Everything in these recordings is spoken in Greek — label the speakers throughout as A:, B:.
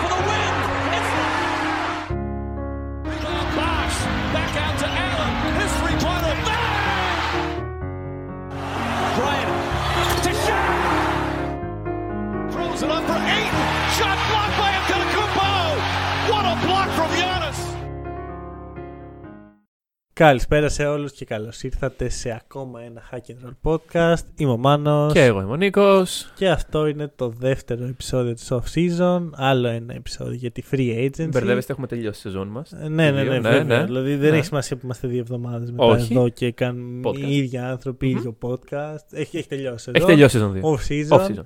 A: for the win. It's Box back out to Allen. His three-pointer. Bang! Bryant to Shaq. Throws it up for eight. Shot blocked by Antetokounmpo. What a block from Giannis.
B: Καλησπέρα σε όλους και καλώς ήρθατε σε ακόμα ένα Hack and Roll podcast. Είμαι ο Μάνος
C: Και εγώ είμαι ο Νίκος.
B: και αυτό είναι το δεύτερο επεισόδιο της off season. Άλλο ένα επεισόδιο για τη free agency.
C: Μην μπερδεύεστε, έχουμε τελειώσει τη σεζόν μας.
B: Ε, Ναι, ναι, ναι,
C: Ναι,
B: βέβαια.
C: ναι.
B: Δηλαδή δεν
C: Ναι.
B: έχει σημασία που είμαστε δύο εβδομάδες μετά
C: Όχι.
B: εδώ και κάνουμε
C: Podcast.
B: οι ίδιοι άνθρωποι, ίδιο podcast. Έχει, έχει τελειώσει.
C: Έχει τελειώσει η σεζόν 2.
B: Off season.
C: Off season.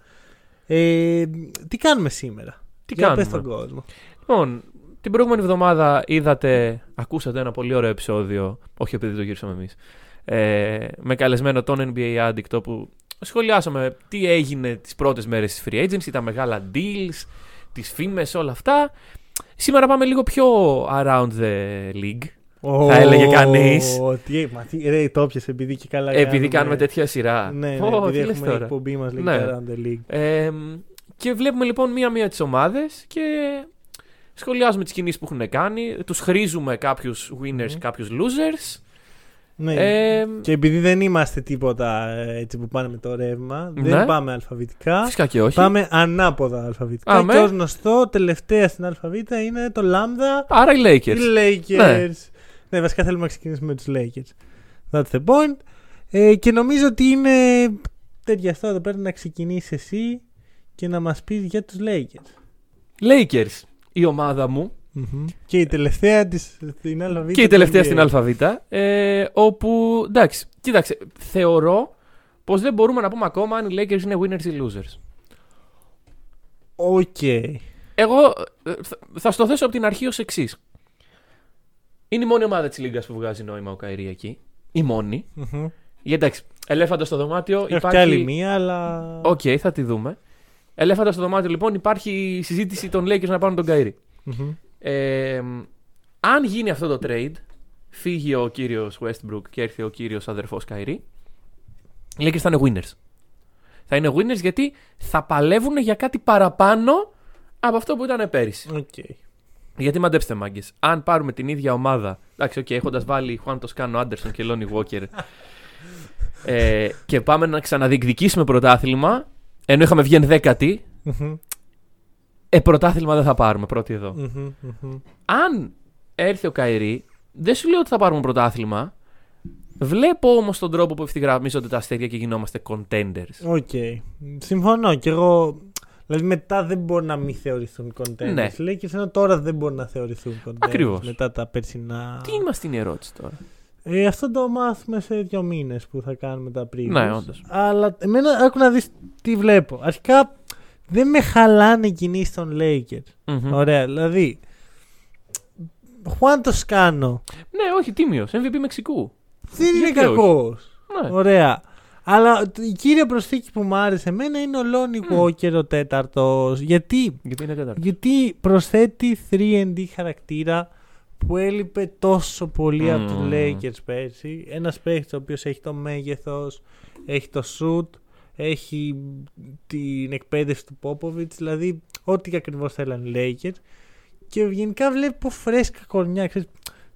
B: Ε, τι κάνουμε σήμερα.
C: Τι
B: Για
C: κάνουμε.
B: πες στον κόσμο.
C: Λοιπόν, την προηγούμενη εβδομάδα είδατε, ακούσατε ένα πολύ ωραίο επεισόδιο. Όχι επειδή το γύρισαμε εμείς. Ε, με καλεσμένο τον NBA άντικτο που σχολιάσαμε τι έγινε τις πρώτες μέρες της free agency, τα μεγάλα deals, τις φήμες, όλα αυτά. Σήμερα πάμε λίγο πιο around the league.
B: Ω,
C: έλεγε κανείς.
B: Τι, μα τι, ρε, το πιασε επειδή και καλά
C: επειδή κάνουμε τέτοια σειρά.
B: Ναι, ναι,
C: Πω,
B: επειδή
C: τι λες
B: έχουμε
C: τώρα.
B: εκπομπή μας λίγο
C: Ναι.
B: around the league.
C: Ε, και βλέπουμε λοιπόν μία-μία τις ομάδες και σχολιάζουμε τις κινήσεις που έχουν κάνει. Τους χρήζουμε κάποιους winners, κάποιους losers.
B: Ναι.
C: Ε,
B: Και επειδή δεν είμαστε τίποτα ε, έτσι που πάνε με το ρεύμα, δεν
C: Ναι.
B: πάμε αλφαβητικά.
C: φυσικά και όχι.
B: Πάμε ανάποδα αλφαβητικά.
C: Αμέ.
B: Και ως γνωστό, τελευταία στην αλφαβήτα είναι το λάμδα
C: Άρα οι
B: οι
C: Lakers.
B: Lakers. Ναι.
C: Ναι.
B: βασικά θέλουμε να ξεκινήσουμε με τους Lakers. That's the point. Ε, και νομίζω ότι είναι ταιριαστό εδώ πέρα να ξεκινήσεις εσύ και να μας πεις για τους Lakers.
C: Lakers, η ομάδα μου
B: Και η τελευταία της, στην αλφαβήτα.
C: και η τελευταία
B: του
C: στην
B: NBA.
C: ΑΒ. Ε, όπου, εντάξει, κοίταξε, θεωρώ πως δεν μπορούμε να πούμε ακόμα αν οι Lakers είναι winners ή losers.
B: Οκ.
C: Εγώ ε, θα- θα στο θέσω από την αρχή ως εξής. Είναι η μόνη ομάδα της Λίγκας που βγάζει νόημα ο Καηρή εκεί. Η μόνη.
B: Μμμ.
C: Γιατί εντάξει, ελέφαντα στο δωμάτιο
B: Υπάρχει...
C: υπάρχει.
B: και άλλη μία, αλλά.
C: Οκ, θα τη δούμε. Ελέφαντα στο δωμάτιο λοιπόν υπάρχει η συζήτηση των Lakers να πάρουν τον Καηρή.
B: Μμμ.
C: Ε, μ, αν γίνει αυτό το trade, φύγει ο κύριος Westbrook και έρθει ο κύριος αδερφός Καηρή, οι Lakers θα είναι winners. Θα είναι winners γιατί θα παλεύουν για κάτι παραπάνω από αυτό που ήταν πέρυσι.
B: Οκ.
C: Γιατί μαντέψτε μάγκες, αν πάρουμε την ίδια ομάδα. Εντάξει, οκ, okay, έχοντας βάλει Χουάν Τοσκάνο, Άντερσον και Λόνι Βόκερ. ε, και πάμε να ξαναδιεκδικήσουμε πρωτάθλημα, ενώ είχαμε βγει ενδέκατη,
B: Μμμ.
C: ε, πρωτάθλημα δεν θα πάρουμε, πρώτη εδώ.
B: Μμμ. Μμμ.
C: Αν έρθει ο Καϊρή, δεν σου λέω ότι θα πάρουμε πρωτάθλημα. Βλέπω όμως τον τρόπο που ευθυγραμμίζονται τα αστέρια και γινόμαστε contenders.
B: Οκ. Συμφωνώ κι εγώ. Δηλαδή μετά δεν μπορούν να μην θεωρηθούν contenders.
C: Ναι.
B: Λέει και σαν τώρα δεν μπορούν να θεωρηθούν contenders.
C: Ακριβώς.
B: Μετά τα περσινά.
C: Τι είμαστε είναι η ερώτηση τώρα.
B: Ε, αυτό το μάθουμε σε δύο μήνες που θα κάνουμε τα previews.
C: Ναι, όντως.
B: Αλλά εμένα άκου να δεις τι βλέπω. Αρχικά δεν με χαλάνε οι κινήσεις των Lakers.
C: Μμμ.
B: Ωραία, δηλαδή. Χουάν το σκάνω.
C: Ναι, όχι, τίμιος. MVP Μεξικού.
B: Δεν είναι
C: Γιατί όχι.
B: κακός.
C: Ναι.
B: Ωραία. Αλλά η κύρια προσθήκη που μου άρεσε εμένα είναι ο Λόνι Walker ο τέταρτος. Γιατί,
C: Γιατί είναι τέταρτος.
B: γιατί προσθέτει 3D χαρακτήρα που έλειπε τόσο πολύ από τους
C: Mm.
B: Lakers πέρσι. Ένας παίχτης ο οποίος έχει το μέγεθος, έχει το shoot, έχει την εκπαίδευση του Πόποβιτ, δηλαδή ό,τι ακριβώ θέλαν οι Lakers. Και γενικά βλέπω φρέσκα κορμιά. ξέρεις.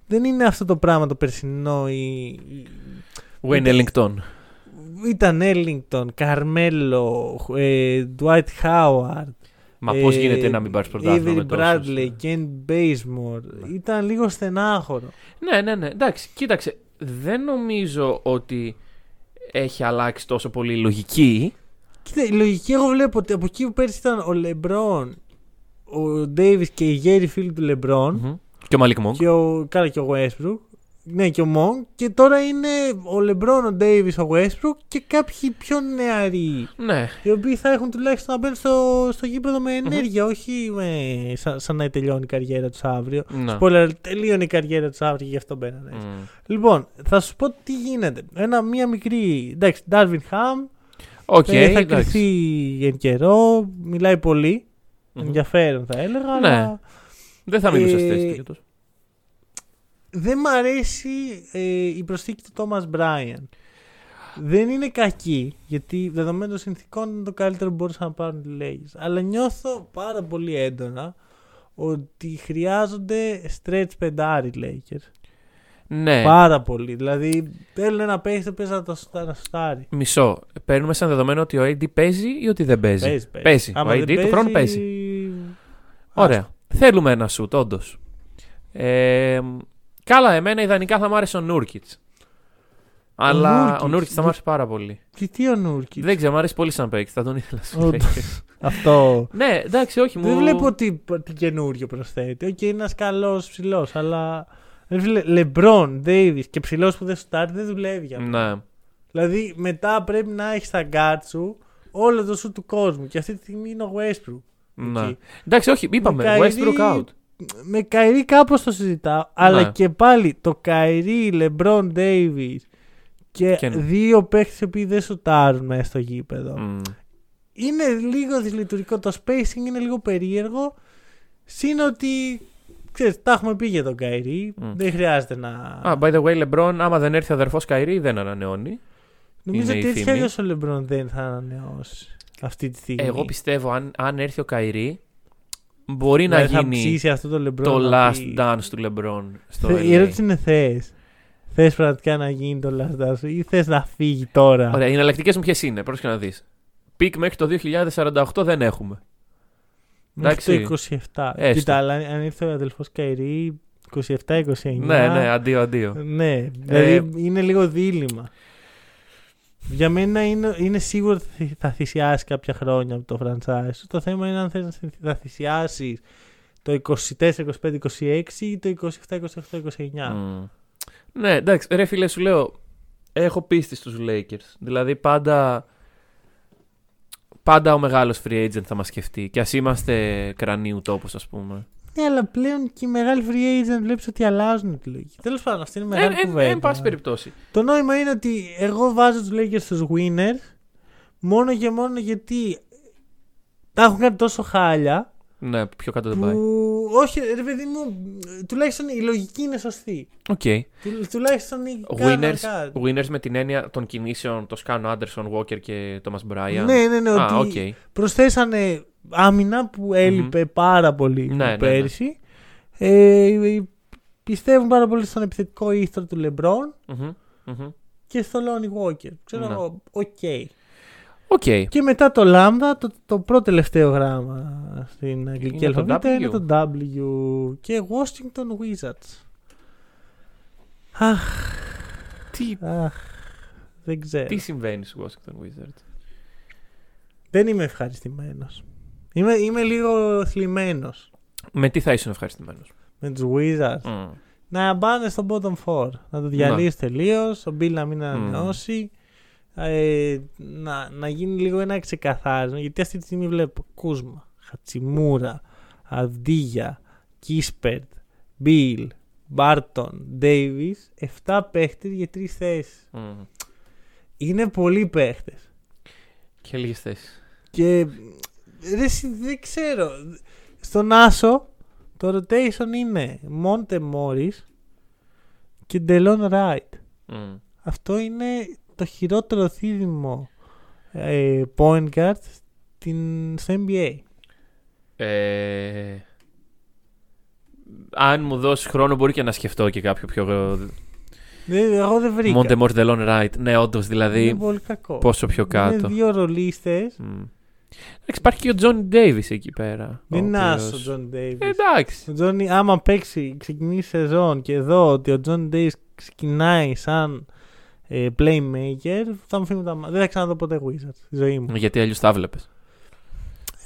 B: δεν είναι αυτό το πράγμα το περσινό ή ή-
C: Wayne Ellington.
B: ήταν ε, Έλλιγκτον, Καρμέλο, Ντουάιτ Χάουαρντ.
C: Μα πώς γίνεται να μην πάρεις πρωτάθλημα με τόσους.
B: Ε,
C: ε.
B: Bradley, Ken Basemore. Ήταν λίγο στενάχωρο.
C: Ναι, ναι, ναι. Εντάξει, κοίταξε. Δεν νομίζω ότι έχει αλλάξει τόσο πολύ η λογική.
B: Κοίτα, η λογική εγώ βλέπω ότι από εκεί που πέρσι ήταν ο Λεμπρόν, ο Ντέιβις και οι γέροι φίλοι του λεμπρον
C: Μμμ. Και ο Μαλικ Μόγκ.
B: και ο, καλά και ο Westbrook. Ναι, και ο Monk. Και τώρα είναι ο Λεμπρόν, ο Ντέιβις, ο Westbrook και κάποιοι πιο νεαροί.
C: Ναι.
B: Οι οποίοι θα έχουν τουλάχιστον να μπαίνουν στο, στο γήπεδο με ενέργεια, όχι με, σαν, σαν να τελειώνει η καριέρα τους αύριο.
C: Να.
B: Spoiler, τελείωνε η καριέρα τους αύριο και γι' αυτό μπαίνανε. έτσι.
C: Μμ.
B: Λοιπόν, θα σου πω τι γίνεται. Ένα, μία μικρή. Εντάξει, Darwin Ham.
C: Οκ,
B: ε, θα
C: εντάξει.
B: κρυθεί εν καιρό. Μιλάει πολύ.
C: Μμμ.
B: Ενδιαφέρον θα έλεγα.
C: Ναι.
B: Αλλά
C: Δεν θα μιλούσε
B: Ε,
C: θέση του.
B: δεν μ' αρέσει ε, η προσθήκη του Thomas Bryan. δεν είναι κακή, γιατί δεδομένων των συνθήκων είναι το καλύτερο που μπορούσαν να πάρουν οι Lakers. Αλλά νιώθω πάρα πολύ έντονα ότι χρειάζονται stretch πεντάρι οι Lakers.
C: Ναι.
B: Πάρα πολύ. Δηλαδή θέλουν ένα παίχτη που να το στα- να στάρει.
C: Μισό. Παίρνουμε σαν δεδομένο ότι ο AD παίζει ή ότι δεν παίζει.
B: Παίζει, παίζει.
C: Ο
B: Άμα δεν
C: AD του χρόνου παίζει.
B: Άστα.
C: Ωραία. Θέλουμε ένα σουτ, όντως. Ε, καλά, εμένα ιδανικά θα μου άρεσε ο Νούρκιτ. Αλλά ο
B: Νούρκιτς,
C: Νούρκιτ θα μου άρεσε πάρα πολύ.
B: Και τι ο Νούρκιτς.
C: Δεν ξέρω, μου αρέσει πολύ σαν παίκτη. Θα τον ήθελα σαν
B: Όντως.
C: παίκτη.
B: Αυτό.
C: Ναι, εντάξει, όχι. Μου...
B: Δεν βλέπω τι, τι καινούριο προσθέτει. Οκ, είναι ένας καλός ψηλός, αλλά. Ρε φίλε, Λεμπρόν, Ντέιβι και ψηλός που δεν σουτάρει δεν δουλεύει για μένα.
C: Ναι.
B: Δηλαδή μετά πρέπει να έχεις στα γκάτ σου όλο το σου του κόσμου. Και αυτή τη στιγμή είναι ο Westbrook.
C: ναι.
B: Εκεί.
C: Εντάξει, όχι, είπαμε.
B: Με Καϊρή-
C: Westbrook out.
B: Με Καϊρή κάπως το συζητάω, αλλά
C: Ναι.
B: και πάλι το Καϊρή, Λεμπρόν, Ντέιβις και,
C: Και- ναι. Mm.
B: δύο παίχτες οι οποίοι δεν σουτάρουν μέσα στο γήπεδο.
C: Μμ.
B: Είναι λίγο δυσλειτουργικό, το spacing είναι λίγο περίεργο, σύν ότι ξέρεις, τα έχουμε πει για τον Καϊρή,
C: Μμ.
B: δεν χρειάζεται να...
C: Α, by the way, LeBron, άμα δεν έρθει ο αδερφός Καϊρή, δεν ανανεώνει.
B: Νομίζω
C: είναι
B: ότι
C: η
B: έτσι κι
C: φήμη.
B: αλλιώς ο Λεμπρόν δεν θα ανανεώσει αυτή τη στιγμή.
C: Εγώ πιστεύω, αν, αν έρθει ο Καϊρή, μπορεί να
B: Δηλαδή, θα
C: γίνει
B: ψήσει αυτό το Λεμπρόν.
C: το
B: να πει-
C: last dance του LeBron στο
B: Θε-
C: LA.
B: Η ερώτηση είναι θες. Θες πραγματικά να γίνει το last dance ή θες να φύγει τώρα.
C: Ωραία, οι εναλλακτικές μου ποιες είναι, πρόσεχε να δεις. Πικ μέχρι το 2048 δεν έχουμε.
B: Μέχρι το
C: εντάξει.
B: 27.
C: Έστω.
B: Κοίτα, αλλά αν ήρθε ο αδελφός Καϊρή 27-29.
C: Ναι, ναι, αντίο, αντίο.
B: Ναι,
C: Ε,
B: δηλαδή είναι λίγο δίλημα. Για μένα είναι, είναι σίγουρο ότι θα θυ- θα θυσιάσεις κάποια χρόνια από το franchise σου. Το θέμα είναι αν θες να θυ- θα θυσιάσεις το 24, 25, 26 ή το 27, 28, 29.
C: Μμ. Ναι, εντάξει, ρε φίλε, σου λέω, έχω πίστη στους Lakers. Δηλαδή πάντα, πάντα ο μεγάλος free agent θα μας σκεφτεί. Και ας είμαστε κρανίου τόπος, ας πούμε.
B: Ναι, αλλά πλέον και οι μεγάλοι free agent βλέπεις ότι αλλάζουν τη λογική. Τέλος πάντων, αυτή είναι η μεγάλη
C: Ε, ε, ε,
B: κουβέντα.
C: Εν πάση περιπτώσει.
B: Το νόημα είναι ότι εγώ βάζω τους Lakers στους winners μόνο και μόνο γιατί τα έχουν κάνει τόσο χάλια
C: Ναι, πιο κάτω δεν
B: που
C: πάει.
B: όχι ρε παιδί μου τουλάχιστον η λογική είναι σωστή
C: Οκ.
B: Του, τουλάχιστον η κάναν
C: Winners,
B: κάτι.
C: winners με την έννοια των κινήσεων, το Σκάνο Άντερσον, Walker και Thomas Bryan.
B: Ναι, ναι, ναι,
C: Α, οκ.
B: ότι προσθέσανε άμυνα που ελειπε πάρα πολύ
C: Ναι, ναι, ναι.
B: πέρσι Ε, πιστεύουν πάρα πολύ στον επιθετικό ήθρο του Λεμπρόν
C: Μμμ, μμμ.
B: και στο Lonnie Walker. Ξέρω
C: Ναι.
B: εγώ, οκ.
C: Οκ.
B: Και μετά το λάμδα, το, το πρώτο τελευταίο γράμμα στην αγγλική
C: Είναι το
B: αλφαβήτα
C: W.
B: είναι το W και Washington Wizards. Αχ,
C: Τι,
B: αχ, δεν ξέρω.
C: τι συμβαίνει στους Washington Wizards.
B: Δεν είμαι ευχαριστημένος. Είμαι, είμαι λίγο θλιμμένος
C: Με τι θα ήσουν ευχαριστημένος.
B: με τους Wizards.
C: Mm.
B: Να μπάνε στο bottom 4. Να το διαλύσει τελείως. Ο Μπιλ να μην ανανεώσει. Ε, να, να γίνει λίγο ένα ξεκαθάρισμα. Γιατί αυτή τη στιγμή βλέπω Κούσμα, Χατσιμούρα, Αυδίγια, Κίσπερτ, Μπιλ, Μπάρτον, Ντέιβις. 7 παίχτες για 3 θέσει. Είναι πολλοί παίχτες.
C: Και λίγες θέσεις.
B: Και ρε, εσύ, δεν ξέρω. Στον Άσο το rotation είναι Μόντε Μόρι και Ντελόν Ράιτ. Αυτό είναι το χειρότερο θύδημο ε, point guard στην, στο NBA.
C: Ε, αν μου δώσεις χρόνο, μπορεί και να σκεφτώ και κάποιο πιο.
B: Δεν- εγώ δεν βρήκα.
C: Μοντε Μορτελόν Ράιτ. Ναι, όντως
B: είναι
C: δηλαδή.
B: πολύ κακό.
C: Πόσο πιο
B: Είναι
C: κάτω.
B: δύο ρολίστες.
C: Μμ. Εντάξει, υπάρχει και ο Τζόνι Ντέιβις εκεί πέρα. ο
B: Δεν είναι
C: οποίος-
B: άσο ο Τζον
C: Ε,
B: Ντέιβις.
C: Εντάξει.
B: Ο Τζόνι, άμα παίξει, ξεκινήσει σεζόν και εδώ ότι ο Τζον Ντέιβις ξεκινάει σαν ε, playmaker, θα μου φύγουν τα μάτια. Δεν θα ξαναδώ ποτέ Wizards στη ζωή μου. Ε,
C: Γιατί αλλιώς τα βλέπε.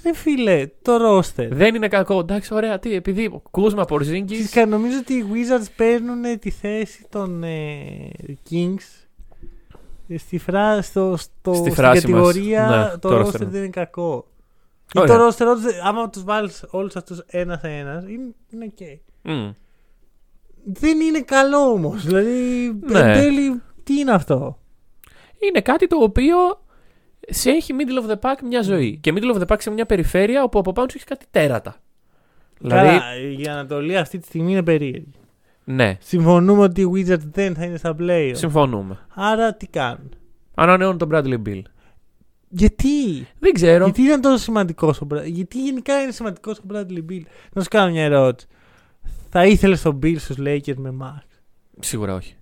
B: Ρε φίλε, το roster.
C: Δεν είναι κακό. Εντάξει, ωραία. Τι, επειδή Κούσμα Πορζίνγκη.
B: Ε. Φυσικά, νομίζω ότι οι Wizards παίρνουν τη θέση των ε, Kings Ε, στη, φρά, στο, στο,
C: Στη
B: στην
C: φράση μας.
B: κατηγορία
C: Ναι,
B: το,
C: το roster.
B: roster δεν είναι κακό. Ή
C: Ωραία.
B: το roster, όντως, άμα τους βάλεις όλους αυτούς ένα-ένα, είναι, είναι ok. Δεν είναι καλό όμως, δηλαδή
C: Ναι.
B: εν τέλει τι είναι αυτό.
C: είναι κάτι το οποίο σε έχει middle of the pack μια ζωή. Και middle of the pack σε μια περιφέρεια όπου από πάνω σου έχεις κάτι τέρατα. Δηλαδή,
B: Καλά, η Ανατολή αυτή τη στιγμή είναι περίεργη.
C: ναι,
B: Συμφωνούμε ότι οι Wizards δεν θα είναι στα playoffs.
C: συμφωνούμε.
B: Άρα τι κάνουν.
C: Ανανεώνει τον Bradley Bill.
B: Γιατί,
C: Δεν ξέρω.
B: γιατί ήταν τόσο σημαντικός ο Bradley Γιατί γενικά είναι σημαντικός ο Bradley Bill. Να σου κάνω μια ερώτηση. Θα ήθελε τον Bill στους Lakers με εμά.
C: Σίγουρα όχι.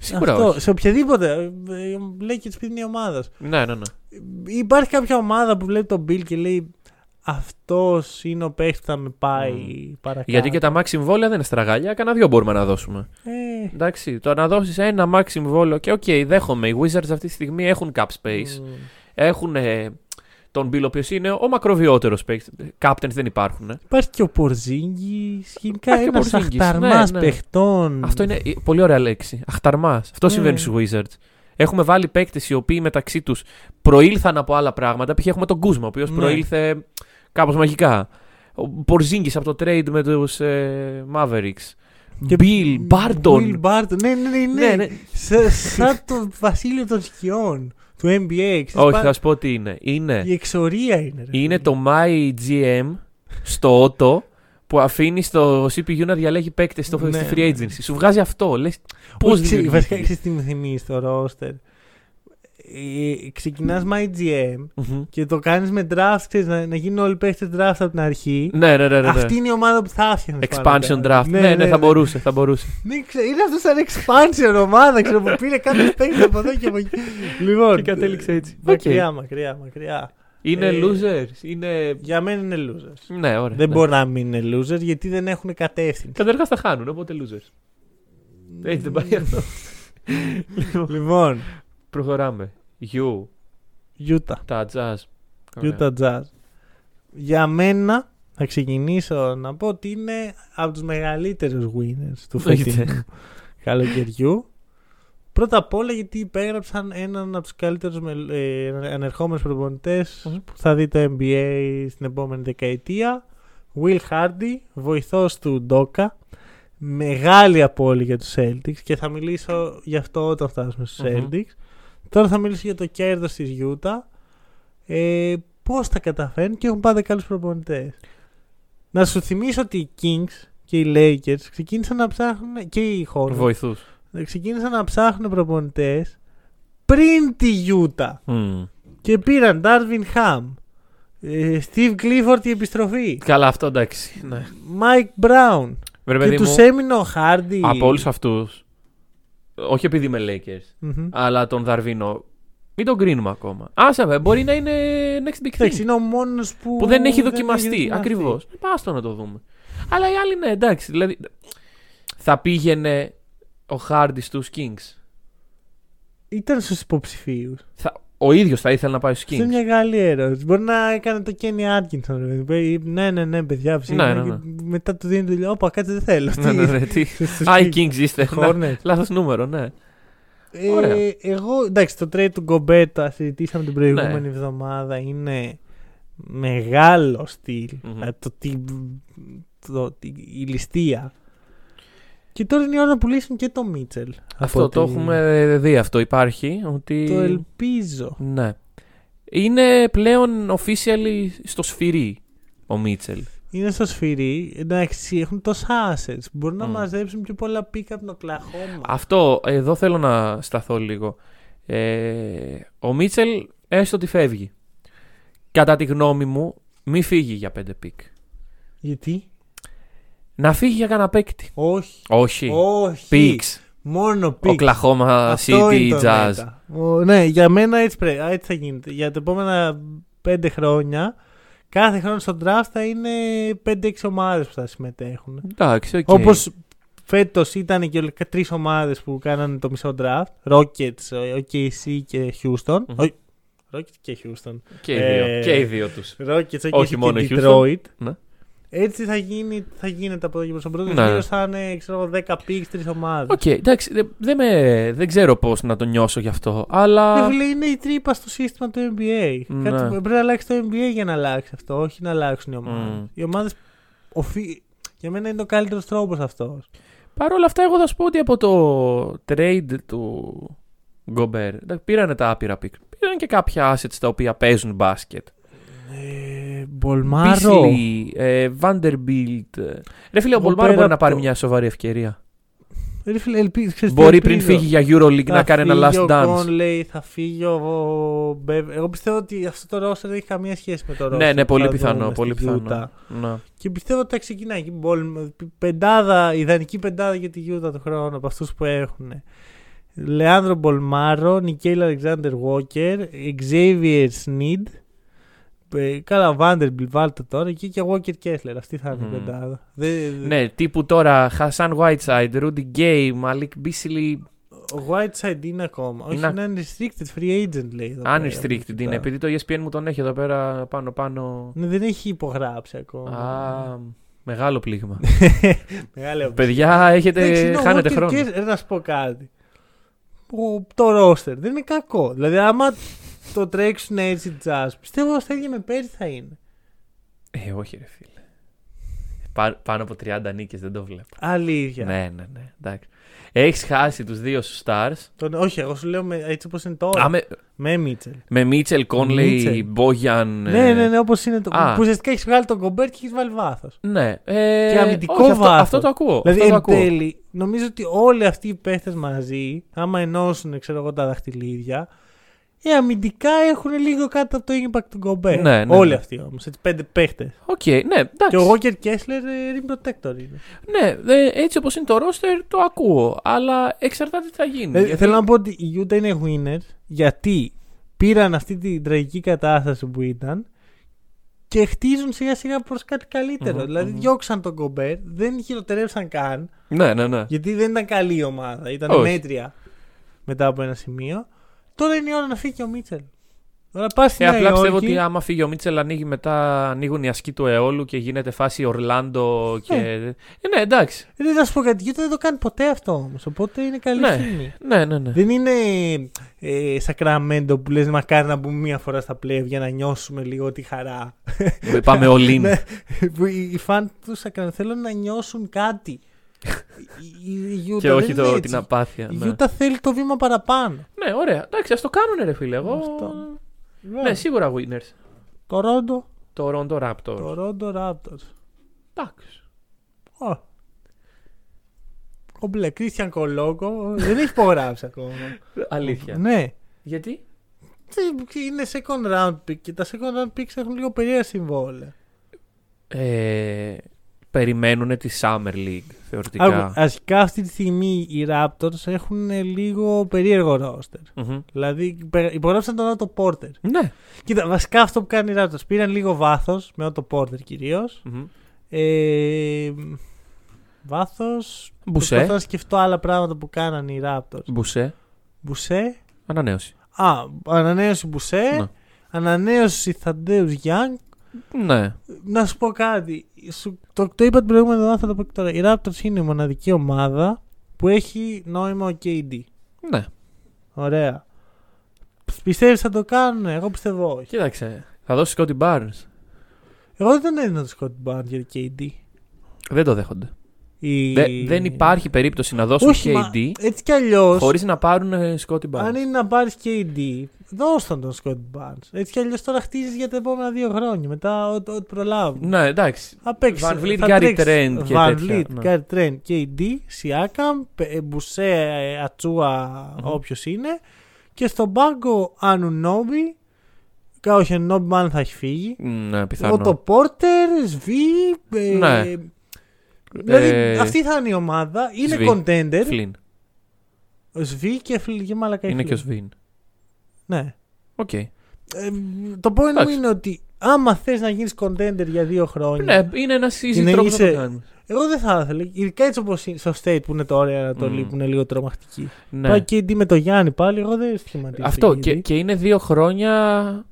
C: Σίγουρα
B: Αυτό,
C: όχι.
B: Σε οποιαδήποτε. ε, ε, Lakers επειδή είναι η ομάδα σου.
C: Ναι, ναι, ναι.
B: Υπάρχει κάποια ομάδα που βλέπει τον Bill και λέει αυτός είναι ο παίχτης που θα με πάει παρακάτω.
C: Γιατί και τα max συμβόλαια δεν είναι στραγάλια. Κανένα δύο μπορούμε να δώσουμε.
B: Ε,
C: Εντάξει, το να δώσεις ένα max συμβόλαιο και οκ, δέχομαι. Οι Wizards αυτή τη στιγμή έχουν cap space.
B: μ,
C: Έχουν ε, τον Bill, ο οποίος είναι ο μακροβιότερος παίκτη. Captains δεν υπάρχουν. ε.
B: Υπάρχει και ο Πορζίνγκη. Γενικά
C: Υπάρχει και
B: ένα
C: ο Πορζίνγκης,
B: αχταρμάς
C: ναι, ναι.
B: παιχτών.
C: Αυτό είναι η- πολύ ωραία λέξη. Αχταρμάς. Αυτό
B: Ναι.
C: συμβαίνει στους Wizards. Έχουμε βάλει παίκτες οι οποίοι μεταξύ τους προήλθαν από άλλα πράγματα. Π.χ. έχουμε τον Κούσμα, ο οποίος
B: Ναι.
C: προήλθε κάπως μαγικά. Ο Πορζίνγκη από το trade με τους ε, Mavericks.
B: Και-
C: Bill
B: Will
C: Barton.
B: Barton. Ναι, ναι, ναι. ναι.
C: Ναι, ναι.
B: Σα- σαν το βασίλειο των σκιών του NBA. Ξέρεις,
C: Όχι,
B: πα-
C: θα σου πω τι είναι. Είναι,
B: Η εξορία είναι. ρε.
C: είναι το My GM στο Ότο που αφήνει στο CPU να διαλέγει παίκτες στο
B: Ναι,
C: στη
B: ναι.
C: free agency. Σου βγάζει αυτό. Λες. Πώ
B: Όχι, ξέρεις, Βασικά ξέρεις τι μου θυμίζει το ρόστερ. Ε, Ξεκινάς my GM και το κάνεις με draft. Ξέρεις, να, να γίνουν όλοι παίχτες draft από την αρχή.
C: Ναι, ναι, ναι. ναι, ναι.
B: Αυτή είναι η ομάδα που θα άφηνε.
C: Expansion draft. Ναι, ναι, θα μπορούσε. Θα μπορούσε.
B: Ναι, ξέ- είναι αυτό σαν expansion ομάδα ξέρω, που πήρε κάποιο παίχτη από εδώ και από εκεί. Λοιπόν.
C: Και κατέληξε έτσι.
B: Μακριά, μακριά, μακριά.
C: Είναι
B: Ε,
C: losers. Είναι.
B: Για μένα είναι losers.
C: Ναι, ωραία.
B: Δεν μπορεί να μην είναι losers γιατί δεν έχουν κατεύθυνση.
C: Καταρχάς θα χάνουν, οπότε losers. Έτσι δεν πάει αυτό. Λοιπόν,
B: Λοιπόν,
C: Προχωράμε. You,
B: Utah.
C: τα jazz. Ωραία.
B: Utah Jazz. Για μένα θα ξεκινήσω να πω ότι είναι από τους μεγαλύτερους winners του
C: Εννοείται.
B: φετινού καλοκαιριού. Πρώτα απ' όλα γιατί υπέγραψαν έναν από τους καλύτερους μελ- ε, ανερχόμενους προπονητές
C: Μμμ.
B: που θα δει το NBA στην επόμενη δεκαετία. Will Hardy, βοηθός του Ντόκα. Μεγάλη απώλεια για τους Celtics και θα μιλήσω γι' αυτό όταν φτάσουμε στους
C: Μμμ.
B: Celtics. Τώρα θα μιλήσω για το κέρδος της Utah. Ε, πώς τα καταφέρνουν και έχουν πάντα καλούς προπονητές. Να σου θυμίσω ότι οι Kings και οι Lakers ξεκίνησαν να ψάχνουν και οι Hornets
C: Βοηθούς.
B: ξεκίνησαν να ψάχνουν προπονητές πριν τη Utah και πήραν Darwin Ham, ε, Steve Clifford η επιστροφή,
C: Καλά, αυτό εντάξει. Ναι.
B: Mike Brown
C: Βρε,
B: και
C: παιδί μου,
B: τους έμεινε ο Hardy.
C: από όλους αυτούς. Όχι επειδή είμαι Lakers,
B: Μμμ.
C: αλλά τον Δαρβίνο. Μην τον κρίνουμε ακόμα. Άσε, βε, μπορεί να είναι next big thing.
B: Εντάξει, είναι ο μόνος που,
C: που δεν έχει δοκιμαστεί.
B: δοκιμαστεί.
C: Ακριβώς. Πάστο να το δούμε. Αλλά οι άλλοι ναι, εντάξει. Δηλαδή, θα πήγαινε ο Χάρντι στους Kings.
B: Ήταν στους υποψηφίους.
C: Θα, ο ίδιος θα ήθελε να πάει στους
B: Σε
C: Kings.
B: μια καλή ερώτηση. Μπορεί να έκανε το Kenny Atkinson. ρε παιδί. Ναι, ναι, ναι, παιδιά. ψήφισα
C: ναι, ναι.
B: και Μετά του δίνει δουλειά. Όπα, κάτσε δεν θέλω.
C: Ναι, ναι, ναι, τι.
B: Στους
C: Α, οι
B: Kings.
C: Kings είστε.
B: Hornets.
C: Λάθος νούμερο, ναι.
B: Ε,
C: Ωραία.
B: εγώ, εντάξει, το trade του Γκομπέτα συζητήσαμε την προηγούμενη
C: Ναι.
B: εβδομάδα. Είναι μεγάλο στυλ.
C: Μμμ.
B: Δηλαδή, το, τι- το, τι- η ληστεία. Και τώρα είναι η ώρα να πουλήσουν και το Μίτσελ.
C: Αυτό το έχουμε δει αυτό. Υπάρχει ότι.
B: Το ελπίζω.
C: Ναι. Είναι πλέον officially στο σφυρί ο Μίτσελ.
B: Είναι στο σφυρί. Εντάξει, έχουν τόσα assets. Μπορούν να
C: Μμ.
B: μαζέψουν πιο πολλά πίκα από το Κλαχώμα.
C: Αυτό εδώ θέλω να σταθώ λίγο. Ε, ο Μίτσελ έστω ότι φεύγει. Κατά τη γνώμη μου, μη φύγει για πέντε πικ.
B: Γιατί?
C: Να φύγει για κανένα παίκτη.
B: Όχι.
C: Όχι.
B: Όχι.
C: Πίξ.
B: Μόνο πίξ.
C: Οκλαχώμα
B: Αυτό είναι
C: City
B: το
C: Jazz.
B: μέτα. Ο- ναι, για μένα έτσι, πρέ, έτσι θα γίνεται. Για τα επόμενα πέντε χρόνια, κάθε χρόνο στο draft θα είναι 5-6 ομάδες που θα συμμετέχουν.
C: Εντάξει, οκ.
B: Όπως φέτος ήταν και τρεις ομάδες που κάνανε το μισό draft. Rockets, OKC και Houston.
C: Μμμ.
B: Όχι, Rockets και Houston.
C: Και οι δύο,
B: ε,
C: και οι δύο τους.
B: Rockets, OKC
C: Όχι μόνο
B: και
C: Houston.
B: Detroit.
C: Ναι.
B: Έτσι θα, γίνει, θα γίνεται από εδώ και προ τον πρώτος
C: Ναι.
B: γύρος. Θα είναι ξέρω, 10 picks, 3 ομάδες.
C: Οκ, εντάξει, δε- δεν με- δεν ξέρω πώς να το νιώσω γι' αυτό, αλλά...
B: Ρε φίλε, είναι η τρύπα στο σύστημα του NBA.
C: Ναι. Mm.
B: Κάτι, πρέπει να αλλάξει το NBA για να αλλάξει αυτό, όχι να αλλάξουν οι ομάδες.
C: Μμ.
B: Οι ομάδες. Οφεί... Για μένα είναι ο καλύτερος τρόπος αυτός.
C: Παρ' όλα αυτά, εγώ θα σου πω ότι από το trade του Γκομπέρ εντάξει, πήρανε τα άπειρα πικ. Πήραν και κάποια assets τα οποία παίζουν μπάσκετ. Ναι.
B: Ε, Μπολμάρο.
C: Beasley, ε, Vanderbilt. ε. Ρε φίλε, ο
B: Εγώ
C: Μπολμάρο
B: πέρα
C: μπορεί να
B: από
C: πάρει
B: το-
C: μια σοβαρή ευκαιρία.
B: Ρε φίλε, ελπίζω, ξέρεις τι
C: Μπορεί πριν
B: ελπίζω.
C: φύγει για EuroLeague να κάνει ένα
B: φύγει
C: last
B: ο
C: dance.
B: Conley, θα φύγει ο Μπέβερ. Εγώ πιστεύω ότι αυτό το roster δεν έχει καμία σχέση με το roster.
C: Ναι, ναι,
B: που
C: πολύ
B: θα
C: πιθανό.
B: δούμε
C: Πολύ
B: στη Utah.
C: πιθανό. Ναι.
B: Και πιστεύω ότι τα ξεκινάει. η Ball- Πεντάδα, ιδανική πεντάδα για τη Utah του χρόνου από αυτούς που έχουν. Λεάνδρο Μπολμάρο, Νικέιλ Αλεξάνδρ Walker, Xavier Sneed. ε, Καλά, Vanderbilt, βάλτε τώρα και, και Walker Kessler. Αυτή θα είναι
C: Μμμ.
B: η πεντάδα. Δεν-
C: ναι, τύπου τώρα Χασάν Whiteside, Rudy Gay, Malik Beasley.
B: Ο Whiteside είναι ακόμα. Όχι,
C: Είναι-
B: είναι unrestricted free agent λέει. εδώ πέρα.
C: Unrestricted είναι.
B: Κοιτάω.
C: Επειδή το E ESPN μου τον έχει εδώ πέρα πάνω-πάνω.
B: Ναι, δεν έχει υπογράψει ακόμα.
C: Α, μεγάλο πλήγμα.
B: Μεγάλο
C: Παιδιά, έχετε, χάνετε χρόνο.
B: ναι, Και, ε, να σου πω κάτι. Ο- το ρόστερ δεν είναι κακό. Δηλαδή, άμα το τρέξουν έτσι jazz, πιστεύω ότι θα ίδια με πέρυσι θα είναι.
C: Ε, όχι, ρε φίλε. Πα- πάνω από 30 νίκες δεν το βλέπω.
B: Αλήθεια.
C: Ναι, ναι, ναι. Εντάξει. Έχεις χάσει τους δύο σου stars.
B: Τον- όχι, εγώ σου λέω με, έτσι όπως είναι τώρα.
C: Α, με,
B: Με Μίτσελ.
C: με Μίτσελ, Κόνλεϊ,
B: Μίτσελ.
C: Μπόγιαν. ε,
B: Ναι, ναι, ναι, όπως είναι το.
C: Α.
B: Που ουσιαστικά έχεις βγάλει τον κομπέρ και έχεις βάλει βάθος.
C: ναι. Ε,
B: Και αμυντικό
C: όχι, αυτό,
B: βάθος.
C: αυτό το ακούω.
B: Δηλαδή,
C: αυτό το
B: εν
C: ακούω.
B: τέλει, νομίζω ότι όλοι αυτοί οι παίχτες μαζί, άμα ενώσουν ξέρω εγώ, τα δαχτυλίδια, ε, αμυντικά έχουν λίγο κάτω από το impact του Gobert.
C: Ναι, ναι,
B: όλοι
C: ναι.
B: αυτοί όμως. Έτσι, πέντε παίχτες.
C: Οκ, ναι, εντάξει.
B: Και ο Walker Kessler ε, rim protector είναι.
C: Ναι, δε- έτσι όπως είναι το roster το ακούω. Αλλά εξαρτάται τι θα γίνει.
B: Δηλαδή,
C: Ναι, Γιατί-
B: Θέλω να πω ότι η Utah είναι winner γιατί πήραν αυτή την τραγική κατάσταση που ήταν και χτίζουν σιγά σιγά προς κάτι καλύτερο.
C: Μμμ,
B: δηλαδή,
C: μμμ.
B: διώξαν τον Gobert, δεν χειροτερέψαν καν.
C: Ναι, ναι, ναι.
B: Γιατί δεν ήταν καλή η ομάδα. Ήταν
C: Όχι.
B: μέτρια μετά από ένα σημείο. Τώρα είναι η ώρα να φύγει και ο Μίτσελ. Τώρα πας στην
C: Ε, απλά
B: Νέα
C: πιστεύω
B: Υόρκη.
C: ότι άμα φύγει ο Μίτσελ ανοίγει μετά, ανοίγουν οι ασκοί του αιώλου και γίνεται φάση Ορλάντο και...
B: Ε.
C: Ε, ναι, εντάξει.
B: Δεν θα σου πω κάτι, γιατί δεν το κάνει ποτέ αυτό όμως. Οπότε είναι καλή
C: Ναι.
B: φήμη.
C: Ναι, ναι, ναι.
B: Δεν είναι ε, Σακραμέντο που λες μακάρι να μπούμε μία φορά στα playoff για να νιώσουμε λίγο τη χαρά.
C: Πάμε all in.
B: Ναι. Που οι οι φαν του Σακραμέντο θέλουν να νιώσουν κάτι. Η- η- η Utah
C: και
B: δεν
C: όχι
B: είναι
C: το,
B: έτσι.
C: την απάθεια.
B: Η
C: Ναι.
B: Utah θέλει το βήμα παραπάνω.
C: ναι, ωραία. Εντάξει, ας το κάνουνε ρε φίλε. Εγώ...
B: Αυτό.
C: Ναι, σίγουρα winners.
B: Το Ρόντο,
C: Το Ρόντο Raptor.
B: το Ρόντο Raptors.
C: Εντάξει.
B: Ω. Κομπλε, Κρίστιαν Κολόκο δεν έχει υπογράψει ακόμα.
C: Αλήθεια.
B: ναι.
C: Γιατί?
B: Τι- Είναι second round pick και τα second round picks έχουν λίγο περίεργα συμβόλαια.
C: Ε, περιμένουνε τη Summer League θεωρητικά.
B: Άκου, Αρχικά αυτή τη στιγμή οι Raptors έχουν λίγο περίεργο roster.
C: Μμμ.
B: Δηλαδή υπε- υπογράψαν τον Otto Porter.
C: Ναι.
B: Κοίτα, βασικά αυτό που κάνει οι Raptors πήραν λίγο βάθος με Otto Porter κυρίως.
C: Μμμ.
B: Ε, βάθος.
C: Μπουσέ.
B: Προσπαθώ να σκεφτώ άλλα πράγματα που κάνανε οι Raptors.
C: Μπουσέ.
B: Μπουσέ.
C: Ανανέωση.
B: Α, ανανέωση Μπουσέ.
C: Ναι.
B: Ανανέωση Θαντέου Γιάνγκ.
C: Ναι.
B: Να σου πω κάτι. Σου, το, το είπα την προηγούμενη εβδομάδα, θα το πω και τώρα. Η Raptors είναι η μοναδική ομάδα που έχει νόημα ο KD.
C: Ναι.
B: Ωραία. Πιστεύεις θα το κάνουν, εγώ πιστεύω όχι.
C: Κοίταξε. Θα δώσει Scotty Barnes.
B: Εγώ δεν έδινα το Scott Barnes για KD.
C: Δεν το δέχονται.
B: Η...
C: Δε- δεν υπάρχει περίπτωση να δώσουν
B: Όχι, μα,
C: KD
B: έτσι κι αλλιώς.
C: χωρίς να πάρουν ε, Scotty Barnes.
B: Αν είναι να πάρεις KD, δώσ' τον τον Scott Barnes. Έτσι κι αλλιώς τώρα χτίζεις για τα επόμενα δύο χρόνια. Μετά ό,τι ό,τι προλάβουν.
C: Ναι, εντάξει.
B: Απέξει.
C: Van Vliet, Gary Trent και
B: Van
C: τέτοια,
B: Vliet,
C: ναι.
B: Gary Trent, KD, Siakam, Πε- ε, Μπουσέ, ε, Ατσούα,
C: Μμμ.
B: όποιος είναι. Και στον πάγκο Ανουνόμπι. Κα- Όχι, Ανουνόμπι μάλλον θα έχει φύγει.
C: Ναι, πιθανό.
B: Ο το Πόρτερ, Σβί. ε,
C: Ναι.
B: Δηλαδή
C: Ε,
B: αυτή θα είναι η ομάδα. Είναι
C: Σβί.
B: contender.
C: Flynn.
B: Σβί και Φλ- και μαλακά
C: Είναι και ο Σβίν.
B: Ναι.
C: Οκ.
B: Ε, το point μου
C: Εντάξει.
B: είναι ότι άμα θες να γίνεις contender για δύο χρόνια.
C: Ναι, είναι ένα easy
B: Είναι
C: τρόπο να
B: είσαι-
C: το κάνουμε.
B: Εγώ δεν θα ήθελα. Ειδικά έτσι όπως στο state που είναι τώρα η Ανατολή
C: Μμμ.
B: που είναι λίγο τρομακτική.
C: Mm. Ναι.
B: Ναι. Πάει και με το Γιάννη πάλι. Εγώ δεν σχηματίζω.
C: Αυτό και, και είναι δύο χρόνια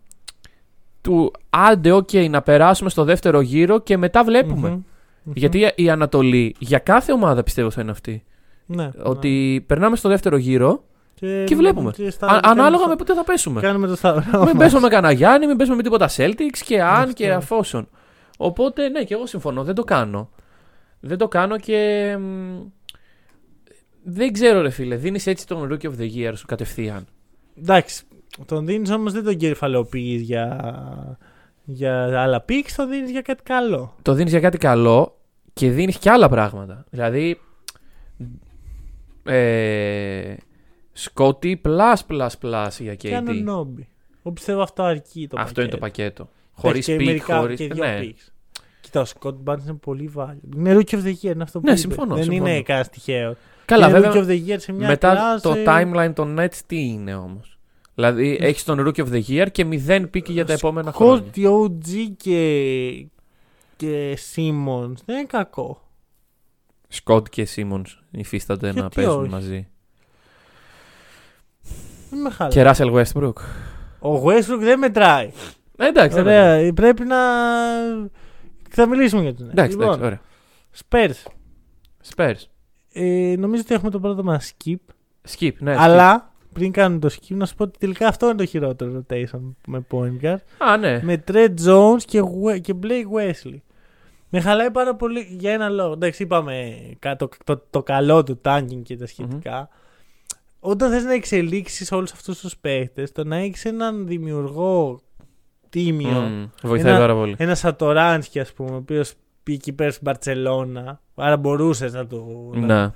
C: του άντε, οκ, να περάσουμε στο δεύτερο γύρο και μετά βλέπουμε. Γιατί η Ανατολή για κάθε ομάδα πιστεύω θα είναι αυτή.
B: ναι, ναι.
C: Ότι περνάμε στο δεύτερο γύρο και
B: μ,
C: βλέπουμε.
B: στα-
C: Α- ανάλογα
B: κάνουμε
C: με πότε θα
B: το-
C: πέσουμε.
B: Κάνουμε το σταυρό. μας.
C: Μην πέσουμε με κανένα Γιάννη, μην πέσουμε με τίποτα Celtics και αν
B: Αυτό.
C: και αφόσον. Οπότε ναι, και εγώ συμφωνώ, δεν το κάνω. Δεν το κάνω και. μ, Δεν ξέρω, ρε φίλε. Δίνεις έτσι τον Rookie of the Year σου κατευθείαν.
B: Εντάξει. Τον δίνεις όμως δεν τον κεφαλαιοποιείς για, για άλλα πίξ, τον δίνεις για κάτι καλό.
C: Το δίνεις για κάτι καλό και δίνει και άλλα πράγματα. Δηλαδή. ε, Σκότι plus plus plus για
B: Και
C: KD.
B: έναν Νόμπι. Εγώ πιστεύω αυτό αρκεί το
C: Αυτό είναι το
B: πακέτο.
C: πακέτο.
B: Χωρί
C: Χωρί πικ, χωρί.
B: Και δύο
C: Ναι.
B: picks. Κοίτα, ο Σκοτ Barnes είναι πολύ value. Είναι rookie of the year, είναι αυτό που
C: Ναι,
B: είπε.
C: συμφωνώ,
B: Δεν
C: συμφωνώ.
B: είναι κανένας τυχαίο.
C: Καλά,
B: είναι
C: βέβαια.
B: rookie of the year σε μια
C: Μετά
B: class,
C: το
B: ε,
C: timeline των Nets τι είναι όμως. Δηλαδή έχεις τον Rookie of the Year και μηδέν πήκε για τα επόμενα χρόνια.
B: Σκότι, OG και, και Simmons. Δεν είναι κακό.
C: Σκότ και Σίμον υφίστανται να
B: Γιατί
C: παίζουν
B: όχι.
C: μαζί.
B: Δεν με χαλάει.
C: Και Russell Westbrook.
B: Ο Westbrook δεν μετράει.
C: Ε, εντάξει, δεν είναι.
B: Ωραία, πρέπει να. Θα μιλήσουμε για τον.
C: Εντάξει, εντάξει, ωραία.
B: Spurs.
C: Spurs.
B: Ε, νομίζω ότι έχουμε το πρώτο μας skip.
C: Ε, Skip, ναι. skip.
B: αλλά πριν κάνουμε το skip, να σου πω ότι τελικά αυτό είναι το χειρότερο rotation με point guard.
C: Α, ναι.
B: με Trey Jones και, We- και Blake Wesley. Με χαλάει πάρα πολύ για ένα λόγο. Εντάξει, είπαμε κα- το, το, το καλό του tanking και τα σχετικα Όταν θες να εξελίξεις όλους αυτούς τους παίχτες, το να έχεις έναν δημιουργό τίμιο,
C: Μμμ, Βοηθάει
B: Ένα-
C: πάρα πολύ.
B: ένα Σατοράνσκι ας πούμε, ο οποίος πήγε πέρα στην Μπαρτσελώνα, άρα μπορούσες να το... να-
C: Ναι,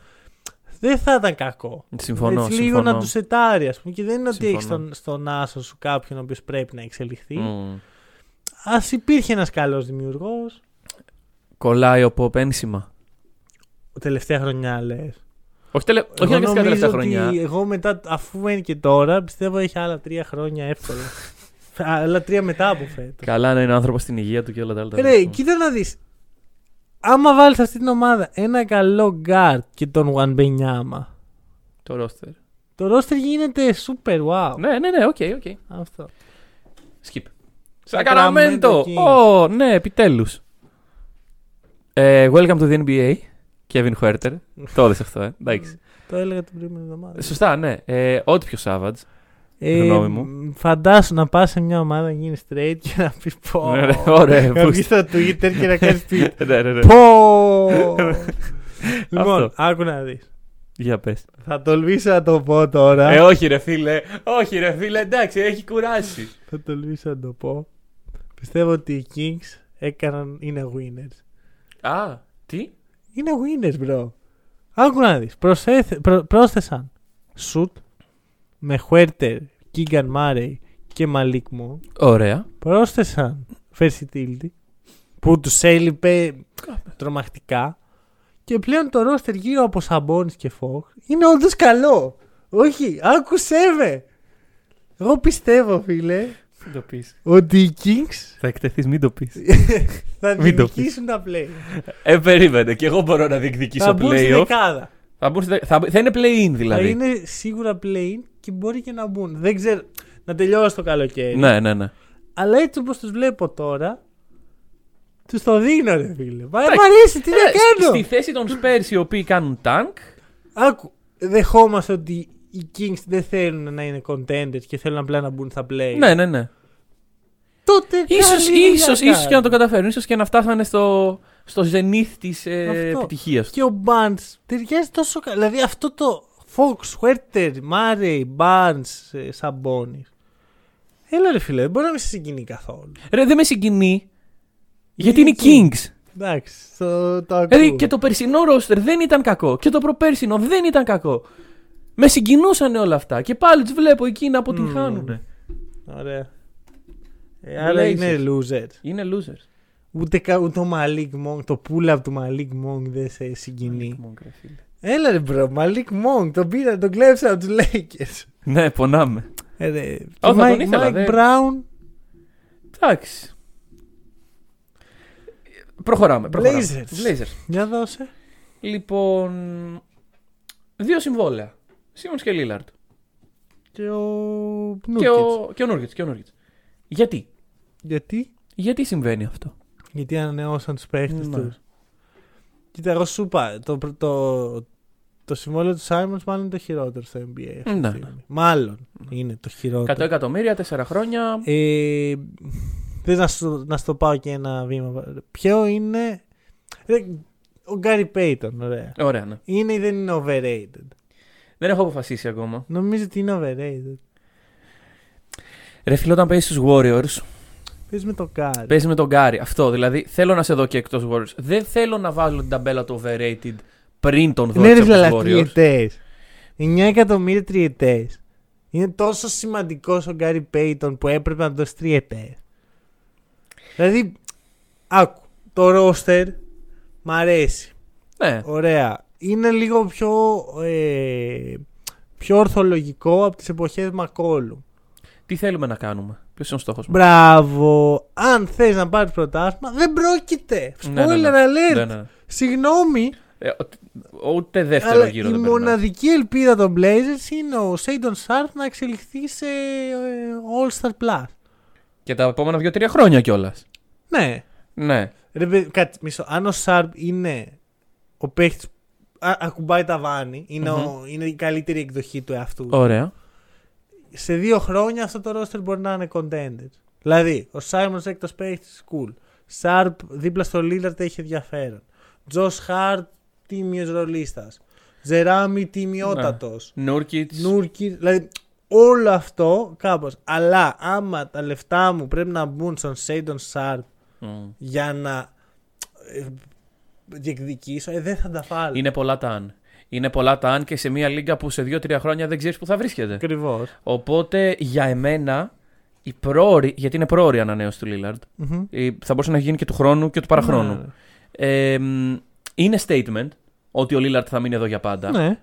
B: Δεν θα ήταν κακό.
C: συμφωνώ.
B: Έτσι, λίγο
C: συμφωνώ.
B: να του σετάρει, ας πούμε. Και δεν είναι ότι
C: Συμφωνώ.
B: έχει στον, στον άσο σου κάποιον ο οποίος πρέπει να εξελιχθεί.
C: Μμμ.
B: Ας υπήρχε ένας καλός δημιουργός.
C: Κολλάει ο Pop ένσημα.
B: Τελευταία χρονιά λες.
C: Όχι, τελε... όχι αναγκαστικά τελευταία χρονιά.
B: εγώ μετά, αφού μένει και τώρα, πιστεύω έχει άλλα τρία χρόνια εύκολα. άλλα τρία μετά από φέτος.
C: Καλά να είναι άνθρωπος στην υγεία του και όλα τα άλλα. τα
B: Ρε,
C: βρίσκουμε.
B: κοίτα να δεις. Άμα βάλεις αυτή την ομάδα ένα καλό guard και τον Γουανμπενιάμα,
C: Το ρόστερ.
B: το roster γίνεται super wow.
C: Ναι, ναι, ναι, οκ, οκ.
B: Αυτό.
C: Skip. Σακαραμέντο! Ω, ναι, επιτέλους. welcome to the NBA. Kevin Huerter. το έδεσε αυτό, ε. Εντάξει.
B: Το έλεγα την προηγούμενη εβδομάδα.
C: Σωστά, ναι. Ε, ό,τι πιο Savage. γνώμη μου.
B: μ, Φαντάσου να πας σε μια ομάδα, να γίνεις straight και να πεις πω.
C: Ναι, ρε, ωραία,
B: Να
C: boost.
B: βγει στο Twitter και να κάνεις tweet.
C: ναι, ναι, ναι.
B: Πω! λοιπόν,
C: Αυτό.
B: άκου να δεις.
C: Για πες.
B: Θα τολμήσω να το πω τώρα.
C: Ε, όχι ρε φίλε. Όχι ρε φίλε, εντάξει, έχει κουράσει.
B: Θα τολμήσω να το πω. Πιστεύω ότι οι Kings έκαναν, είναι winners.
C: Α, τι?
B: Είναι winners, bro. Άκου να δεις. Προσέθε- προ- πρόσθεσαν Σουτ με Χουέρτερ, Κίγκαν Μάρεϊ και Μαλίκ Μου.
C: Ωραία.
B: Πρόσθεσαν Versatility που τους έλειπε τρομακτικά. Και πλέον το ρόστερ γύρω από Σαμπόνις και Φόχ είναι όντως καλό. Όχι, άκουσέ με. Εγώ πιστεύω, φίλε,
C: Μην το πεις.
B: ότι οι Kings
C: Θα εκτεθείς, μην το πεις.
B: θα
C: Μην το πεις.
B: διεκδικήσουν τα play.
C: Ε, περίμενε. Και εγώ μπορώ να
B: Θα
C: διεκδικήσω
B: μπουν στη
C: playoff.
B: δεκάδα.
C: Θα, μπουν στη δε- θα, θα είναι play-in δηλαδή.
B: Θα είναι σίγουρα play και μπορεί και να μπουν. Δεν ξέρω. Να τελειώσει το καλοκαίρι.
C: Ναι, ναι, ναι.
B: Αλλά έτσι όπως τους βλέπω τώρα, τους το δίνω, ρε φίλε. Μα
C: Εντάξει.
B: μ' αρέσει, τι
C: Ε,
B: να κάνω.
C: Στη θέση των Spurs οι οποίοι κάνουν tank.
B: Άκου, δεχόμαστε ότι οι Kings δεν θέλουν να είναι contenders και θέλουν απλά να μπουν στα play.
C: Ναι, ναι, ναι.
B: Τότε
C: Ίσως,
B: καλή δουλειά
C: ίσως, ίσως και να το
B: κάνουν.
C: καταφέρουν. Ίσως και να φτάσανε στο, στο zenith της ε,
B: Αυτό.
C: επιτυχίας του.
B: Και ο Barnes ταιριάζει τόσο καλά. Δηλαδή αυτό το Fox, Huerter, Murray, Barnes, ε, Sabonis. Έλα ρε φίλε, δεν μπορεί να μην σε συγκινεί καθόλου.
C: Ρε, δεν με συγκινεί. Γιατί είναι
B: είναι
C: οι Kings.
B: Εντάξει, το, το ακούω.
C: Δηλαδή και το περσινό ρόστερ δεν ήταν κακό. Και το προπέρσινο δεν ήταν κακό. Με συγκινούσαν όλα αυτά. Και πάλι τους βλέπω εκεί να
B: ναι.
C: αποτυγχάνουν.
B: Ωραία. Ε,
C: Μου
B: άρα
C: λέει
B: είναι loser.
C: Είναι losers.
B: Ούτε, κα- ούτε ο Malik Monk, το pull-up του Malik Monk δεν σε συγκινεί. Έλα ρε μπρο, Μαλίκ Μόγκ, τον πήραν, τον κλέψαν από τους Lakers.
C: Ναι, πονάμε.
B: Ε, ρε.
C: θα
B: Και
C: τον
B: Mike-
C: ήθελα,
B: Mike
C: δε.
B: Brown,
C: Εντάξει. Προχωράμε. προχωράμε.
B: Blazers.
C: Blazers.
B: για δώσε.
C: Λοιπόν, δύο συμβόλαια. Σίμονς και Λίλαρντ.
B: Και ο
C: Και
B: Νούκετς.
C: ο, και ο Νούρκετς, και ο Νούρκετς. Γιατί.
B: Γιατί?
C: Γιατί συμβαίνει αυτό.
B: Γιατί ανανεώσαν τους παίχτες
C: Ναι.
B: τους. Κοίτα, εγώ σου είπα, το, πρω- το, το συμβόλαιο του Simons μάλλον είναι το χειρότερο στο NBA. αυτή τη
C: Ναι,
B: στιγμή. Μάλλον είναι το
C: 100
B: χειρότερο.
C: εκατομμύρια, 4 χρόνια.
B: Ε, θες να σου, να σου το πάω και ένα βήμα. Ποιο είναι... Ρε, Ο Γκάρι Πέιτον, ωραία.
C: Ωραία, ναι.
B: Είναι ή δεν είναι overrated.
C: Δεν έχω αποφασίσει ακόμα.
B: Νομίζω ότι είναι overrated.
C: Ρε φίλε, όταν παίζεις στους Warriors,
B: Πες με το Κάρι.
C: παίζεις με τον Γκάρι. Αυτό δηλαδή. Θέλω να σε δω και εκτός Warriors. Δεν θέλω να βάλω την ταμπέλα του overrated πριν τον δω
B: Ναι,
C: ναι,
B: ρε
C: εκτό
B: φίλε,
C: Warriors.
B: αθλητές. 9 εκατομμύρια τριετές. Είναι τόσο σημαντικός ο Γκάρι Πέιτον που έπρεπε να του δώσει τριετές. Δηλαδή, άκου, το ρόστερ μ' αρέσει.
C: Ναι.
B: Ωραία. Είναι λίγο πιο, ε, πιο ορθολογικό από τις εποχές Μακόλου.
C: Τι θέλουμε να κάνουμε. Ποιος είναι ο στόχος μας.
B: Μπράβο. Αν θες να πάρεις πρωτάθλημα, δεν πρόκειται. Spoiler
C: Ναι, ναι, ναι.
B: alert.
C: Ναι, ναι.
B: Συγγνώμη,
C: Ε, ο- ούτε δεύτερο
B: αλλά η
C: γύρο δεν περνά.
B: μοναδική ελπίδα των Blazers είναι ο Σέιντον Σάρτ να εξελιχθεί σε ε, All-Star Plus.
C: Και τα επόμενα δύο-τρία χρόνια κιόλας.
B: Ναι.
C: Ναι.
B: Ρε, παιδί, κάτι, μισό. Αν ο Σάρπ είναι ο παίχτης ακουμπάει τα βάνη, είναι, ο- είναι η καλύτερη εκδοχή του εαυτού.
C: Ωραία.
B: Σε δύο χρόνια αυτό το roster μπορεί να είναι contended. Δηλαδή, ο Σάιμον έκτος παίχτης cool. Σάρπ δίπλα στο Λίλαρτ έχει ενδιαφέρον. Τζος Χαρτ τίμιος ρολίστας. Ζεράμι τιμιότατο.
C: Νούρκιτ.
B: Νούρκι, δηλαδή όλο αυτό κάπως. Αλλά άμα τα λεφτά μου πρέπει να μπουν στον Σέιντον Σάρπ για να ε, διεκδικήσω, ε, δεν θα τα φάλω.
C: Είναι πολλά τα αν. Είναι πολλά τα αν και σε μια λίγα που σε δύο-τρία χρόνια δεν ξέρεις που θα βρίσκεται.
B: Ακριβώς.
C: Οπότε για εμένα η πρόορη, γιατί είναι πρόορη ανανέωση του Λίλαρντ, η- θα μπορούσε να έχει γίνει και του χρόνου και του παραχρόνου.
B: Ναι.
C: Ε, μ, είναι statement ότι ο Λίλαρντ θα μείνει εδώ για πάντα.
B: Ναι.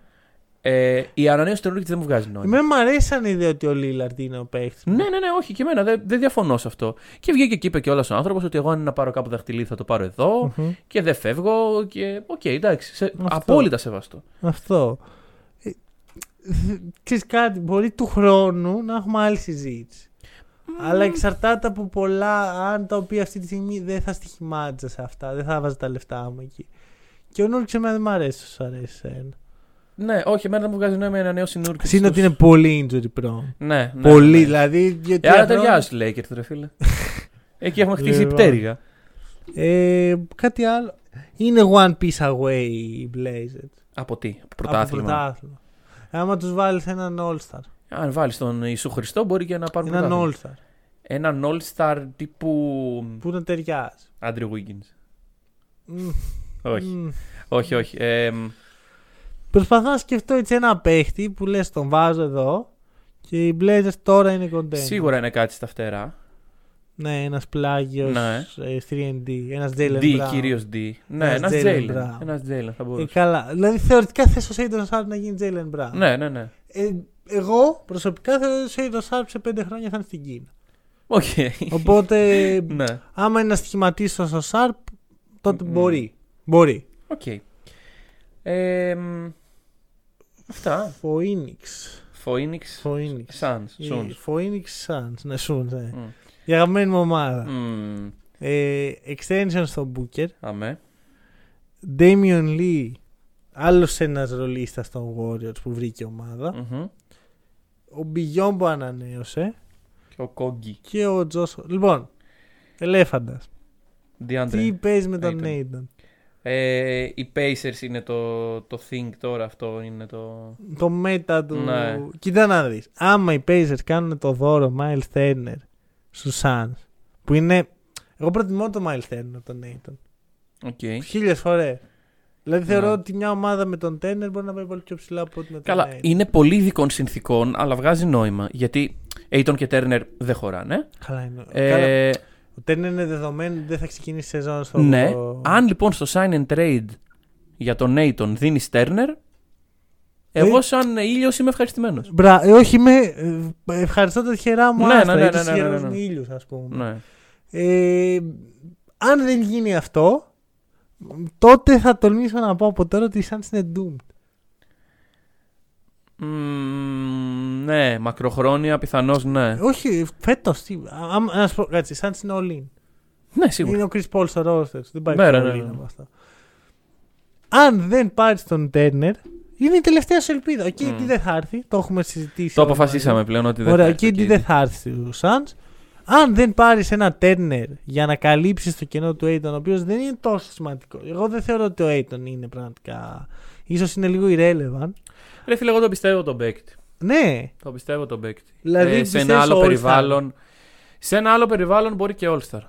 C: Ε, η ανανέωση του Νούρκιτ δεν μου βγάζει νόημα.
B: Εμένα μου αρέσει σαν ιδέα ότι ο Λίλαρντ είναι ο παίχτης.
C: Ναι, ναι, ναι, όχι και εμένα, δεν δεν διαφωνώ σε αυτό. Και βγήκε και είπε κιόλας ο άνθρωπος ότι εγώ αν είναι να πάρω κάπου δαχτυλί θα το πάρω εδώ και δεν φεύγω. Και οκ, εντάξει, σε...
B: Αυτό.
C: απόλυτα σεβαστό.
B: Αυτό. Ε, δ- Ξέρεις κάτι, μπορεί του χρόνου να έχουμε άλλη συζήτηση. Αλλά εξαρτάται από πολλά αν τα οποία αυτή τη στιγμή δεν θα στοιχημάτιζα σε αυτά, δεν θα βάζα τα λεφτά μου εκεί. Και ο Νούρξ εμένα δεν μου αρέσει, σου αρέσει σένα.
C: Ναι, όχι, εμένα δεν μου βγάζει νόημα η ανανέωση Νούρκιτ.
B: Συν ότι είναι πολύ injury prone.
C: Ναι, ναι,
B: πολύ,
C: ναι.
B: δηλαδή. δύο-
C: Ε, άρα
B: τρία
C: ταιριάζει λέει και ρε φίλε. Εκεί έχουμε χτίσει
B: Λοιπόν.
C: πτέρυγα.
B: χρόνια. Ε, κάτι άλλο. Είναι one piece away οι Blazers.
C: Από τι, από
B: Από
C: πρωτάθλημα.
B: πρωτάθλημα. Άμα τους βάλεις έναν All-Star.
C: Αν βάλεις τον Ιησού Χριστό μπορεί και να πάρουν
B: Έναν
C: πρωτάθλημα.
B: All-Star.
C: Έναν all-star τύπου
B: Που να ταιριάζει.
C: Άντριου Wiggins.
B: Μμμ.
C: Όχι,
B: Μμμ.
C: όχι, όχι. Ε, μ,
B: Προσπαθώ να σκεφτώ έτσι ένα παίχτη που λες τον βάζω εδώ και οι Blazers τώρα είναι κοντέ.
C: σίγουρα είναι κάτι στα φτερά.
B: Ναι, ε, ένας πλάγιος
C: Ναι.
B: 3D, ένα Jalen
C: D,
B: Brown.
C: κυρίω D. Ναι, ένας
B: Ένας Jalen
C: Jalen.
B: Brown.
C: Ένα Jalen
B: Ε,
C: θα μπορούσε.
B: καλά. Δηλαδή θεωρητικά θες ο Σέιντον Σάρπ να γίνει Jalen Brown.
C: Ναι, ναι, ναι.
B: Ε, εγώ προσωπικά θεωρώ ότι ο Σέιντον Σάρπ σε πέντε χρόνια θα είναι στην Κίνα.
C: Οκ.
B: Οπότε,
C: Ναι,
B: άμα είναι να στοιχηματίσει ο Σάρπ, τότε
C: Μμμ.
B: μπορεί. Μπορεί.
C: οκ. Ε, μ, Αυτά.
B: Phoenix.
C: Phoenix
B: Phoenix.
C: Suns.
B: Η
C: Suns.
B: Phoenix Suns. Ναι, Suns, ναι.
C: Μμ.
B: Η αγαπημένη μου ομάδα.
C: Μμμ,
B: Ε, extension στο Booker.
C: Αμέ.
B: Damian Lee, άλλος ένας ρολίστας των Warriors που βρήκε ομάδα.
C: Μμμ.
B: Ο Μπιγιόν που ανανέωσε
C: Και Ο Κόγκι.
B: και ο Τζόσο. Λοιπόν, ελέφαντας. Τι
C: Διάντρε.
B: παίζεις με τον
C: Ayton.
B: Νέιντον.
C: Ε, οι Pacers είναι το, το think τώρα αυτό είναι το...
B: Το μέτα του.
C: Ναι.
B: Κοίτα να δεις. Άμα οι Pacers κάνουν το δώρο Miles Turner στους Suns, που είναι. Εγώ προτιμώ το Miles Turner από τον Νέιντον.
C: Okay.
B: Χίλιες φορές. Δηλαδή θεωρώ
C: Ε. Ναι.
B: ότι μια ομάδα με τον Turner μπορεί να πάει πολύ πιο ψηλά από ό,τι με τον
C: Καλά,
B: Ayton.
C: είναι πολύ ειδικών συνθήκων, αλλά βγάζει νόημα. Γιατί Aiton και Turner δεν χωράνε.
B: Καλά είναι. Καλά,
C: Ε,
B: Ο Τέρνερ είναι δεδομένο ότι δεν θα ξεκινήσει σεζόν στο.
C: Ναι. Αν λοιπόν στο sign and trade για τον Νέιτον δίνεις Turner,
B: Ε,
C: εγώ σαν ήλιος είμαι ευχαριστημένος.
B: Μπρα, ε, όχι με. ε, Ευχαριστώ τα τυχερά μου
C: Ναι,
B: άστρα.
C: ναι, ναι,
B: Ναι,
C: ναι, ναι, ναι, ναι.
B: ήλιους ας πούμε.
C: Ναι.
B: Ε, αν δεν γίνει αυτό, τότε θα τολμήσω να πω από τώρα ότι οι Suns είναι doomed.
C: Μμμ, ναι, μακροχρόνια πιθανώς ναι.
B: Ε, όχι, φέτος. Τι, α- άμα- να σου πω κάτι, οι Suns είναι all in.
C: Ναι, σίγουρα.
B: Είναι ο Chris Paul στο roster. Δεν πάει
C: Ναι,
B: ναι,
C: ναι,
B: all
C: ναι,
B: in
C: ναι.
B: από αυτά. Αν δεν πάρει τον Τέρνερ, είναι η τελευταία σου ελπίδα. Ο KD
C: Μμ.
B: δεν θα έρθει, το έχουμε συζητήσει.
C: Mm. Το
B: όλοι μαζί.
C: αποφασίσαμε πλέον ότι δεν
B: Ωραία, ο
C: θα έρθει
B: KD
C: εκεί.
B: δεν θα έρθει στους Suns. Αν δεν πάρεις ένα Turner για να καλύψεις το κενό του Aiton, ο οποίος δεν είναι τόσο σημαντικό. Εγώ δεν θεωρώ ότι ο Aiton είναι πραγματικά. ίσως είναι λίγο irrelevant.
C: Ρε φίλε, εγώ τον πιστεύω τον παίκτη.
B: Ναι,
C: Το πιστεύω τον παίκτη. Ε,
B: Δηλαδή,
C: σε
B: πιστεύεις
C: ένα άλλο
B: All-Star.
C: περιβάλλον. Σε ένα άλλο περιβάλλον μπορεί και All-Star.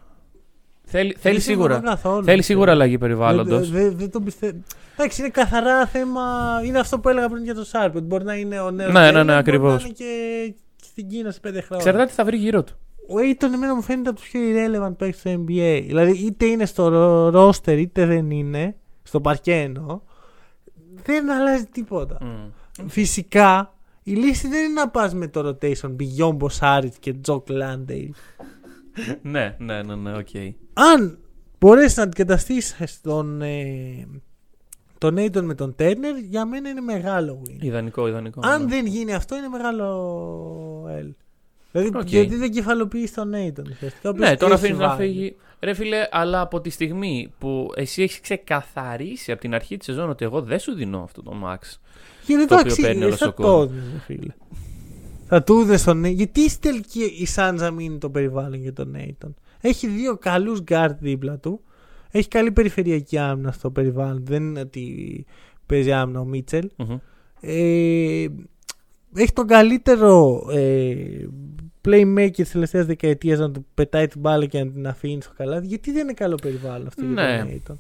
C: Θέλει, θέλει σίγουρα.
B: Καθόλου.
C: Θέλει σίγουρα αλλαγή περιβάλλοντος.
B: Δεν δε, δε τον πιστεύω. Εντάξει, είναι καθαρά θέμα. Είναι αυτό που έλεγα πριν για το Σάρπ. ότι Μπορεί να είναι ο νέος.
C: Ναι, ναι, ναι, ακριβώς.
B: Και, και στην Κίνα σε πέντε χρόνια.
C: Εξαρτάται τι θα βρει γύρω του.
B: Ο Aiton εμένα μου φαίνεται από τους πιο irrelevant παίκτες του NBA. Δηλαδή, είτε είναι στο ρο- roster είτε δεν είναι. Στο παρκέ εννοώ. Δεν αλλάζει τίποτα. Φυσικά, η λύση δεν είναι να πας με το rotation Beyond Bosarit και Jock Landale.
C: ναι, ναι, ναι, ναι, οκ.
B: αν μπορέσεις να αντικαταστήσεις τον, ε, τον Aiton με τον Turner, για μένα είναι μεγάλο win.
C: Ιδανικό, ιδανικό. ναι.
B: Αν δεν γίνει αυτό, είναι μεγάλο L. Δηλαδή,
C: Οκ.
B: γιατί δεν κεφαλοποιείς τον Aiton. ουσιαστικά, ο οποίος
C: Ναι, τον
B: έχει
C: αφήνει να
B: value.
C: φύγει. Ρε φίλε, αλλά από τη στιγμή που εσύ έχεις ξεκαθαρίσει από την αρχή της σεζόν ότι εγώ δεν σου δίνω αυτό το Max.
B: Και δεν
C: το
B: το,
C: οποίο
B: αξίζει. ε,
C: παίρνει όλος
B: Θα
C: ο
B: το
C: κόσμος.
B: έδινε, φίλε. Θα του έδινε στον Aiton. Γιατί στη τελική η Σάντζα μείνει το περιβάλλον για τον Aiton. Έχει δύο καλούς γκάρτ δίπλα του. Έχει καλή περιφερειακή άμυνα στο περιβάλλον. Δεν είναι ότι παίζει άμυνα ο Μίτσελ.
C: Μμμ.
B: Ε, έχει τον καλύτερο ε, playmaker της τελευταίας δεκαετίας να του πετάει την μπάλα και να την αφήνει στο καλάθι. Γιατί δεν είναι καλό περιβάλλον αυτό για τον
C: Ναι.
B: Aiton.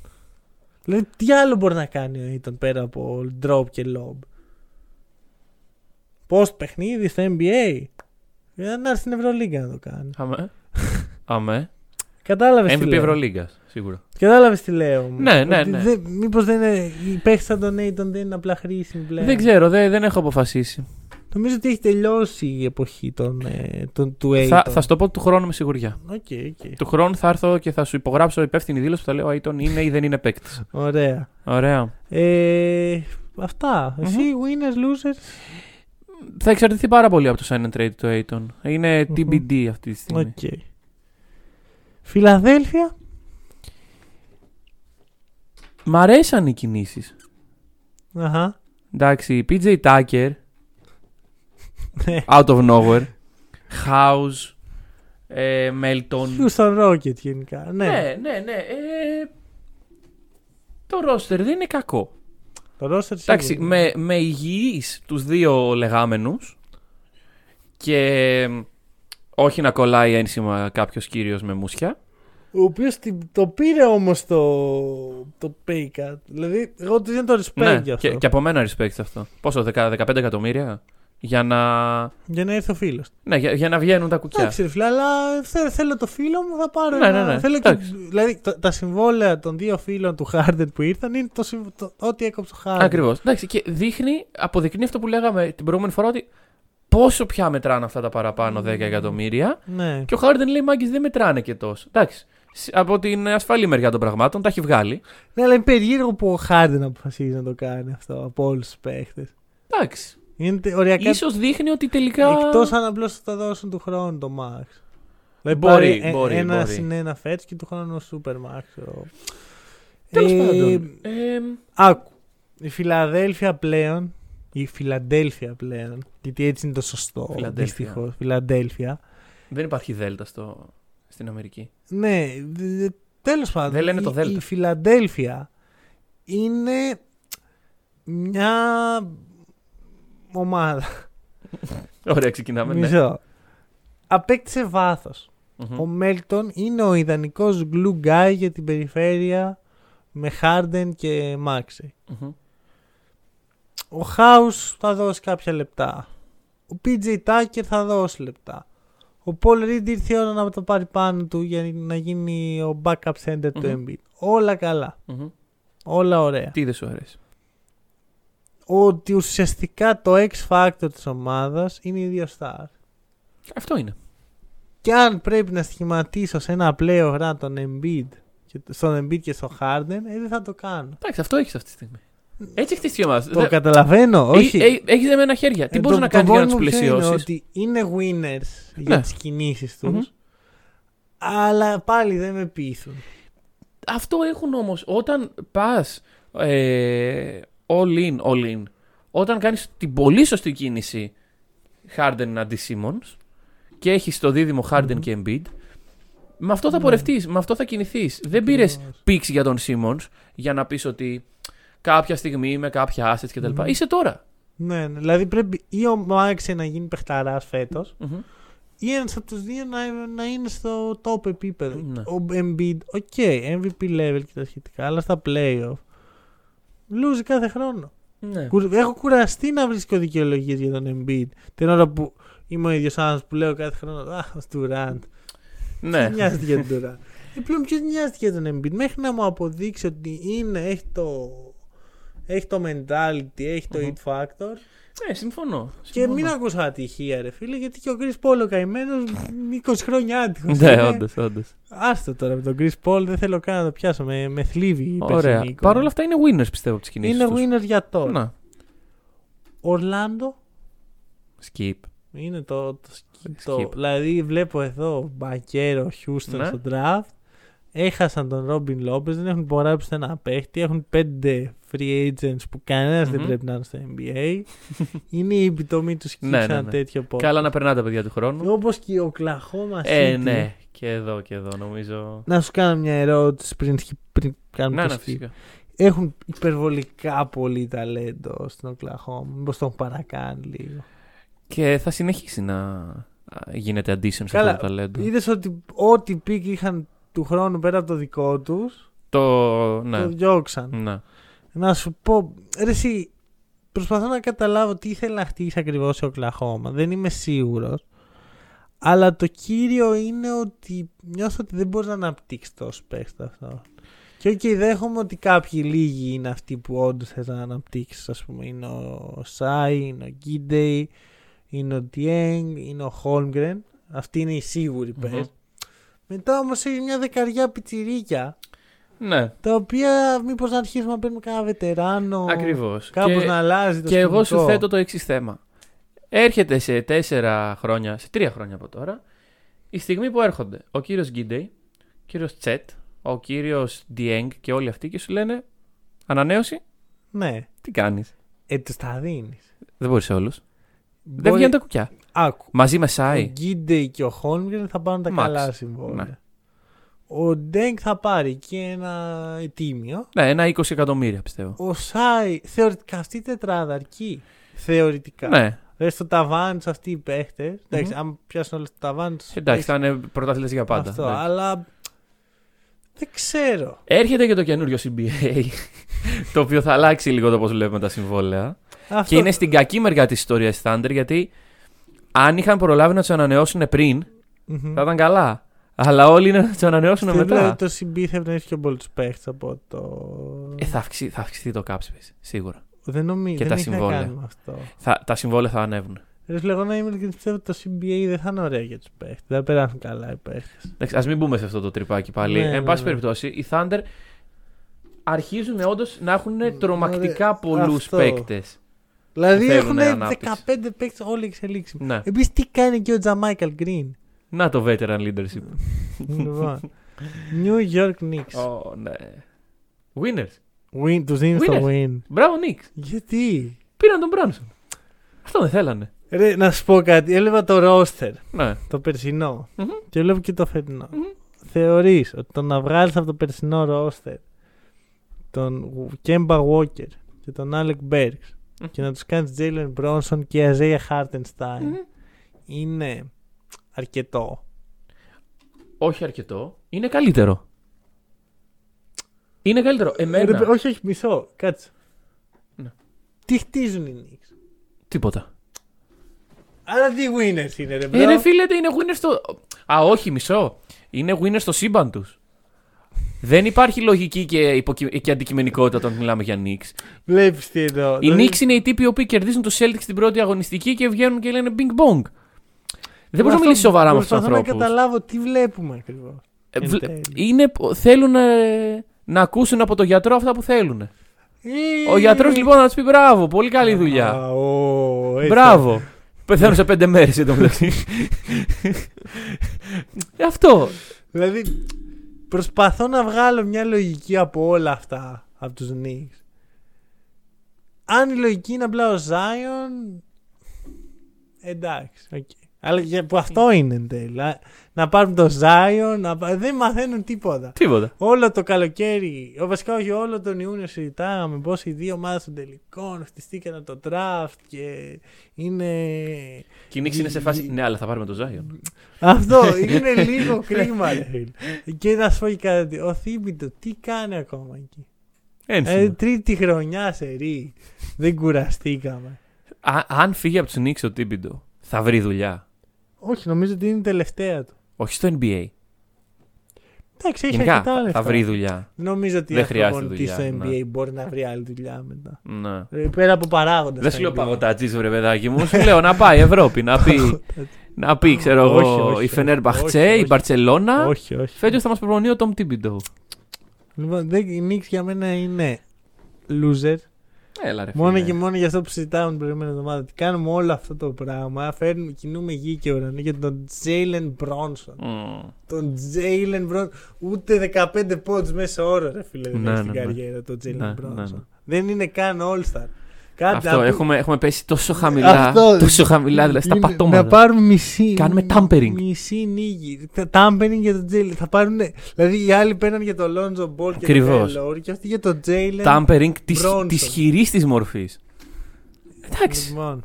B: Δηλαδή, τι άλλο μπορεί να κάνει ο Aiton πέρα από drop και lob. Post παιχνίδι στο NBA. Για να έρθει στην Ευρωλίγκα να το κάνει.
C: Αμέ. Αμέ.
B: Κατάλαβες τι
C: MVP
B: λέω.
C: Ευρωλίγκα, σίγουρα.
B: Κατάλαβες τι λέω. όμως.
C: Ναι, ναι,
B: Ότι
C: ναι.
B: δεν- μήπως δεν είναι. Οι παίχτε σαν τον Aiton δεν είναι απλά χρήσιμοι πλέον.
C: Δεν ξέρω, δεν, δεν έχω αποφασίσει.
B: Νομίζω ότι έχει τελειώσει η εποχή των, ε, των, του Aiton.
C: Θα, θα σου το πω του χρόνου με σιγουριά.
B: Οκ, οκ.
C: Του χρόνου θα έρθω και θα σου υπογράψω υπεύθυνη δήλωση που θα λέω Αϊτον είναι ή δεν είναι παίκτης.
B: Ωραία.
C: Ωραία.
B: Ε, αυτα Εσύ, winners, losers.
C: Θα εξαρτηθεί πάρα πολύ από το sign and trade του Αϊτον. Είναι
B: Μμμ. Ναι.
C: TBD αυτή τη στιγμή.
B: Οκ. Φιλαδέλφια.
C: Μ' αρέσαν οι κινήσεις.
B: Αχα.
C: Εντάξει, PJ Tucker.
B: Ναι.
C: out of nowhere. House. Ε, Melton.
B: Houston Rocket γενικά. Ναι.
C: Ναι, ναι, ναι. Ε, το roster δεν είναι κακό.
B: Το roster σίγουρα.
C: Εντάξει, με, με υγιείς τους δύο λεγάμενους και όχι να κολλάει ένσημα κάποιος κύριος με μουσια.
B: Ο οποίος το πήρε όμως το, το pay cut. Δηλαδή, εγώ του δίνω το respect για αυτό.
C: Ναι, και, και από μένα respect αυτό. Πόσο, δεκα- 15 εκατομμύρια για να,
B: Για να έρθει ο φίλος.
C: ναι, για, για να βγαίνουν τα κουκιά.
B: Εντάξει, ρε φίλε, αλλά θε- θέλω το φίλο μου, θα πάρω.
C: Ναι,
B: ένα-
C: ναι, ναι,
B: Θέλω και,
C: εντάξει.
B: δηλαδή, το- τα συμβόλαια των δύο φίλων του Χάρντεν που ήρθαν είναι το, συμβ- το, ό,τι έκοψε ο Χάρντεν.
C: Ακριβώς. Εντάξει, και δείχνει, αποδεικνύει αυτό που λέγαμε την προηγούμενη φορά ότι πόσο πια μετράνε αυτά τα παραπάνω 10 εκατομμύρια.
B: Ναι.
C: Και ο Χάρντεν λέει: Μάγκε δεν μετράνε και τόσο. Εντάξει. σ- Από την ασφαλή μεριά των πραγμάτων τα έχει βγάλει.
B: ναι, αλλά είναι περίεργο που ο Χάρντεν αποφασίζει να το κάνει αυτό από όλους τους παίχτες.
C: Εντάξει.
B: Είναι τε- οριακά.
C: Ίσως δείχνει ότι τελικά.
B: Εκτός αν απλώς θα τα δώσουν του χρόνου το Max. Δηλαδή,
C: Μπορεί,
B: πάρει ε-
C: μπορεί,
B: Ένα
C: μπορεί.
B: συν ένα φέτο και του χρόνου ο Super Max. ξέρω.
C: Τέλος
B: Ε,
C: πάντων. Ε,
B: Άκου. Η Φιλαδέλφια πλέον. Η Φιλαντέλφια πλέον. Γιατί έτσι είναι το σωστό.
C: Φιλαδέλφια.
B: Δυστυχώς. Φιλαντέλφια.
C: δεν υπάρχει δέλτα στο... στην Αμερική.
B: Ναι. Τέλος πάντων.
C: Δεν λένε
B: η-
C: το Δέλτα.
B: Η Φιλαντέλφια είναι μια ομάδα.
C: Ωραία, ξεκινάμε. Ναι.
B: Μισό. Απέκτησε βάθος.
C: Μμμ.
B: Ο Μέλτον είναι ο ιδανικός glue guy για την περιφέρεια με Χάρντεν και Μάξι.
C: Μμμ.
B: Ο Χάους θα δώσει κάποια λεπτά. Ο PJ Tucker θα δώσει λεπτά. Ο Paul Reed ήρθε η ώρα να το πάρει πάνω του για να γίνει ο backup center του
C: Μμμ.
B: Embiid. Όλα καλά.
C: Μμμ.
B: Όλα ωραία.
C: Τι δεν σου αρέσει.
B: Ότι ουσιαστικά το X factor της ομάδας είναι οι δύο stars.
C: Αυτό είναι.
B: Και αν πρέπει να σχηματίσω σε ένα playoff run τον Embiid και, στον Embiid και στον Harden, ε, δεν θα το κάνω.
C: Εντάξει, αυτό έχεις αυτή τη στιγμή. Έτσι χτίσει η ομάδα.
B: Το
C: Ε,
B: καταλαβαίνω, όχι.
C: Έχει δεμένα χέρια. Τι
B: Ε,
C: μπορεί
B: το-
C: να
B: το
C: κάνει για να
B: πόνιμο
C: του
B: ποιο είναι
C: πλαισιώσει.
B: ότι είναι winners
C: Ναι.
B: για τις κινήσεις τους, αλλά πάλι δεν με πείθουν.
C: Αυτό έχουν όμως. Όταν πας ε, all in, all in, όταν κάνεις την πολύ σωστή κίνηση Harden αντί Simmons και έχεις το δίδυμο Harden
B: Μμμ.
C: και Embiid, με αυτό θα
B: Ναι.
C: πορευτείς, με αυτό θα κινηθείς. Δεν πήρε
B: Ακριβώς.
C: πίξη για τον Simmons για να πεις ότι κάποια στιγμή με κάποια assets κτλ.
B: Μμμ.
C: Είσαι τώρα. Mm-hmm.
B: Ναι, ναι, δηλαδή πρέπει ή ο Μάξε να γίνει παιχταράς φέτος
C: Μμμ.
B: ή ένας από τους δύο να, να είναι στο top επίπεδο.
C: Ναι.
B: Ο Embiid, οκ, MVP level και τα σχετικά, αλλά στα playoff λούζει κάθε χρόνο.
C: Ναι.
B: Κουρ- Έχω κουραστεί να βρίσκω δικαιολογίες για τον Embiid την ώρα που είμαι ο ίδιος άνθρωπος που λέω κάθε χρόνο Αχ, ο Durant.
C: ναι.
B: Δεν νοιάζεται για τον Durant. Ε, πλέον ποιος νοιάζεται για τον Embiid. Μέχρι να μου αποδείξει ότι είναι, έχει το, έχει το mentality, έχει το
C: Μμμ.
B: it factor.
C: Ναι, συμφωνώ.
B: Και
C: συμφωνώ.
B: μην ακούσω ατυχία, ρε φίλε, γιατί και ο Chris Paul ο καημένος 20 χρόνια άτυχο.
C: Ναι, όντως, όντως.
B: Άστο τώρα με τον Chris Paul, δεν θέλω καν να το πιάσω. Με, με θλίβει η
C: Ωραία.
B: περσινή εικόνα.
C: Παρ' όλα αυτά είναι winners πιστεύω από τις κινήσεις.
B: είναι winner για τώρα.
C: Να.
B: Ορλάντο
C: Skip.
B: είναι το. το, σκ- το-
C: Skip.
B: δηλαδή βλέπω εδώ Μπακέρο, Χιούστον
C: Ναι.
B: στο draft. Έχασαν τον Ρόμπιν Λόπες, δεν έχουν πορέψει ένα παίχτη. Έχουν πέντε free agents που κανενα δεν
C: Μμμ.
B: πρέπει να είναι στο NBA. είναι η επιτομή του σκύψη
C: Ναι, ναι,
B: ένα
C: ναι.
B: τέτοιο πόντο.
C: Καλά να περνάτε, παιδιά του χρόνου.
B: Όπως και ο Κλαχώμα
C: Ε, ναι. Και εδώ και εδώ νομίζω.
B: Να σου κάνω μια ερώτηση πριν, πριν κάνουμε
C: Να,
B: το
C: ναι,
B: skip.
C: φυσικά.
B: Έχουν υπερβολικά πολύ ταλέντο στην Οκλαχώμα. Μήπως τον παρακάνει λίγο.
C: Και θα συνεχίσει να α, γίνεται addition σε αυτό
B: Καλά,
C: το ταλέντο.
B: Είδες ότι ό,τι πικ είχαν του χρόνου πέρα από το δικό τους,
C: Το.
B: το
C: Ναι.
B: διώξαν.
C: Ναι.
B: Να σου πω, ρε, εσύ, προσπαθώ να καταλάβω τι ήθελε να χτίσει ακριβώς ο Οκλαχώμα. Δεν είμαι σίγουρος. Αλλά το κύριο είναι ότι νιώθω ότι δεν μπορείς να αναπτύξεις το παίχτη αυτό. Και οκ, δέχομαι ότι κάποιοι λίγοι είναι αυτοί που όντως θε να αναπτύξεις. Ας πούμε, είναι ο Σάι, είναι ο Γκίντεϊ, είναι ο Τιέγκ, είναι ο Χόλμγκρεν. Αυτοί είναι οι σίγουροι
C: Μμμ.
B: πες. Μετά όμως έχει μια δεκαριά πιτσιρίκια
C: ναι.
B: τα οποία μήπως να αρχίσουμε να παίρνουμε κανένα βετεράνο.
C: Ακριβώς.
B: Κάπως να αλλάζει το
C: Και εγώ σου
B: σκηνικό.
C: θέτω το εξής θέμα. Έρχεται σε τέσσερα χρόνια, σε τρία χρόνια από τώρα, η στιγμή που έρχονται ο κύριος Γκίντεϊ, ο κύριος Τσέτ, ο κύριος Ντιέγκ και όλοι αυτοί και σου λένε Ανανέωση,
B: Ναι.
C: τι κάνεις.
B: Ε, τους τα δίνεις.
C: Δεν μπορείς σε όλους. Δεν βγαίνουν τα κουκιά.
B: Άκου.
C: Μαζί με
B: Ο
C: Σάι.
B: Γκίντεϊ και ο Χόλμγκρεν θα πάρουν τα
C: Max.
B: καλά συμβόλαια.
C: Ναι.
B: Ο Ντέγκ θα πάρει και ένα τίμιο.
C: Ναι, ένα 20 εκατομμύρια πιστεύω.
B: Ο Σάι, θεωρητικά αυτή η τετράδα αρκεί. Θεωρητικά.
C: Ναι,
B: Ρε στο ταβάνι του αυτοί οι παίχτες. Εντάξει, αν πιάσουν όλες το ταβάνι του.
C: εντάξει, θα είναι πρωταθλητές για πάντα. ναι.
B: Αυτό,
C: εντάξει.
B: αλλά δεν ξέρω.
C: Έρχεται και το καινούριο CBA, το οποίο θα αλλάξει λίγο το πώς βλέπουμε τα συμβόλαια.
B: Αυτό...
C: Και είναι στην κακή μεριά της ιστορίας Thunder γιατί αν είχαν προλάβει να τους ανανεώσουν πριν,
B: Μμμ.
C: θα ήταν καλά. Αλλά όλοι είναι να τους ανανεώσουν
B: Θεωρώ
C: μετά.
B: ότι το CB θα ευνοήσει πιο πολύ τους παίχτες από το.
C: Ε, θα, αυξη, θα αυξηθεί το cap space, σίγουρα.
B: Δεν νομίζω.
C: και
B: δεν
C: τα
B: έχει να
C: συμβόλαια.
B: κάνει με αυτό.
C: Θα, τα συμβόλαια θα ανέβουν.
B: Ρε λέγω να είμαι ειλικρινής, πιστεύω ότι το CBA δεν θα είναι ωραίο για τους παίχτες. Δεν θα περάσουν καλά οι παίχτες.
C: Ας μην μπούμε σε αυτό το τρυπάκι πάλι.
B: Ναι,
C: Εν
B: ναι,
C: πάση
B: ναι.
C: περιπτώσει, οι Thunder αρχίζουν όντως να έχουν τρομακτικά
B: ωραία,
C: πολλού
B: Ναι, αυτό.
C: παίκτε.
B: Δηλαδή έχουν
C: Θέλουν ανάπτυξη.
B: 15 παίχτε όλοι εξελίξιμοι.
C: Ναι.
B: Επίσης τι κάνει και ο Τζαμάικαλ Γκριν.
C: Να το veteran leadership.
B: λοιπόν. New York Knicks.
C: Ω, ναι. Winners.
B: Win, τους δίνεις το win.
C: Μπράβο, Knicks.
B: Γιατί.
C: Πήραν τον Branson. Αυτό δεν θέλανε.
B: Ρε, να σου πω κάτι. Έλεγα το roster.
C: Ναι.
B: Το περσινο
C: Μμμ.
B: Και βλέπω και το φετινο Θεωρείς ότι το να βγάλεις από το περσινό ρόστερ τον Κέμπα Walker και τον Άλεκ Μπέρξ
C: Μμμ.
B: και να τους κάνεις Jalen Bronson και Isaiah Hartenstein είναι αρκετό.
C: όχι αρκετό, είναι καλύτερο. Είναι καλύτερο. Εμένα.
B: Ε, Ρε, όχι, όχι, μισό. Κάτσε.
C: Ναι.
B: Τι χτίζουν οι Knicks.
C: Τίποτα.
B: Άρα τι winners είναι ρε
C: Ε,
B: μπρο.
C: ρε φίλε, είναι winner στο. Α, όχι, μισό. Είναι winner στο σύμπαν τους. Δεν υπάρχει λογική και, υποκυ... και αντικειμενικότητα όταν μιλάμε για Knicks.
B: Βλέπεις τι εννοώ.
C: Οι
B: Δηλαδή,
C: Knicks είναι οι τύποι οι οποίοι κερδίζουν του Celtics στην πρώτη αγωνιστική και βγαίνουν και λένε Bing Bong. Δεν μπορεί να
B: αυτό-
C: μιλήσει σοβαρά με αυτούς του
B: προσπαθώ
C: ανθρώπου.
B: να καταλάβω τι βλέπουμε ακριβώς. εν τέλει.
C: Είναι... Θέλουν ε, να ακούσουν από τον γιατρό αυτά που θέλουν. Ο
B: Ε,
C: γιατρός λοιπόν θα τους πει μπράβο, πολύ καλή δουλειά.
B: Α, ω, έτσι.
C: Μπράβο. Πεθαίνω σε πέντε μέρες μεταξύ. Ε, Αυτό.
B: Δηλαδή, προσπαθώ να βγάλω μια λογική από όλα αυτά, από τους Knicks. Αν η λογική είναι απλά ο Zion, εντάξει, οκ. Αλλά για- που αυτό είναι εν τέλει. Α, Να πάρουν το Zion, να... πά- δεν μαθαίνουν τίποτα.
C: Τίποτα.
B: Όλο το καλοκαίρι, ο βασικά όχι όλο τον Ιούνιο συζητάγαμε πως οι δύο ομάδες των τελικών χτιστήκαν από το draft και είναι...
C: Και η Νίξη είναι σε φάση. Ναι, αλλά θα πάρουμε το Ζάιον.
B: Αυτό είναι λίγο κρίμα. ρε φίλε. και να σου πω και κάτι, ο Θήμπιτο τι κάνει ακόμα εκεί. Ε,
C: Ένθιμα.
B: τρίτη χρονιά σε ρί. Δεν κουραστήκαμε.
C: Α- Αν φύγει από τους Νίξ ο Τίμπιντο, θα βρει δουλειά.
B: Όχι, νομίζω ότι είναι η τελευταία του.
C: Όχι στο NBA.
B: Εντάξει, έχει
C: Γενικά
B: αρκετά
C: θα-
B: λεφτά.
C: θα βρει δουλειά.
B: Δεν Νομίζω ότι
C: Δεν
B: ο
C: χρειάζεται
B: προπονητής στο
C: δουλειά,
B: NBA μπορεί να βρει άλλη δουλειά μετά.
C: Ναι.
B: Ε, Πέρα από παράγοντα.
C: Δεν σου λέω παγωτατζής, βρε παιδάκι μου. Σου λέω να πάει Ευρώπη, να πει, να πει ξέρω
B: Όχι,
C: εγώ,
B: όχι,
C: η
B: όχι,
C: Φενέρ
B: όχι,
C: Μπαχτσέ,
B: όχι.
C: η Μπαρσελόνα.
B: Όχι, όχι.
C: Φέτος θα μας προπονεί ο Τόμ Τίμπιντο.
B: Λοιπόν, δεν, η Knicks για μένα είναι loser.
C: Έλα, ρε.
B: Μόνο
C: φίλε.
B: και μόνο για αυτό που συζητάμε την προηγούμενη εβδομάδα. Τι κάνουμε όλο αυτό το πράγμα. Φέρνουμε, κινούμε γη και ουρανό για τον Τζέιλεν Μπρόνσον.
C: Μμμ.
B: Τον Τζέιλεν Μπρόνσον. Ούτε 15 πόντου μέσα όρο, ρε φίλε. Δεν
C: Ναι,
B: έχει
C: ναι,
B: στην
C: ναι.
B: καριέρα τον Τζέιλεν
C: Ναι,
B: Μπρόνσον.
C: ναι, ναι.
B: Δεν είναι καν All-Star. Κάτι
C: Αυτό,
B: να-
C: έχουμε, έχουμε πέσει τόσο χαμηλά.
B: Αυτό.
C: Τόσο χαμηλά, δηλαδή στα
B: Είναι-
C: πατώματα.
B: Να πάρουν μισή.
C: Κάνουμε
B: μ-
C: tampering.
B: Μισή νίκη. Τα- Tampering για τον Τζέιλεν. Θα πάρουν. Δηλαδή οι άλλοι παίρναν για τον Λόντζο Μπολ και τον
C: Ακριβώς.
B: Λόρι και αυτοί για τον Τζέιλεν.
C: Τάμπερινγκ
B: Μπρόνσον.
C: της χειρής της μορφής. Εντάξει.
B: Λοιπόν,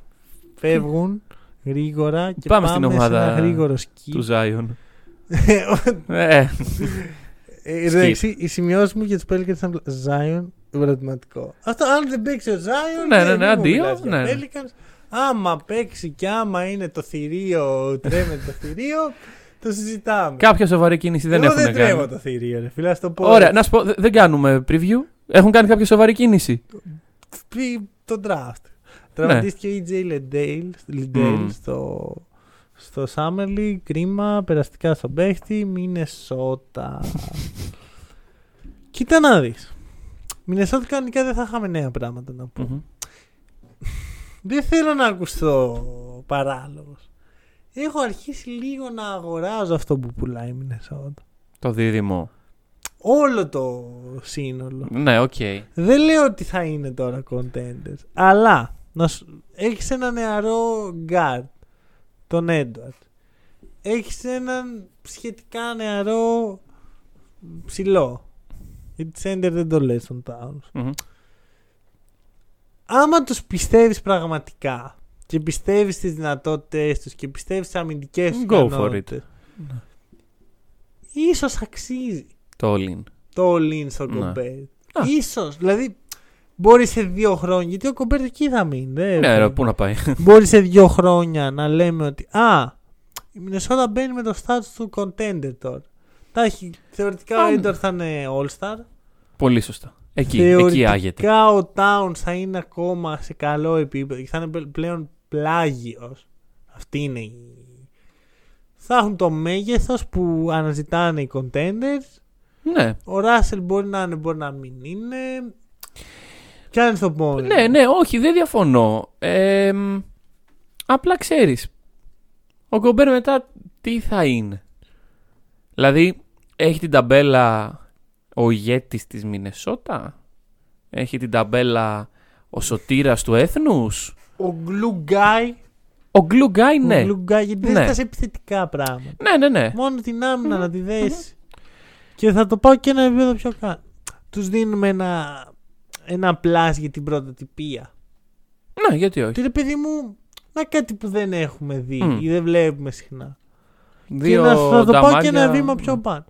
B: φεύγουν γρήγορα και πάμε,
C: Πάμε στην
B: σε
C: ομάδα
B: ένα γρήγορο σκι.
C: Του Ζάιον.
B: Ε,
C: Ε,
B: ε, Εντάξει, οι σημειώσεις μου για τους Pelicans ήταν απλά, Zion, ερωτηματικό. Αυτό αν δεν παίξει ο Zion.
C: Ναι,
B: δεν- δεν μου
C: ναι, ναι, αντίο,
B: μιλάς για
C: ναι, ναι.
B: Pelicans. Άμα παίξει και άμα είναι το θηρίο, τρέμε το θηρίο, το συζητάμε.
C: κάποια σοβαρή κίνηση δεν
B: Εγώ
C: έχουν
B: δεν τρέμω
C: κάνει.
B: το θηρίο, ρε φίλε. ας το πω.
C: Ωραία, ναι, να σου πω, δε- δεν κάνουμε preview. Έχουν κάνει κάποια σοβαρή κίνηση.
B: Πει το draft. Τραυματίστηκε ο EJ Liddell, Liddell
C: Ναι. Μμμ.
B: στο, στο Summer League. Κρίμα, περαστικά στον παίχτη. Μινεσότα. Κοίτα να δεις. Μινεσότα κανονικά δεν θα είχαμε νέα πράγματα να πω.
C: Μμμ.
B: Δεν θέλω να ακουστώ παράλογος. Έχω αρχίσει λίγο να αγοράζω αυτό που πουλάει η Μινεσότα.
C: Το δίδυμο.
B: Όλο το σύνολο.
C: Ναι, οκ.
B: Δεν λέω ότι θα είναι τώρα contenders, αλλά να σου... έχεις ένα νεαρό guard, τον Έντουαρτ. Έχεις έναν σχετικά νεαρό ψηλό. Γιατί center δεν το λες τον Towns.
C: Μμμ.
B: Άμα τους πιστεύεις πραγματικά και πιστεύεις στις δυνατότητες τους και πιστεύεις στις αμυντικές τους
C: Go for Ναι.
B: ικανότητες, ίσως αξίζει
C: Το all in.
B: το all-in στον
C: Ναι.
B: Κομπέρ.
C: Α.
B: Ίσως, δηλαδή μπορεί σε δύο χρόνια, γιατί ο Κομπέρ εκεί θα μείνει. δεν-
C: Ναι, ρε, πού να πάει.
B: Μπορεί σε δύο χρόνια να λέμε ότι α, η Μινεσότα μπαίνει με το status του contender τώρα. Τα έχει, θεωρητικά ο
C: Α, ναι.
B: Έντορ θα είναι all-star.
C: Πολύ σωστά. Εκεί, εκεί άγεται.
B: θεωρητικά ο Towns θα είναι ακόμα σε καλό επίπεδο και θα είναι πλε- πλέον πλάγιος. Αυτή είναι η... Θα έχουν το μέγεθος που αναζητάνε οι contenders
C: Ναι.
B: ο Ράσελ μπορεί να είναι, μπορεί να μην είναι. Κι αν το πω.
C: Ναι, ναι, όχι, δεν διαφωνώ. Ε, μ, απλά ξέρεις. Ο Κομπέρ μετά τι θα είναι. Δηλαδή, έχει την ταμπέλα ο ηγέτης της Μινεσότα. Έχει την ταμπέλα ο σωτήρας του έθνους.
B: Ο Γκλουγκάι.
C: Ο Γκλουγκάι,
B: Ο
C: ναι.
B: Γκλουγκάι, γιατί δεν
C: Ναι.
B: ζητάς επιθετικά πράγματα.
C: Ναι, ναι, ναι.
B: Μόνο την άμυνα να τη δέσει. Και θα το πάω και ένα επίπεδο πιο κάτω. Τους δίνουμε ένα, ένα πλάσ για την πρωτοτυπία.
C: Ναι, γιατί όχι.
B: Τι ρε παιδί μου, να κάτι που δεν έχουμε δει
C: Μμ.
B: ή δεν βλέπουμε συχνά.
C: Δύο
B: και να, θα το πάω και ένα
C: νταμάκια-
B: βήμα πιο πάνω.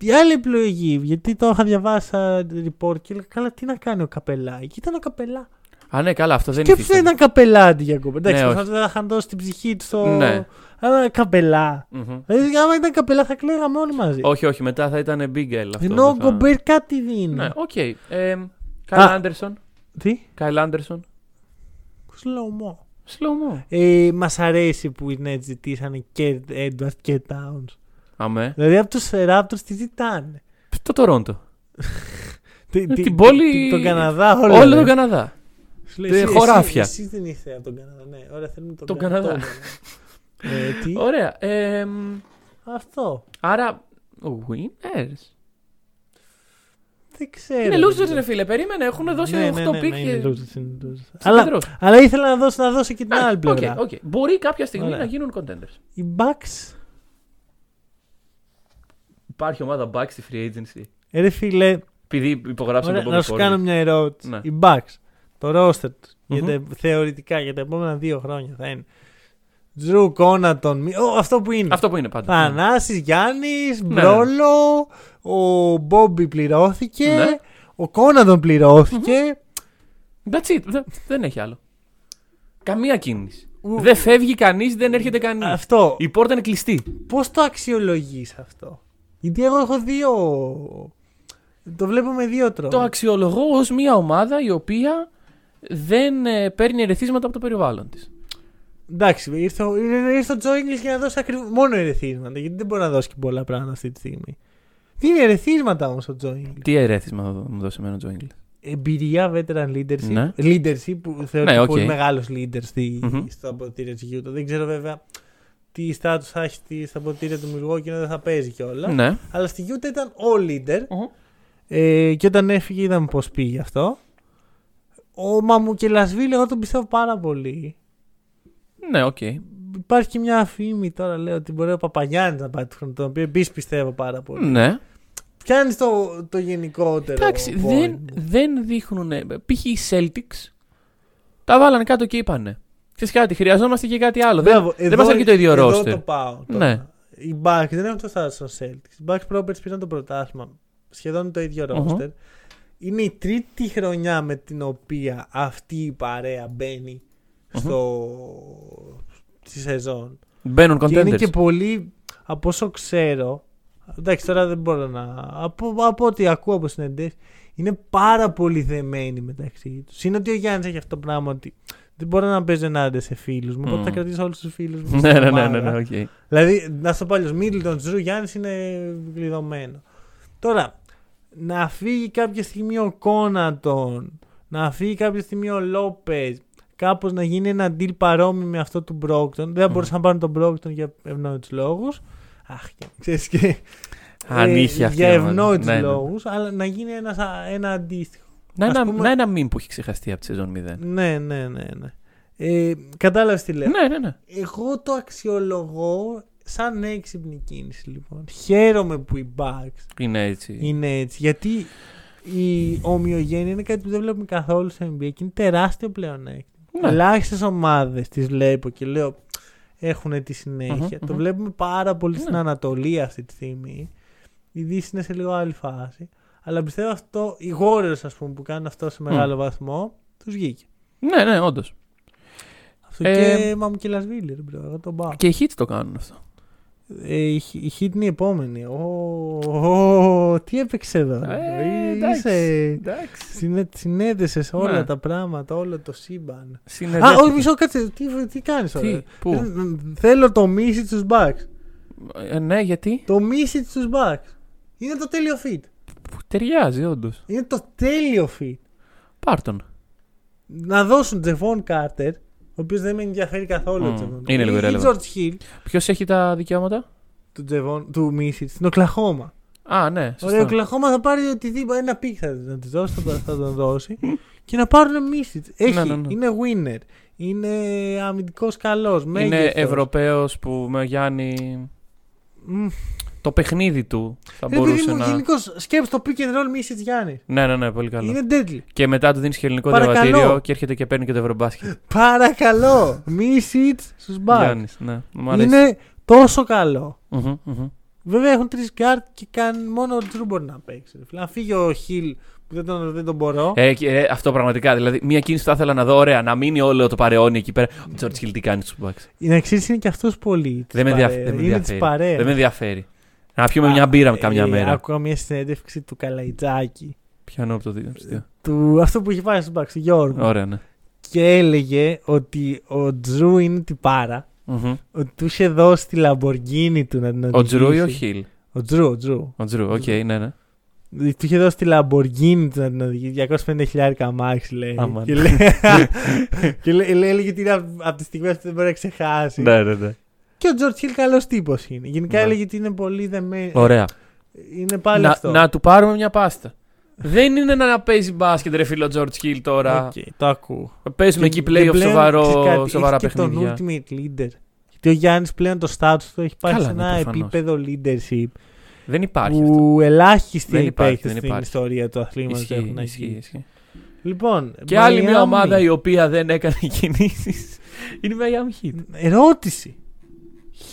B: Η άλλη επιλογή, γιατί το είχα διαβάσει σαν report και έλεγα, καλά τι να κάνει ο Καπελάκη. Ήταν ο Καπελά.
C: Α, ναι, καλά, αυτό δεν
B: Και ποιο
C: είναι.
B: ήταν καπελά αντί για κούπερ. Εντάξει,
C: Ναι,
B: προφανώς δεν θα είχαν δώσει την ψυχή του στο.
C: Ναι.
B: Αλλά καπελά. Δηλαδή, άμα ήταν καπελά, θα κλαίγαμε όλοι μαζί.
C: Όχι, όχι, μετά θα ήταν Big L αυτό.
B: Ενώ ο
C: δεν θα-
B: Γκομπέρ κάτι δίνει.
C: Ναι, οκ. Κάιλ Άντερσον.
B: Τι?
C: Κάιλ Άντερσον.
B: Σλωμό.
C: Σλωμό.
B: Ε, Μας αρέσει που οι Nets ζητήσανε και Edwards και Towns.
C: Αμέ.
B: Δηλαδή από τους Raptors τι ζητάνε.
C: Το Τωρόντο.
B: Τι- τι-
C: Ναι, την πόλη-
B: τι- Τον Καναδά, όλο.
C: Όλο
B: ρε.
C: τον Καναδά.
B: Σου λέει, εσύ-
C: τη
B: εσύ-
C: χωράφια.
B: Εσύ δεν ήρθε από τον Καναδά. Ναι, ωραία, θέλουμε τον,
C: Τον
B: Κα-
C: Καναδά.
B: τον Ε, τι?
C: Ωραία. Ε, μ,
B: Αυτό.
C: άρα. Winners.
B: Δεν ξέρω.
C: Είναι
B: Ε, ρε,
C: losers,
B: λέω.
C: ρε φίλε. Περίμενε, έχουν δώσει
B: Ναι,
C: 8
B: ναι, ναι,
C: πικ.
B: ναι,
C: και-
B: είναι losers, είναι losers. Αλλά,
C: Συγκεντρώσει.
B: αλλά ήθελα να δώσει, να δώσει και την άλλη
C: Οκ,
B: πλευρά.
C: οκ. Μπορεί κάποια στιγμή
B: Ωραία.
C: να γίνουν contenders.
B: Οι Bucks,
C: Υπάρχει ομάδα Bucks στη free agency.
B: ρε φίλε,
C: Επειδή υπογράψαμε
B: ωραία,
C: τον
B: να
C: Bobby
B: σου
C: Portis.
B: κάνω μια ερώτηση.
C: Ναι.
B: Οι Bucks, το roster τους, για
C: Μμμ.
B: τα- θεωρητικά για τα επόμενα δύο χρόνια θα είναι. Τζρου, Κόνατον, Μι- Ω, αυτό που είναι.
C: Αυτό που είναι πάντα. Ναι.
B: Θανάσης, Γιάννης,
C: Ναι.
B: Μπρόλο, ο Μπόμπι πληρώθηκε,
C: Ναι.
B: ο Κόνατον πληρώθηκε.
C: That's it. Δε- Δεν έχει άλλο. Καμία κίνηση.
B: Ου.
C: Δεν φεύγει κανείς, δεν έρχεται κανείς.
B: Αυτό,
C: Η πόρτα είναι κλειστή.
B: πώς το αξιολογείς αυτό. Γιατί εγώ έχω δύο... Το βλέπω με δύο
C: Το
B: τρόπους.
C: αξιολογώ ως μια ομάδα η οποία δεν ε, παίρνει ερεθίσματα από το περιβάλλον της.
B: Εντάξει, ήρθε, ο- ήρθε, ήρθε ο Τζο Ίγκλης για να δώσει ακριβώς μόνο ερεθίσματα, γιατί δεν μπορεί να δώσει και πολλά πράγματα αυτή τη στιγμή. Δίνει ερεθίσματα όμως ο Τζο Ίγκλης.
C: Τι ερέθισμα θα μου δώσει εμένα ο Τζόιγκλ.
B: Εμπειρία, veteran leadership,
C: Ναι.
B: leadership που θεωρείται
C: Ναι, οκ.
B: πολύ μεγάλος leader στη,
C: Μμμ.
B: στα ποτήρια της Utah. Δεν ξέρω βέβαια τι στάτους θα έχει στη- στα ποτήρια του Milwaukee, ενώ δεν θα παίζει κιόλα.
C: Ναι.
B: Αλλά στη Utah ήταν ο leader.
C: Μμμ.
B: Ε, και όταν έφυγε είδαμε πώς πήγε αυτό. Ο Μαμουκελασβίλη εγώ τον πιστεύω πάρα πολύ.
C: Ναι, οκ.
B: Υπάρχει και μια φήμη τώρα λέω ότι μπορεί ο Παπαγιάννης να πάει του χρόνου, τον οποίο επίσης πιστεύω πάρα πολύ.
C: Ναι.
B: Πιάνεις το, το γενικότερο.
C: Εντάξει,
B: point
C: δεν,
B: μου.
C: δεν δείχνουν. ε, Π.χ. οι Celtics τα βάλανε κάτω και είπανε. Ξέρεις κάτι, χρειαζόμαστε και κάτι άλλο. Δεν-
B: Μπράβο,
C: δεν
B: εδώ-
C: μας αρκεί το ίδιο
B: εδώ
C: roster.
B: το πάω. Τώρα.
C: Ναι.
B: Οι Bucks δεν έχουν το στάδιο των Celtics. Οι Bucks Properties πήραν το πρωτάθλημα. Σχεδόν το ίδιο
C: Μμμ.
B: roster. Είναι η τρίτη χρονιά με την οποία αυτή η παρέα μπαίνει στο... στη σεζόν.
C: Μπαίνουν
B: Και είναι
C: Λοιπόν, contenders.
B: και πολύ, από όσο ξέρω, εντάξει τώρα δεν μπορώ να, από, από ό,τι ακούω από συνεντεύξεις, είναι πάρα πολύ δεμένοι μεταξύ τους. Είναι ότι ο Γιάννης έχει αυτό το πράγμα ότι δεν μπορώ να παίζω ενάντια σε φίλους μου, οπότε
C: Μμμ.
B: θα κρατήσω όλους τους φίλους μου.
C: Mm. Ναι,
B: στην
C: ναι, ναι,
B: ομάδα.
C: ναι, ναι, οκ.
B: Δηλαδή, να στο πω αλλιώς, Μίτλτον, Τζρου, Γιάννης είναι κλειδωμένο. Τώρα, να φύγει κάποια στιγμή ο Κόνατον, να φύγει κάποια στιγμή ο Λόπες, κάπως να γίνει ένα deal παρόμοιο με αυτό του Μπρόκτον. Δεν θα
C: Μμμ.
B: μπορούσαν να πάρουν τον Μπρόκτον για ευνόητους λόγους. Αχ, και- ξέρεις και... ε,
C: Αν είχε αυτή
B: Για
C: η ομάδα.
B: ευνόητους
C: Ναι, ναι.
B: λόγους, αλλά να γίνει ένας, α- ένα αντίστοιχο.
C: Να
B: Ας
C: ένα,
B: πούμε-
C: να ένα meme που έχει ξεχαστεί από τη σεζόν 0.
B: Ναι,
C: Ναι,
B: ναι, ναι, ναι. Ε, κατάλαβες τι λέω.
C: ναι, ναι.
B: Εγώ το αξιολογώ σαν έξυπνη κίνηση λοιπόν. Χαίρομαι που οι Bucks
C: Είναι έτσι.
B: είναι έτσι. Γιατί η ομοιογένεια είναι κάτι που δεν βλέπουμε καθόλου στο NBA και είναι τεράστιο πλεονέκτημα.
C: Ναι.
B: Ελάχιστες ομάδες τις βλέπω και λέω έχουν τη συνέχεια.
C: Μμμ,
B: Το
C: μμμ.
B: βλέπουμε πάρα πολύ στην
C: Ναι.
B: Ανατολή αυτή τη στιγμή. Η Δύση είναι σε λίγο άλλη φάση. Αλλά πιστεύω αυτό, οι Warriors ας πούμε που κάνουν αυτό σε μεγάλο βαθμό, τους βγήκε.
C: Ναι, ναι, όντως.
B: Αυτό
C: Ε,
B: και Μαμουκελασβίλη, ρε μπρο, εγώ τον πάω.
C: Και οι hits το κάνουν αυτό.
B: Ε, η Χ- η Χίτ είναι η επόμενη. Ω, ω, τι έπαιξε εδώ. ρε.
C: Ε,
B: Είσαι.
C: εντάξει.
B: Συνέ, συνέδεσες όλα
C: Ναι.
B: τα πράγματα, όλο το σύμπαν. Α,
C: Συνεδέθηκα.
B: όχι, μισό, κάτσε. Τι, τι κάνεις
C: Τι,
B: τώρα.
C: πού.
B: Ε, Θέλω το μίση τους Bucks.
C: Ε, ναι, γιατί.
B: Το μίση τους Bucks. Είναι το τέλειο fit.
C: Που ταιριάζει, όντως.
B: Είναι το τέλειο fit.
C: Πάρ' τον.
B: Να δώσουν Τζεφόν Κάρτερ, ο οποίος δεν με ενδιαφέρει καθόλου ο
C: Μμ.
B: Τζεφόν.
C: Είναι λίγο
B: Ή
C: irrelevant.
B: George Hill,
C: Ποιος έχει τα δικαιώματα.
B: του, Τζεβόν, του Μίσιτς, στην Οκλαχώμα.
C: Α, ναι.
B: Ωραία, ο
C: Σωστά.
B: Οκλαχώμα θα πάρει οτιδήποτε. Ένα πικ θα να της δώσει, θα τον- θα τον δώσει. και να πάρουν μίσιτ. Έχει,
C: Ναι, ναι, ναι.
B: είναι winner. Είναι αμυντικός καλός.
C: Είναι Ευρωπαίος που με Γιάννη. Το παιχνίδι του θα
B: Ρε Ε, παιδί
C: μπορούσε
B: μου,
C: να.
B: γενικώς σκέψτε το pick and roll μίσιτ Γιάννη.
C: Ναι, ναι, ναι, πολύ καλό.
B: Είναι deadly.
C: Και μετά του δίνεις και ελληνικό
B: Παρακαλώ.
C: διαβατήριο και έρχεται και παίρνει και το ευρωμπάσκετ.
B: Παρακαλώ, μίσιτ στου μπακ.
C: Γιάννης, ναι. Μου αρέσει.
B: Είναι τόσο καλό.
C: Μμμ, μμμ.
B: Βέβαια έχουν τρεις γκάρτ και κάνει μόνο ο Τζρου μπορεί να παίξει. ρε φίλε. Αν φύγει ο Χιλ που δεν τον, δεν τον μπορώ.
C: Ε, και, ε, αυτό πραγματικά. Δηλαδή, μία κίνηση που θα ήθελα να δω. Ωραία, να μείνει όλο το παρεώνι εκεί πέρα. Ο Τζορτ Χιλ τι κάνεις στου Μπακς.
B: Να ξέρει είναι και αυτός πολύ. της
C: Δεν με
B: παρέας.
C: ενδιαφέρει. Δεν με
B: Είναι της
C: ενδιαφέρει.
B: παρέας.
C: Δεν με ενδιαφέρει. Να πιούμε μια μπύρα καμιά
B: ε,
C: μέρα.
B: Άκουγα μια συνέντευξη του Καλαϊτζάκη.
C: Πιάνω από το δίδυμο.
B: Του, αυτό που είχε πάει στον Μπαξ, Γιώργο.
C: Ωραία, ναι.
B: Και έλεγε ότι ο Τζρου είναι τυπάρα.
C: Μμμ.
B: Ότι του είχε δώσει τη λαμποργκίνη του να την
C: Ο
B: οδηγήσει.
C: Τζρου ή ο Χιλ.
B: Ο Τζρου, ο Τζρου.
C: Ο Τζρου, οκ, ναι, ναι.
B: Του είχε δώσει τη λαμποργκίνη του να την οδηγήσει. 250 χιλιάρικα μάξι λέει.
C: Αμάν.
B: Και, λέει, και λέ- λέ- έλεγε ότι είναι από τις στιγμές που δεν μπορεί να ξεχάσει.
C: ναι, ναι.
B: Και ο Τζορτ Χιλ καλός τύπος είναι. Γενικά
C: Ναι.
B: έλεγε ότι είναι πολύ δεμένο.
C: Ωραία.
B: Είναι πάλι
C: να,
B: αυτό.
C: να του πάρουμε μια πάστα. Δεν είναι να παίζει μπάσκετ, ρε φίλο George Hill τώρα.
B: Οκ, το ακούω.
C: Παίζουν εκεί playoff
B: πλέον, ξέρεις
C: σοβαρό,
B: κάτι,
C: σοβαρά
B: έχει
C: παιχνίδια.
B: Και τον ultimate leader. Γιατί ο Γιάννης πλέον το status του έχει πάει
C: Καλά,
B: σε
C: ναι,
B: ένα
C: προφανώς.
B: επίπεδο leadership
C: Δεν υπάρχει αυτό.
B: που ελάχιστοι
C: Δεν
B: οι
C: υπάρχει,
B: παίκτες
C: δεν
B: στην
C: υπάρχει.
B: ιστορία του αθλήματος
C: Ισχύει,
B: έχουν
C: ισχύει,
B: αγγίξει.
C: ισχύει.
B: Λοιπόν,
C: Και άλλη μια
B: Miami.
C: ομάδα η οποία δεν έκανε κινήσεις είναι η Miami Heat.
B: Ερώτηση.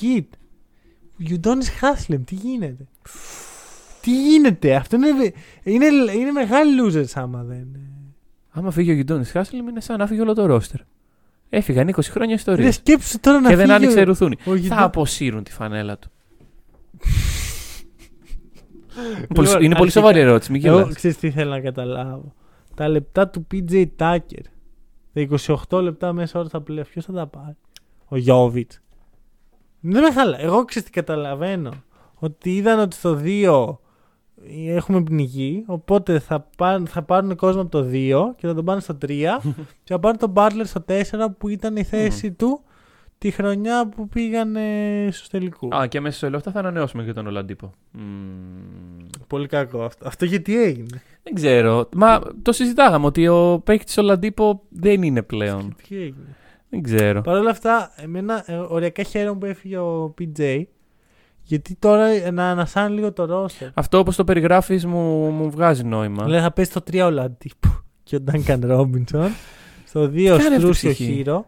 B: Hit. Γιουντόνι Χάσλεμ, τι γίνεται. Τι γίνεται, αυτό είναι, είναι, είναι μεγάλοι losers άμα δεν.
C: Άμα φύγει ο Γιντόνι Χάσλιμ, είναι σαν να φύγει όλο το ρόστερ. Έφυγαν 20 χρόνια ιστορία.
B: Ρε σκέψου τώρα να
C: Και δεν
B: φύγει
C: άνοιξε
B: ο-
C: ρουθούνη.
B: ο Γιουντόνις-
C: Θα αποσύρουν τη φανέλα του. Πολύ-
B: Λοιπόν,
C: είναι πολύ
B: αρχικά,
C: σοβαρή ερώτηση, μην
B: Εγώ
C: γελάς.
B: ξέρεις τι θέλω να καταλάβω. Τα λεπτά του PJ Tucker. Τα 28 λεπτά μέσα ώρα θα πλέον. Ποιος θα τα πάρει. Ο Γιώβιτ. Δεν με χαλά. Εγώ ξέρεις τι καταλαβαίνω. Ότι είδαν ότι στο 2 έχουμε πνιγεί. Οπότε θα, πάρουν, θα πάρουν κόσμο από το 2 και θα τον πάνε στο 3. και θα πάρουν τον Butler στο 4 που ήταν η θέση του τη χρονιά που πήγαν στους τελικούς.
C: Α, και μέσα σε όλα αυτά θα ανανεώσουμε και τον Ολαντίπο.
B: Πολύ κακό αυτό. Αυτό γιατί έγινε.
C: Δεν ξέρω. Μα το συζητάγαμε ότι ο παίκτης Ολαντίπο δεν είναι πλέον.
B: Τι έγινε.
C: Δεν ξέρω.
B: Παρ' όλα αυτά, εμένα ε, οριακά χαίρομαι που έφυγε ο PJ. Γιατί τώρα ε, να ανασάνει λίγο το ρόστερ.
C: Αυτό όπως το περιγράφεις μου, μου βγάζει νόημα.
B: Λέει θα πέσει το 3 ο Λαντίπο και ο Duncan Robinson. Στο 2 ο
C: κάνει αυτή η
B: Στρούση ο
C: ψυχή?
B: Χείρο.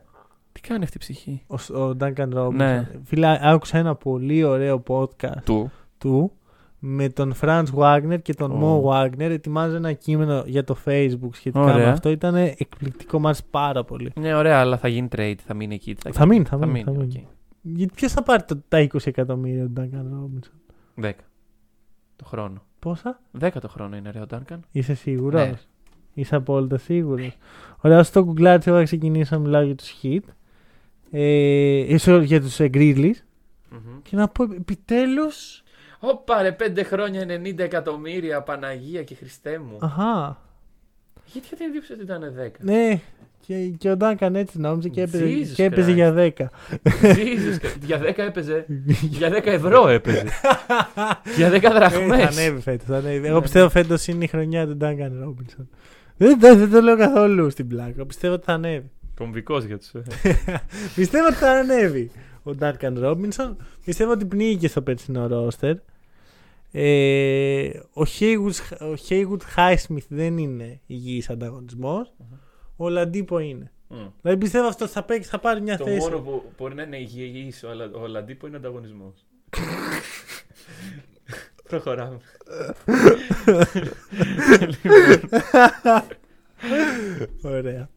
C: Τι κάνει αυτή η ψυχή.
B: Ο, Σ- ο Duncan Robinson.
C: Ναι.
B: Φίλα, άκουσα ένα πολύ ωραίο podcast
C: Του.
B: του με τον Franz Wagner και τον
C: Ω.
B: Mo Wagner. Ετοιμάζω ένα κείμενο για το Facebook σχετικά
C: Ωραία.
B: με αυτό. Ήταν εκπληκτικό μας πάρα πολύ.
C: Ναι, ωραία, αλλά θα γίνει trade, θα μείνει εκεί.
B: Θα μείνει, θα μείνει.
C: μείνει,
B: θα μείνει.
C: οκ.
B: Γιατί ποιος θα πάρει το- τα 20 εκατομμύρια του Duncan Robinson.
C: 10 το χρόνο.
B: Πόσα?
C: 10 το χρόνο είναι ρε ο Ντάνκαν.
B: Είσαι σίγουρος.
C: Ναι.
B: Είσαι απόλυτα σίγουρος. Ωραία, στο Google εγώ θα ξεκινήσω να μιλάω για τους Hit. Ε, ίσως για τους Grizzlies.
C: Ναι.
B: Και να πω επιτέλους.
C: Όπα ρε 5 χρόνια 90 εκατομμύρια Παναγία και Χριστέ μου.
B: Αχά.
C: Γιατί δεν εντύπωση ότι ήταν 10.
B: Ναι. Και, και ο Ντάνκαν έτσι νόμιζε και έπαιζε,
C: Jesus
B: και έπαιζε
C: Christ.
B: για 10.
C: Jesus, για 10 έπαιζε. Για 10 ευρώ έπαιζε. για 10
B: Ε, θα
C: δραχμές.
B: ανέβει φέτο. Εγώ πιστεύω φέτος είναι η χρονιά του Ντάνκαν Ρόμπινσον. Δεν, το- δεν το λέω καθόλου στην πλάκα. Πιστεύω ότι θα ανέβει.
C: Κομβικός για τους. ε.
B: Πιστεύω ότι θα ανέβει ο Ντάρκαν Ρόμπινσον. Πιστεύω ότι πνίγηκε στο περσινό ρόστερ. Ε, ο Hayward- ο Hayward Highsmith δεν είναι υγιής ανταγωνισμός. Ο Λαντίπο είναι.
C: Μμ.
B: Δηλαδή πιστεύω αυτό θα, παίξει, θα πάρει μια
C: Το
B: θέση.
C: μόνο που μπορεί να είναι υγιής ο Λα- ο Λαντίπο είναι ανταγωνισμός. Προχωράμε.
B: Ωραία.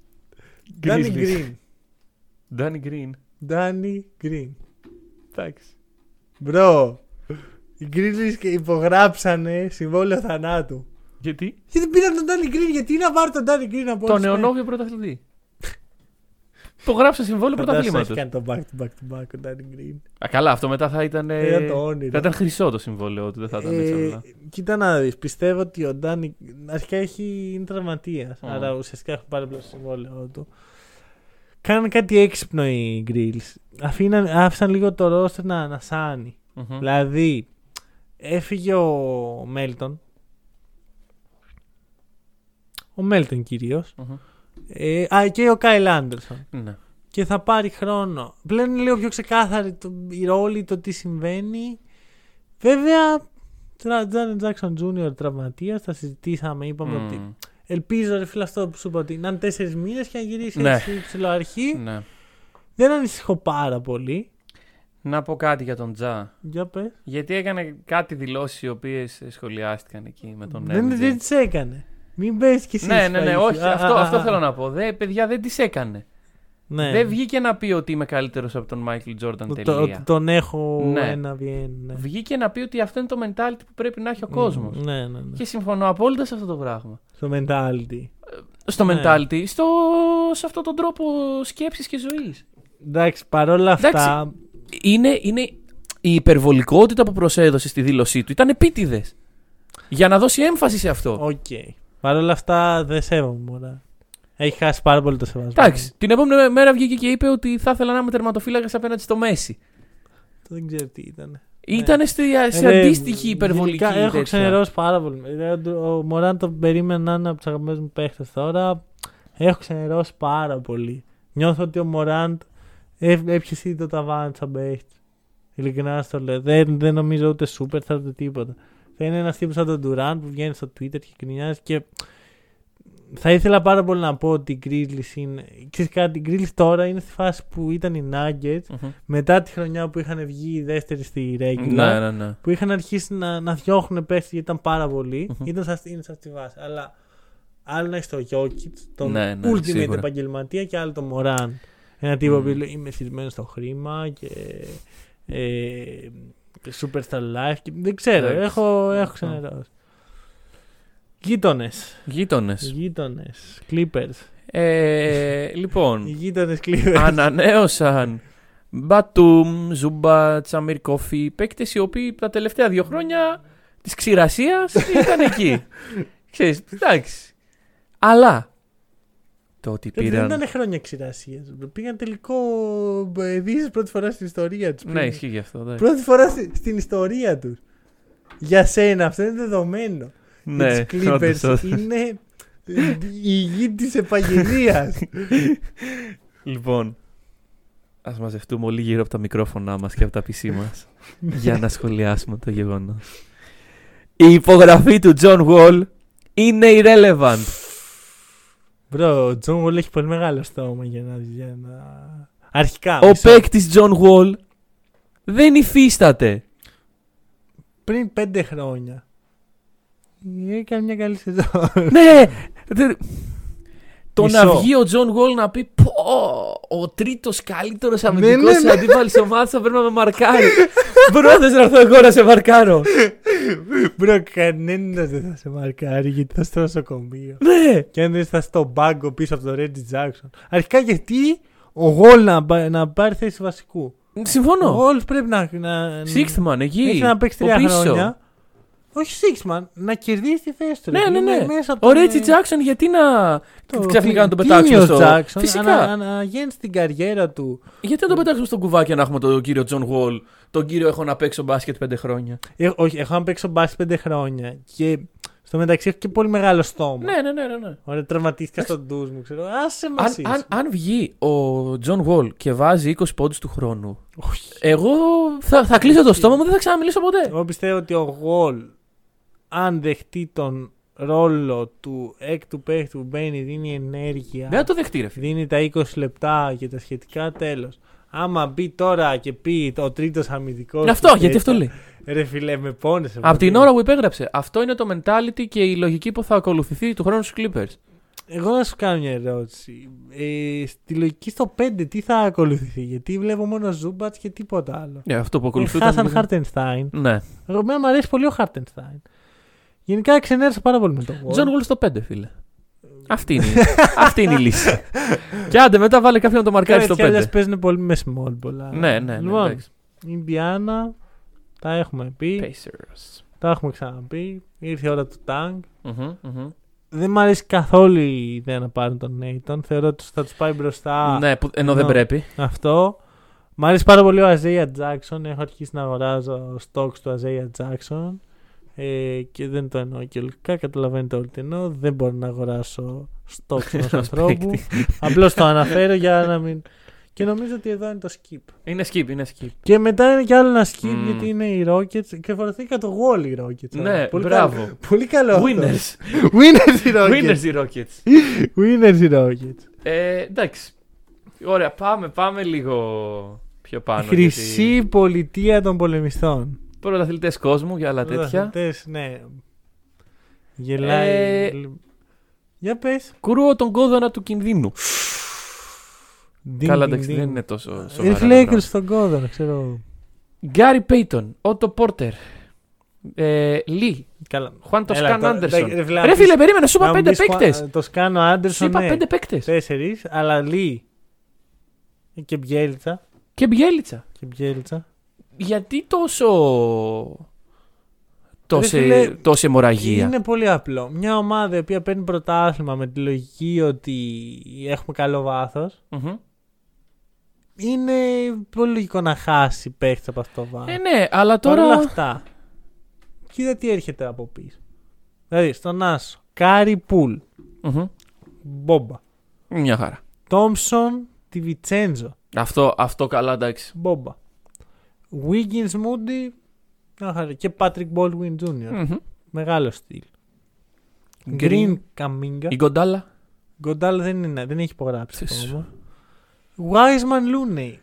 B: Ντάνι
C: Grizzlies.
B: Γκριν.
C: Ντάνι Γκριν.
B: Ντάνι Γκριν.
C: Εντάξει.
B: Μπρο. Οι Grizzlies και υπογράψανε συμβόλαιο θανάτου.
C: Γιατί?
B: Γιατί πήραν τον Ντάνι Γκριν, γιατί να πάρει τον Ντάνι Γκριν από
C: Το
B: όλους Ε, τους
C: νεονόβιο πρωταθλητή. Υπογράψα συμβόλαιο
B: Φαντάσου,
C: πρωταθλήματο.
B: έχει κάνει το back to back to back ο Ντάνι Γκριν.
C: Α, καλά, αυτό μετά θα ήταν. ε,
B: Θα ήταν το όνειρο.
C: Θα ήταν χρυσό το συμβόλαιο του, δεν θα ήταν έτσι απλά.
B: Ε, κοίτα να δεις, πιστεύω ότι ο Ντάνι αρχικά έχει, είναι τραυματίας,
C: Ω.
B: άρα ουσιαστικά έχουν πάρει απλά το συμβόλαιο του. Κάνανε κάτι έξυπνο οι Grills. Αφήναν, άφησαν λίγο το ρόστερ να ανασάνει.
C: Μμμ.
B: Δηλαδή, έφυγε ο Μέλτον. Ο Μέλτον κυρίως.
C: Μμμ.
B: Ε, α, και ο Κάιλ Άντερσον.
C: Ναι.
B: Και θα πάρει χρόνο. Πλέον είναι λίγο πιο ξεκάθαρη το, η ρόλη, το τι συμβαίνει. Βέβαια, Τζάνι Τζάξον Τζούνιορ τραυματίας, τα συζητήσαμε, είπαμε
C: Μμ.
B: ότι. Ελπίζω, ρε φίλε, αυτό που σου είπα ότι να είναι τέσσερις μήνες και να γυρίσει
C: Ναι.
B: έτσι ψηλοαρχή.
C: Ναι.
B: Δεν ανησυχώ πάρα πολύ.
C: Να πω κάτι για τον Τζα.
B: Για πες.
C: Γιατί έκανε κάτι δηλώσεις οι οποίες σχολιάστηκαν εκεί με τον
B: Δεν,
C: MJ.
B: δεν τις έκανε. Μην πέσει κι εσύ.
C: Ναι, ναι, ναι,
B: σφαγή σου.
C: όχι.
B: Α,
C: Αυτό,
B: α,
C: αυτό
B: α,
C: θέλω να πω. Δε, παιδιά, δεν τις έκανε.
B: Ναι.
C: Δεν βγήκε να πει ότι είμαι καλύτερος από τον Μάικλ Τζόρνταν.
B: Το- το-
C: Τελεία.
B: Τον έχω
C: Ναι.
B: ένα βιέν. Ναι.
C: Βγήκε να πει ότι αυτό είναι το mentality που πρέπει να έχει ο κόσμος.
B: Ναι, ναι, ναι.
C: Και συμφωνώ απόλυτα σε αυτό το πράγμα.
B: Στο mentality.
C: Στο
B: Ναι.
C: mentality, στο, σε αυτόν τον τρόπο σκέψης και ζωής.
B: Εντάξει, παρόλα αυτά.
C: Είναι, είναι η υπερβολικότητα που προσέδωσε στη δήλωσή του. Ήταν επίτηδες. Για να δώσει έμφαση σε αυτό.
B: Οκ. Παρ' όλα αυτά δεν σέβομαι μωρά. Έχει χάσει πάρα πολύ το σεβασμό.
C: Εντάξει, την επόμενη μέρα βγήκε και είπε ότι θα ήθελα να είμαι τερματοφύλακας απέναντι στο Μέση.
B: Δεν ξέρω τι ήταν.
C: Ήταν στη, σε
B: Ρε,
C: αντίστοιχη υπερβολική.
B: Ναι. Ε, γενικά Έχω
C: τέτοια.
B: ξενερώσει πάρα πολύ. Ρε, Ο Μωράν τον περίμενα να είναι από τους αγαπημένους μου παίχτες τώρα. Έχω ξενερώσει πάρα πολύ. Νιώθω ότι ο Μωράντ έ- έπιασε ήδη το ταβάνι σαν παίχτη. Ειλικρινά στο λέω. Δεν, δεν νομίζω ούτε σούπερ θα ούτε τίποτα. Θα είναι ένας τύπος σαν τον Τουράν που βγαίνει στο Twitter και κρινιάζει και θα ήθελα πάρα πολύ να πω ότι η Grizzlies είναι. Ξέρεις κάτι, η Grizzlies τώρα είναι στη φάση που ήταν οι Nuggets
C: Μμμ.
B: μετά τη χρονιά που είχαν βγει οι δεύτεροι στη regular
C: Ναι, ναι, ναι.
B: που είχαν αρχίσει να, να διώχνουν πέρσι γιατί ήταν πάρα πολλοί.
C: Μμμ.
B: Ήταν σαν, στη- είναι σαν στη βάση. Αλλά άλλο να έχεις το Jokic, τον
C: Ναι, ναι,
B: ultimate
C: σίγουρα.
B: επαγγελματία και άλλο τον Μωράν. Ένα τύπο
C: Μμμ.
B: που λέει, είμαι θυσμένο στο χρήμα και. Ε, superstar life. Και, δεν ξέρω,
C: Εντάξει. Ναι.
B: έχω, έχω
C: Αυτό.
B: ξενερώσει. Γείτονες.
C: Γείτονες.
B: Γείτονες. Clippers.
C: Ε,
B: Οι
C: λοιπόν,
B: γείτονες Clippers.
C: ανανέωσαν Μπατούμ, Ζούμπα, Τσαμίρ Κόφι, παίκτες οι οποίοι τα τελευταία δύο χρόνια της ξηρασίας ήταν εκεί. Ξέρεις, εντάξει. Αλλά το ότι
B: Ρε, Ε, Δεν
C: πήραν.
B: ήταν χρόνια ξηρασίας. Πήγαν τελικό ε, ειδήσεις πρώτη φορά στην ιστορία τους.
C: Ναι, ισχύει γι' αυτό. εντάξει.
B: Ε. Πρώτη φορά στη- στην ιστορία τους. Για σένα αυτό είναι δεδομένο.
C: Ναι,
B: Οι Clippers
C: όντως, όντως.
B: είναι η γη της επαγγελίας.
C: Λοιπόν, ας μαζευτούμε όλοι γύρω από τα μικρόφωνά μας και από τα PC μας για να σχολιάσουμε το γεγονός. Η υπογραφή του John Wall είναι irrelevant.
B: Μπρο, ο Τζον Wall έχει πολύ μεγάλο στόμα για να. Για να... Αρχικά.
C: Ο
B: μισό.
C: παίκτης John Wall δεν υφίσταται.
B: Πριν πέντε χρόνια. Ε, Έκανε μια καλή σεζόν.
C: ναι! δε- Το να
B: Μισό.
C: βγει ο John Wall να πει «Πω, ο τρίτος καλύτερος
B: ναι,
C: αμυντικός
B: ναι.
C: αντίπαλης ομάδας θα πρέπει να με μαρκάρει. Μπρόθεσαι να έρθω εγώ να σε μαρκάρω.
B: Μπρο, κανένας δεν θα σε μαρκάρει γιατί θα στο νοσοκομείο.
C: Ναι!
B: Και αν δεν ήσασταν στον πάγκο πίσω από τον Ρέντζι Τζάξον. Αρχικά γιατί ο Γολ να, πα- να πάρει θέση βασικού. Ο
C: Συμφωνώ.
B: Γολ πρέπει να. να
C: Σίξτμαν εκεί.
B: Έχει να παίξει
C: ο
B: τρία
C: πίσω.
B: χρόνια. Όχι Σίξμαν, να κερδίσει τη θέση του.
C: Ναι,
B: ρε,
C: ναι,
B: είναι
C: ναι.
B: μέσα από
C: Ο
B: τον, ε,
C: Ρέτσι Τζάξον γιατί να.
B: το-
C: ξαφνικά να τον
B: τι-
C: πετάξουμε
B: τι
C: στο.
B: είναι ο Τζάξον,
C: Φυσικά.
B: ανα- αναγέννησε την καριέρα του.
C: Γιατί να τον πετάξουμε στον κουβάκι να έχουμε τον κύριο Τζον Γουόλ. Τον κύριο έχω να παίξω μπάσκετ πέντε χρόνια.
B: Ε, όχι, έχω να παίξω μπάσκετ πέντε χρόνια. Και στο μεταξύ έχω και πολύ μεγάλο στόμα.
C: Ναι, ναι, ναι, ναι. ναι.
B: Ωραία, τραυματίστηκα στον ντουζ μου, ξέρω. Άσε μας.
C: Αν, αν, αν βγει ο Τζον Γουόλ και βάζει 20 πόντους του χρόνου,
B: Όχι.
C: εγώ θα, θα κλείσω το στόμα μου, δεν θα ξαναμιλήσω ποτέ.
B: Εγώ πιστεύω ότι ο Γολ, αν δεχτεί τον ρόλο του έκτου παίχτη που μπαίνει, δίνει ενέργεια.
C: Δεν θα Ναι, το δεχτεί, ρε φίλε.
B: δίνει τα 20 λεπτά και τα σχετικά τέλος. Άμα μπει τώρα και πει το τρίτος αμυντικός...
C: Είναι
B: του
C: Ναι, αυτό, γιατί
B: τέτοια,
C: αυτό λέει.
B: Ρε φίλε, με πόνεσε.
C: Από
B: πολύ.
C: την ώρα που υπέγραψε, αυτό είναι το mentality και η λογική που θα ακολουθηθεί του χρόνου στους Clippers.
B: Εγώ να σου κάνω μια ερώτηση. Ε, στη λογική στο 5 τι θα ακολουθηθεί, γιατί βλέπω μόνο Ζούμπατ και τίποτα άλλο.
C: Ναι, αυτό που
B: Ε,
C: ακολουθεί.
B: Χάσαν Χάρτενστάιν.
C: Ναι.
B: Εγώ μένα μου αρέσει πολύ ο Χάρτενστάιν. Γενικά ξενέρωσα πάρα πολύ με τον Wall.
C: Τζον Γουόλ στο 5, φίλε. Αυτή είναι, αυτή είναι η λύση. και άντε, μετά βάλε κάποιον να το μαρκάρει
B: Κάτι
C: στο
B: κι αλλιώς
C: 5.
B: παίζουν πολύ με small ball. άρα.
C: Ναι, ναι, ναι.
B: Λοιπόν,
C: εντάξει.
B: Ιντιάνα, τα έχουμε πει,
C: Pacers.
B: τα έχουμε ξαναπεί. Ήρθε η ώρα του Τάγκ.
C: Μμμ, μμμ.
B: Δεν μ' αρέσει καθόλου η ιδέα να πάρουν τον Νέιτον. Θεωρώ ότι θα τους πάει μπροστά
C: Ναι, που- ενώ δεν
B: ναι.
C: πρέπει.
B: αυτό. Μ' αρέσει πάρα πολύ ο Αζέια Τζάξον. Έχω αρχίσει να αγοράζω stocks του Αζέια Τζάξον. Ε, και δεν το εννοώ και ολικά. Καταλαβαίνετε όλοι τι εννοώ. Δεν μπορώ να αγοράσω stocks ενός
C: Ενός
B: ανθρώπου. Απλώς το αναφέρω για να μην. Και νομίζω ότι εδώ είναι το skip.
C: Είναι skip, είναι skip.
B: Και μετά είναι κι άλλο ένα skip
C: Mm.
B: γιατί είναι οι Rockets. Και φορθήκα το wall οι Rockets.
C: Ναι,
B: πολύ
C: μπράβο.
B: καλό- Πολύ καλό. αυτό.
C: Winners.
B: Winners οι Rockets.
C: Winners οι Rockets.
B: Winners οι Rockets.
C: Ε, εντάξει. Ωραία, πάμε, πάμε λίγο πιο πάνω.
B: Χρυσή
C: γιατί
B: πολιτεία των πολεμιστών.
C: Πρωταθλητές κόσμου για άλλα τέτοια.
B: Πρωταθλητές, ναι. Γελάει.
C: Ε,
B: Για πες.
C: Κρούω τον κόδωνα του κινδύνου. Καλά, εντάξει, δεν είναι τόσο
B: Είναι
C: σοβαρά. τα
B: φλέκρι στον κόδωνα, ξέρω.
C: Γκάρι Πέιτον, Ότο Πόρτερ, ε, Λί,
B: Καλά.
C: Χουάν
B: Έλα,
C: Τοσκάν
B: τώρα,
C: Άντερσον.
B: εντάξει, ρε φίλε,
C: Ρε
B: να
C: φίλε,
B: πεις-
C: περίμενα, σου είπα
B: να μου
C: πέντε
B: πεις,
C: παίκτε.
B: Χουα- Το σκάνω
C: Σου
B: Άντερσον.
C: είπα
B: ναι.
C: πέντε παίκτες.
B: Τέσσερις, αλλά Λί. Και Μπιέλτσα.
C: Και Μπιέλιτσα.
B: Και Μπιέλτσα.
C: Γιατί τόσο. Τόση,
B: φίλε,
C: τόση αιμορραγία.
B: Είναι πολύ απλό. Μια ομάδα η οποία παίρνει πρωτάθλημα με τη λογική ότι έχουμε καλό βάθος
C: Μμμ.
B: είναι πολύ λογικό να χάσει παίχτης από αυτό το βάρο.
C: Ε, ναι, αλλά τώρα.
B: Παρ' όλα αυτά, κοίτα τι έρχεται από πίσω. Δηλαδή, στον Άσο, Κάρι Πουλ,
C: Μμμ.
B: Μπόμπα.
C: Μια χαρά.
B: Τόμψον, Τη Βιτσέντζο,
C: Αυτό, αυτό καλά, εντάξει.
B: Μπόμπα. Wiggins, Moody να χαρά. και Patrick Baldwin Jr.
C: Μμμ.
B: Μεγάλο στυλ.
C: Green.
B: Ναι. Green Καμίγκα.
C: Η Γκοντάλα.
B: Γκοντάλ δεν, είναι, δεν έχει υπογράψει
C: Τις.
B: ακόμα. Wiseman Looney.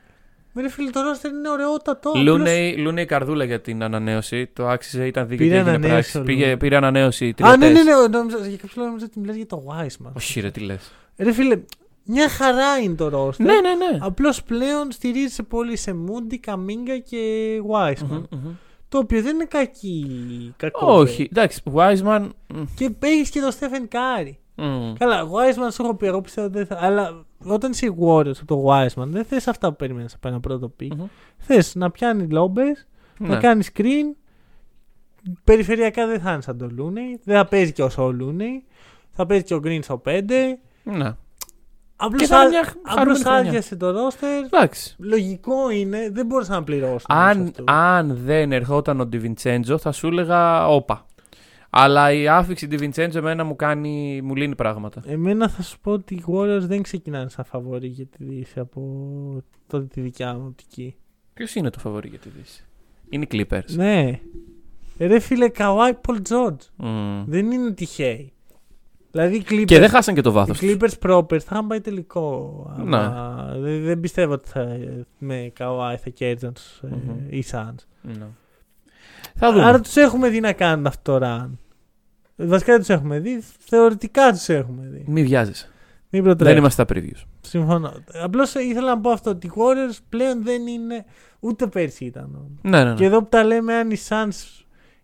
B: Μερε φίλε, το ρόστερ είναι ωραιότατο. απλώς
C: Λούνεϊ, Λούνεϊ καρδούλα για την ανανέωση. Το άξιζε, ήταν δίκαιο.
B: Πήρε
C: και έγινε
B: ανανέωση
C: πράξη.
B: ο
C: Πήγε,
B: Λούνεϊ.
C: πήρε ανανέωση.
B: Α, ναι, ναι,
C: τριετές.
B: ναι. νόμιζα- Για κάποιο λόγο νόμιζα ότι μιλάς για το Wiseman.
C: Όχι, ρε, τι λες.
B: Ρε φίλε, μια χαρά είναι το ρόστερ.
C: Ναι, ναι, ναι.
B: Απλώς πλέον στηρίζεσαι πολύ σε Moody, Καμίγκα και Wiseman.
C: Μμμ, μμμ.
B: Το οποίο δεν είναι κακή. Κακό,
C: Όχι, εντάξει. Wiseman. μμ,
B: Και παίρνει και τον Στέφεν Κάρι.
C: μμ.
B: Καλά, Wiseman σου έχω πει, εγώ πιστεύω δεν θα. Αλλά όταν είσαι Warriors από το Wiseman, δεν θες αυτά που περιμένεις από ένα πρώτο pick.
C: Μμμ.
B: Θες να πιάνει λόμπε, να
C: Ναι.
B: κάνει screen. Περιφερειακά δεν θα είναι σαν το Looney. Δεν θα παίζει και όσο ο Looney. Θα παίζει και ο Green στο 5.
C: Ναι.
B: Απλώς
C: θα είναι μια χαρούμενη χρονιά.
B: άδειασε το roster.
C: Εντάξει.
B: Λογικό είναι, δεν μπορούσα να πληρώσω.
C: αν, αν δεν ερχόταν ο Ντιβιντσέντζο, θα σου έλεγα όπα. Αλλά η άφηξη Ντιβιντσέντζο εμένα μου κάνει, μου λύνει πράγματα.
B: Εμένα θα σου πω ότι οι Warriors δεν ξεκινάνε σαν φαβορή για τη Δύση από το, τη δικιά μου οπτική.
C: Ποιος είναι το φαβορή για τη Δύση, Είναι οι Clippers.
B: Ναι. Ρε φίλε, Καουάι Πολ Τζόρτζ.
C: Μμμ.
B: Δεν είναι τυχαίοι. Δηλαδή οι Clippers,
C: Και δεν χάσαν και το
B: οι
C: βάθο.
B: Clippers proper θα είχαν πάει τελικό. άμα-
C: Ναι.
B: δε- δεν πιστεύω ότι θα, με Καουάι θα κέρδιζαν τους ε,
C: Μμμ.
B: οι Suns.
C: Ναι. Θα δούμε.
B: Άρα τους έχουμε δει να κάνουν αυτό το run. Ε, Βασικά δεν τους έχουμε δει, θεωρητικά τους έχουμε δει.
C: Μη βιάζεσαι.
B: Μην
C: Δεν
B: προτρέχεις.
C: είμαστε στα previews.
B: Συμφωνώ. Απλώς ήθελα να πω αυτό ότι οι Warriors πλέον δεν είναι. Ούτε πέρσι ήταν. όμως.
C: Ναι, ναι, ναι.
B: Και εδώ που τα λέμε, αν οι Suns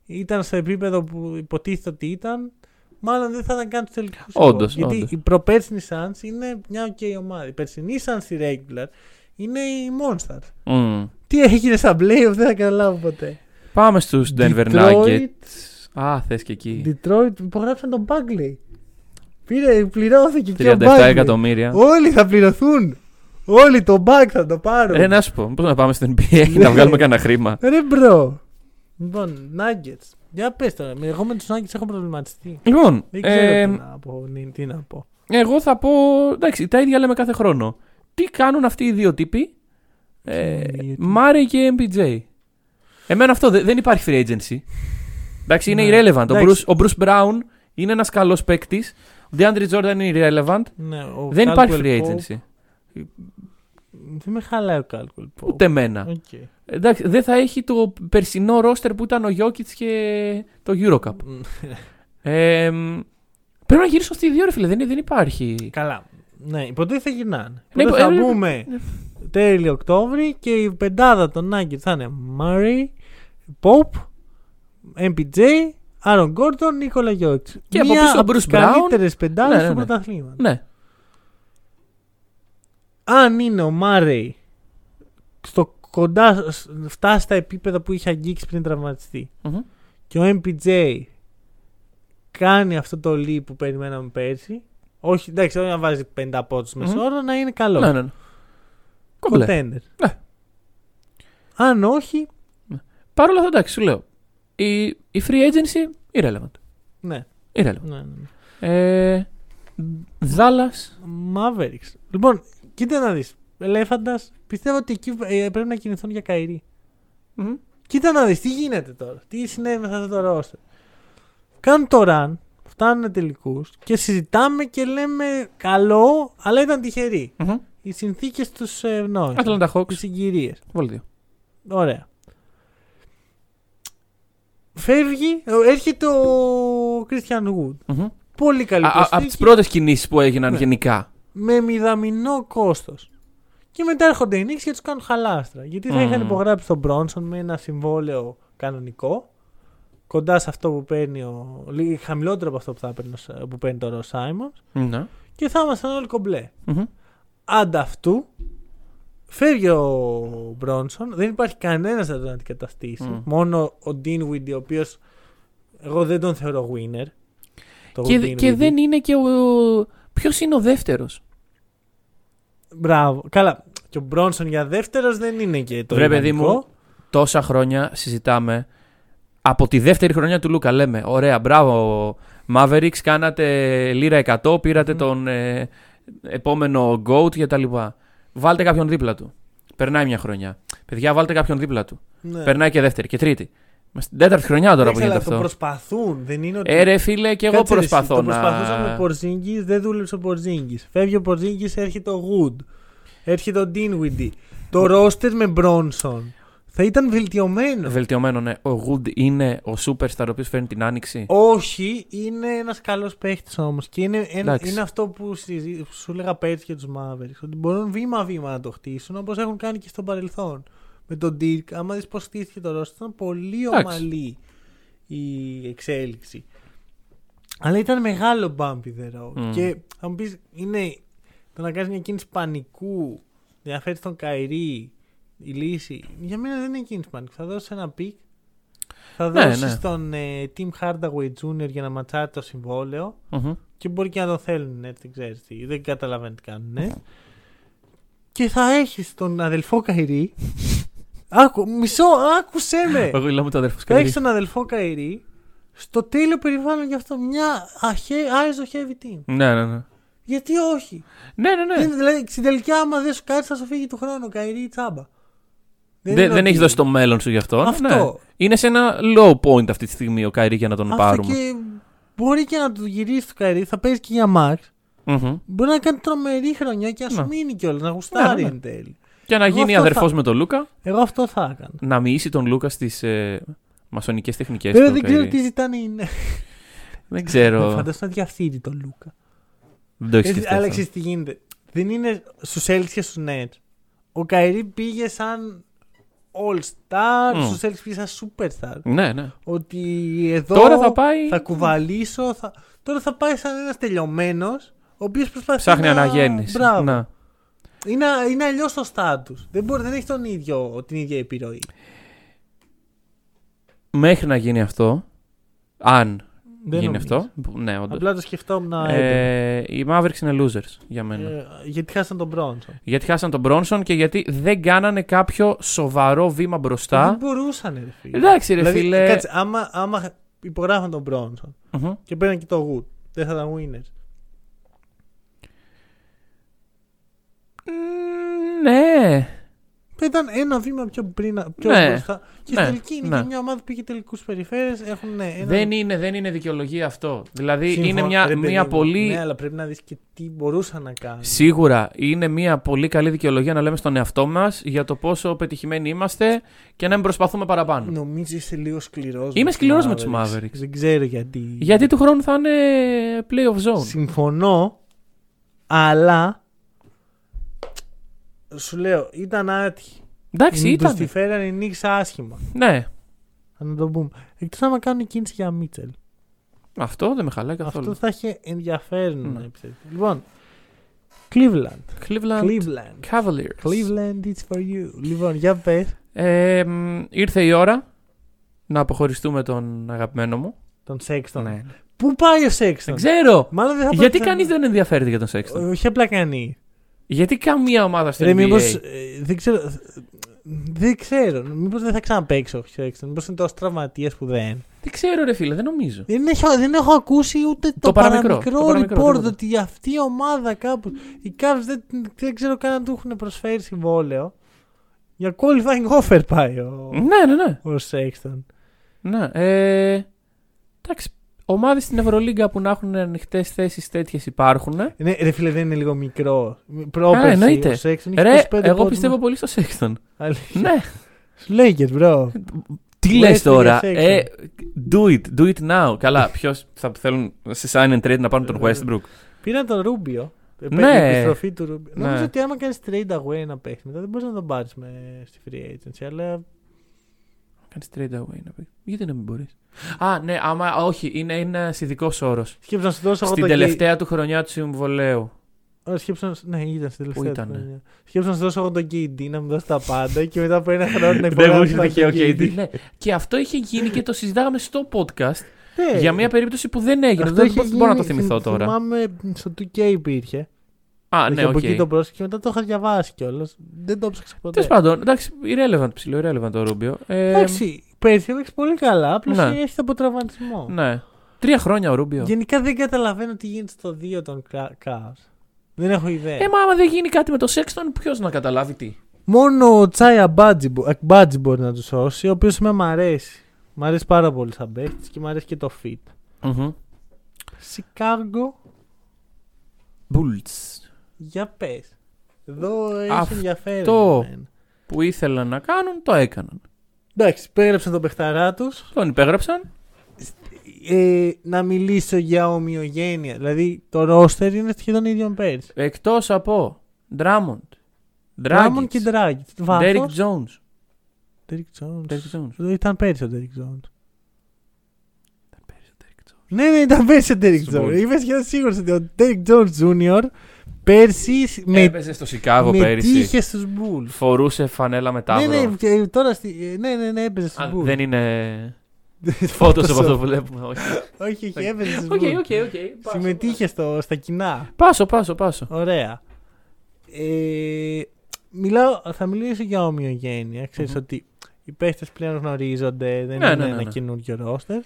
B: ήταν στο επίπεδο που υποτίθεται ότι ήταν, μάλλον δεν θα ήταν καν τους τελικούς.
C: Όντως,
B: Γιατί
C: όντως.
B: οι προπέρσινοι Suns είναι μια ok ομάδα. Οι περσινοί Suns οι regular είναι οι Monsters.
C: Μμμ.
B: Τι έγινε στα playoff δεν θα καταλάβω ποτέ.
C: Πάμε στους Denver Nuggets. Α, θες και εκεί.
B: Detroit υπογράψαν τον Bagley. Πήρε, πληρώθηκε και ο
C: 37
B: Bagley.
C: εκατομμύρια.
B: Όλοι θα πληρωθούν. Όλοι τον Bag θα το πάρουν.
C: Ε, να σου πω, πώς να πάμε στην NBA
B: Ναι.
C: να βγάλουμε κανένα χρήμα.
B: Ρε μπρο. Λοιπόν, Nuggets. Για πες τώρα. με- Εγώ με τους Nuggets έχω προβληματιστεί.
C: Λοιπόν,
B: Δεν ξέρω
C: ε,
B: τι, να πω, νι- τι να πω.
C: Εγώ θα πω. Εντάξει, τα ίδια λέμε κάθε χρόνο. Τι κάνουν αυτοί οι δύο τύποι, ε,
B: οι δύο τύποι?
C: Μάρε και MPJ. Εμένα αυτό δε- δεν υπάρχει free agency. Εντάξει, είναι
B: Ναι.
C: irrelevant. Ο Bruce,
B: Εντάξει.
C: ο Bruce Brown είναι ένας καλός παίκτης. Ο DeAndre Jordan είναι irrelevant.
B: Ναι, ο
C: δεν υπάρχει
B: Caldwell
C: free
B: Pope-
C: agency.
B: Δεν με χαλάει ο Caldwell Pope.
C: Ούτε εμένα.
B: Οκ.
C: Εντάξει, δεν θα έχει το περσινό roster που ήταν ο Jokic και το Eurocup.
B: Μ,
C: Ε, μ, πρέπει να γυρίσουν αυτοί οι δύο, ρε φίλε. Δεν, δεν υπάρχει.
B: Καλά. Ναι, ποτέ θα γυρνάνε.
C: Ναι,
B: Ναι,
C: υπο-
B: θα
C: ε,
B: μπούμε
C: ναι.
B: τέλειο Οκτώβρη και η πεντάδα των Nuggets θα είναι Murray, Pope, MPJ, Aaron Gordon, Νίκολα Γιώκης.
C: Και από
B: Μία
C: πίσω ο
B: από τις
C: Bruce Brown.
B: καλύτερες πεντάδες
C: Ναι, ναι,
B: του
C: ναι.
B: πρωταθλήματος.
C: Ναι.
B: αν είναι ο Μάρεϊ στο κοντά, σ- φτάσει στα επίπεδα που είχε αγγίξει πριν τραυματιστεί
C: Μμμ.
B: και ο MPJ κάνει αυτό το leap που περιμέναμε πέρσι όχι, εντάξει, όχι να βάζει 50 πόντους
C: Μμμ.
B: μεσόωρο, να είναι καλό.
C: Ναι, ναι, ναι. Κομπλέ.
B: Contender.
C: Ναι.
B: Αν όχι,
C: Παρ' όλα αυτά, εντάξει, σου λέω. Η, η free agency irrelevant.
B: ναι.
C: irrelevant.
B: ναι, ναι, ναι.
C: Ε, Dallas.
B: Mavericks. Λοιπόν, κοίτα να δεις. Ελέφαντας, πιστεύω ότι εκεί ε, πρέπει να κινηθούν για Καϊρή. Κοίτα να δεις τι γίνεται τώρα. Τι συνέβη με αυτό το roster. Κάνουν το run, φτάνουν τελικούς και συζητάμε και λέμε καλό, αλλά ήταν τυχεροί.
C: Μμμ.
B: Οι συνθήκες τους ευνόησαν.
C: Atlanta
B: Οι
C: Hawks.
B: συγκυρίες.
C: Βολτίο.
B: Ωραία. Φεύγει, ε, έρχεται ο Christian Wood.
C: Μμμ.
B: Πολύ καλή
C: Α- α- Από τι
B: προσθήκη
C: πρώτες κινήσεις που έγιναν
B: Ναι.
C: γενικά.
B: με μηδαμινό κόστος. Και μετά έρχονται οι Knicks και τους κάνουν χαλάστρα. Γιατί θα
C: Μμμ.
B: είχαν υπογράψει τον Bronson με ένα συμβόλαιο κανονικό, κοντά σε αυτό που παίρνει ο... λίγο χαμηλότερο από αυτό που, θα παίρνει, ο Σ- που παίρνει τώρα ο Σάιμονς
C: Ναι.
B: και θα ήμασταν όλοι κομπλέ.
C: Μμμ.
B: Ανταυτού, φεύγει ο Μπρόνσον, δεν υπάρχει κανένας να τον αντικαταστήσει.
C: Μμ.
B: Μόνο ο Dinwiddie, ο οποίος εγώ δεν τον θεωρώ winner. Το
C: Και, δε- και
B: Dinwiddie.
C: δεν είναι και ο. Ποιος είναι ο δεύτερος.
B: Μπράβο. Καλά. Και ο Μπρόνσον για δεύτερος δεν είναι και το
C: Βρε, παιδί
B: ιδανικό.
C: μου, τόσα χρόνια συζητάμε. Από τη δεύτερη χρονιά του Λούκα λέμε: Ωραία, μπράβο, Mavericks, κάνατε λίρα 100, πήρατε τον ε, επόμενο GOAT κτλ. Βάλτε κάποιον δίπλα του. Περνάει μια χρονιά. Παιδιά, βάλτε κάποιον δίπλα του.
B: Ναι.
C: Περνάει και δεύτερη και τρίτη. Μα στην τέταρτη χρονιά τώρα
B: Δεν
C: που
B: ξέρω,
C: γίνεται
B: το
C: αυτό.
B: προσπαθούν. Δεν είναι ότι.
C: Ε, ρε φίλε, και εγώ
B: Κάτσε, ρε, εσύ,
C: προσπαθώ
B: Το
C: να.
B: προσπαθούσαμε ο Πορζίνγκη, δεν δούλεψε ο Πορζίνγκη. Φεύγει ο Πορζίνγκη, έρχεται ο Γουντ. Έρχεται ο Ντίνουιντι. Το ρόστερ με Μπρόνσον θα ήταν βελτιωμένο.
C: Βελτιωμένο, ναι. Ο Γουντ είναι ο superstar ο οποίος φέρνει την άνοιξη.
B: Όχι, είναι ένας καλός παίχτης όμως. Και είναι, εν-
C: Εντάξει.
B: είναι αυτό που, συζη- που σου έλεγα πέρσι για τους Mavericks. Ότι μπορούν βήμα-βήμα να το χτίσουν όπως έχουν κάνει και στο παρελθόν. Με τον Dirk, άμα δεις πώς χτίστηκε το Ρώστα, ήταν πολύ
C: Εντάξει.
B: ομαλή η εξέλιξη. Αλλά ήταν μεγάλο bumpy the road.
C: Μμμ.
B: Και θα μου πεις, είναι το να κάνεις μια κίνηση πανικού, να φέρεις τον Καηρή, η λύση. Για μένα δεν είναι κίνηση πανικού. Θα δώσεις ένα πικ θα
C: Ναι,
B: δώσεις
C: ναι.
B: στον ε, Tim Hardaway Jr. για να ματσάρει το συμβόλαιο
C: Μμμ.
B: και μπορεί και να τον θέλουν, έτσι, δεν ξέρεις τι, δεν καταλαβαίνω τι κάνουν. ε. Και θα έχεις τον αδελφό Καϊρή. Άκου, μισό, άκουσέ με!
C: Εγώ λέω με το αδερφό
B: θα
C: Σκαϊρή.
B: έχει τον αδελφό Καϊρή στο τέλειο περιβάλλον για αυτό μια αχέ- άεζο heavy team.
C: Ναι, ναι, ναι.
B: Γιατί όχι.
C: Ναι, ναι, ναι.
B: Δεν- δηλαδή, στην τελική, άμα δεν σου κάτσει, θα σου φύγει του χρόνου. Καϊρή, τσάμπα.
C: Δεν,
B: είναι
C: δεν
B: ότι-
C: έχει δώσει το μέλλον σου γι' αυτό. Ναι.
B: Αυτό.
C: Είναι σε ένα low point αυτή τη στιγμή ο Καϊρή για να τον
B: Αυτό
C: πάρουμε.
B: και μπορεί και να του γυρίσει το Καϊρή, θα παίζει και για Μαξ.
C: Μμμ.
B: Μπορεί να κάνει τρομερή χρονιά και να σου
C: Ναι.
B: μείνει κιόλας, να γουστάρει
C: Ναι, ναι.
B: εν τέλει.
C: Και να
B: Εγώ
C: γίνει
B: αυτό
C: αδερφός
B: θα-
C: με τον Λούκα,
B: Εγώ αυτό θα έκανα.
C: να μοιήσει τον Λούκα στις ε, μασονικές τεχνικές του.
B: Βέβαια
C: ο
B: δεν ξέρω
C: Καϊρή.
B: τι Ναι, ζητάνε είναι.
C: Δεν ξέρω.
B: Φαντάζομαι να διαφθείρει τον Λούκα.
C: Δεν το έχεις
B: Έτσι,
C: σκεφτεί.
B: Αλλά
C: αυτό.
B: ξέρεις Ε, τι γίνεται. Δεν είναι στους Celtics και στους Nets. Ο Καϊρή πήγε σαν All Star,
C: Mm.
B: στου Celtics πήγε σαν Superstar.
C: Ναι, ναι.
B: Ότι εδώ
C: Τώρα θα πάει-
B: θα κουβαλήσω. Θα... Τώρα θα πάει σαν ένας τελειωμένος, ο οποίος προσπαθεί.
C: Ψάχνει
B: να...
C: αναγέννηση.
B: Μπράβο.
C: Να.
B: Είναι, είναι αλλιώς το στάτου. Δεν, μπορεί- δεν έχει τον ίδιο, την ίδια επιρροή.
C: Μέχρι να γίνει αυτό, αν
B: Δεν
C: γίνει
B: νομίζω.
C: αυτό. που- Ναι, όντως.
B: Απλά το σκεφτόμουν. έντονα.
C: Ε, οι Mavericks είναι losers για μένα.
B: Ε, γιατί χάσαν τον Μπρόνσον.
C: Γιατί χάσαν τον Μπρόνσον και γιατί δεν κάνανε κάποιο σοβαρό βήμα
B: Δεν
C: μπροστά.
B: μπορούσαν, ρε φίλε.
C: Εντάξει, ρε
B: δηλαδή,
C: φίλε.
B: Κάτσε, άμα, άμα υπογράφαν τον Μπρόνσον
C: Μμμ.
B: και παίρναν και το Wood, δεν θα ήταν winners.
C: Μμμ, Ναι.
B: Ήταν ένα βήμα πιο πριν πιο
C: Ναι.
B: μπροστά. Και
C: Ναι.
B: στην τελική είναι
C: Ναι.
B: και μια ομάδα που πήγε τελικούς περιφέρειες. Έχουν ναι, ένα.
C: Δεν είναι, δεν είναι δικαιολογία αυτό. Δηλαδή
B: Σύμφωνα-
C: είναι μια,
B: ρε παιδί
C: μια
B: μου,
C: πολύ.
B: Ναι, αλλά πρέπει να δεις και τι μπορούσαν να κάνουν.
C: Σίγουρα είναι μια πολύ καλή δικαιολογία να λέμε στον εαυτό μας για το πόσο πετυχημένοι είμαστε και να μην προσπαθούμε παραπάνω.
B: Νομίζω είσαι λίγο σκληρός.
C: Είμαι σκληρός με τους Mavericks.
B: Δεν ξέρω γιατί.
C: Γιατί του χρόνου θα είναι play of zone.
B: Συμφωνώ, αλλά σου λέω, ήταν άτυχη.
C: Εντάξει,
B: Του
C: ήταν.
B: τη φέρανε νίξ άσχημα.
C: Ναι,
B: Να το πούμε. Εκτός άμα κάνουν κίνηση για Μίτσελ.
C: αυτό δεν με χαλάει καθόλου.
B: Αυτό θα είχε ενδιαφέρον να
C: Ναι.
B: επιθετεί. Λοιπόν, Cleveland.
C: Cleveland
B: Cleveland.
C: Cavaliers.
B: Cleveland, it's for you. Λοιπόν, για πες
C: Ε, μ, ήρθε η ώρα να αποχωριστούμε τον αγαπημένο μου.
B: τον Σέξτον.
C: Ναι.
B: Πού πάει ο Σέξτον.
C: Δεν ξέρω.
B: Μάλλον δεν θα πάει
C: Γιατί
B: ξανά.
C: κανείς δεν ενδιαφέρεται για τον Σέξτον.
B: Όχι απλά κανεί.
C: Γιατί καμία ομάδα στο
B: Ε, Ρε,
C: NBA.
B: μήπως, ε, δεν ξέρω. Δεν ξέρω. Μήπως δεν θα ξαναπαίξω ο Σέξτον. Μήπως είναι τόσο τραυματία που δεν.
C: Δεν ξέρω, ρε φίλε, δεν νομίζω.
B: Δεν έχω, δεν έχω ακούσει ούτε το,
C: παραμικρό, το παραμικρό,
B: report
C: τίποτα.
B: ότι αυτή η ομάδα κάπου. Οι Cavs δεν, δεν ξέρω καν αν του έχουν προσφέρει συμβόλαιο. Για qualifying offer πάει ο,
C: Ναι, ναι, ναι.
B: ο Σέξτον.
C: ναι. Ε, εντάξει, ομάδες στην Ευρωλίγκα που να έχουν ανοιχτές θέσεις τέτοιες υπάρχουν.
B: Ναι, ρε φίλε, δεν είναι λίγο μικρό. Πρόπερση,
C: εννοείται.
B: Ο Σέξτον είχε
C: Ρε,
B: 25
C: εγώ
B: πόντους.
C: πιστεύω πολύ στο Σέξτον.
B: Αλήθεια.
C: ναι.
B: Σου λέει και, bro.
C: Τι
B: West
C: λες τώρα.
B: για Sexton.
C: Ε, do it, do it now. Καλά, ποιος θα θέλουν σε sign and trade να πάρουν τον
B: Ε,
C: Westbrook.
B: Πήραν τον Ρούμπιο.
C: Ναι.
B: Ναι. Επιστροφή του Ρούμπιο.
C: Ναι.
B: Νομίζω ότι άμα κάνεις trade away ένα παίχτη μετά δεν μπορείς να τον πάρεις στη free agency. Αλλά
C: Κάνεις trade away να πει. Γιατί να μην μπορείς. Α, ναι, άμα όχι, είναι ένα ειδικό όρο.
B: σκέψω να σου δώσω εγώ
C: Στην
B: τον
C: τελευταία του χρονιά του συμβολέου.
B: Ωραία, Σκέψου να... σ- Ναι, ήταν στην
C: Πού
B: τελευταία
C: ήτανε?
B: του χρονιά. Σκέψου να σου δώσω εγώ τον KD, να μου δώσεις τα πάντα και μετά από ένα χρόνο να
C: Δεν μου
B: υπογράψω
C: έχει
B: τον
C: δικαίωμα,
B: KD.
C: KD. Ναι. Και αυτό είχε γίνει και το συζητάγαμε στο podcast
B: Ναι.
C: για μια περίπτωση που δεν έγινε.
B: Αυτό
C: Δεν
B: είχε
C: μπο- μπορώ να το
B: γίνει,
C: θυμηθώ
B: θυμ-
C: τώρα.
B: Θυμάμαι μ, στο 2K υπήρχε.
C: Α,
B: Δηλαδή
C: ναι, οκ.
B: από εκεί το πρόσεξα και μετά το είχα διαβάσει κιόλας. Δεν το ψάξα ποτέ.
C: Τέλος πάντων, εντάξει, irrelevant ψηλό, irrelevant το Ρούμπιο. Ε,
B: Εντάξει, πέρσι έπαιξε πολύ καλά. Απλώς
C: Ναι.
B: έρχεται από τραυματισμό.
C: Ναι. Τρία χρόνια ο Ρούμπιο.
B: Γενικά δεν καταλαβαίνω τι γίνεται στο 2 των Cavs. Δεν έχω ιδέα.
C: Ε, μα άμα δεν γίνει κάτι με το Σέξτον, ποιος να καταλάβει τι.
B: Μόνο ο Τσάι Αμπάτζι μπο- Ακμπάτζι μπορεί να τους σώσει, ο οποίος με μ' αρέσει. Μ' αρέσει πάρα πολύ σαν παίχτη και μ' αρέσει και το fit. Σικάγκο,
C: Bulls.
B: για πες. Εδώ έχει
C: Αυτό.
B: ενδιαφέρον. για μένα.
C: Που ήθελαν να κάνουν, το έκαναν.
B: Εντάξει, πέγραψαν τον παιχταρά τους.
C: Τον υπέγραψαν.
B: Ε, να μιλήσω για ομοιογένεια. Δηλαδή το ρόστερ είναι σχεδόν ίδιο με πέρσι.
C: Εκτός από Ντράμοντ.
B: Ράμον και Ντράγκη.
C: Ντέρικ
B: Βάθο.
C: Τζόουν.
B: Ντέρικ Τζόουν.
C: Derrick Jones.
B: Ε, Ήταν πέρσι ο Ντέρικ Τζόουν. Ναι, ναι, ήταν πέρσι ο Ντέρικ
C: Στον
B: Τζόουν.
C: Bulls.
B: Είμαι σχεδόν σίγουρος ότι ο Ντέρικ Τζόουν Τζούνιορ πέρσι με,
C: Έπαιζε στο Σικάγο
B: με
C: πέρυσι.
B: τύχες στους Μπούλ.
C: Φορούσε φανέλα με τάβρο.
B: Ναι, ναι, και τώρα στη, ε, ναι, ναι, ναι, έπαιζε στους
C: Α,
B: Μπούλ.
C: δεν είναι. Φώτο από αυτό που βλέπουμε. όχι.
B: Όχι, όχι, έπαιζε στους
C: Οκ,
B: Μπούλ.
C: οκ, οκ.
B: Συμμετείχε στο, στα κοινά.
C: Πάσο, πάσο, πάσο.
B: Ωραία. Ε, μιλάω, θα μιλήσω για ομοιογένεια. Ξέρεις
C: Μμμ.
B: ότι οι παίχτες πλέον γνωρίζονται, δεν
C: Ναι,
B: είναι
C: ναι, ναι,
B: ένα
C: ναι.
B: καινούριο ρόστερ.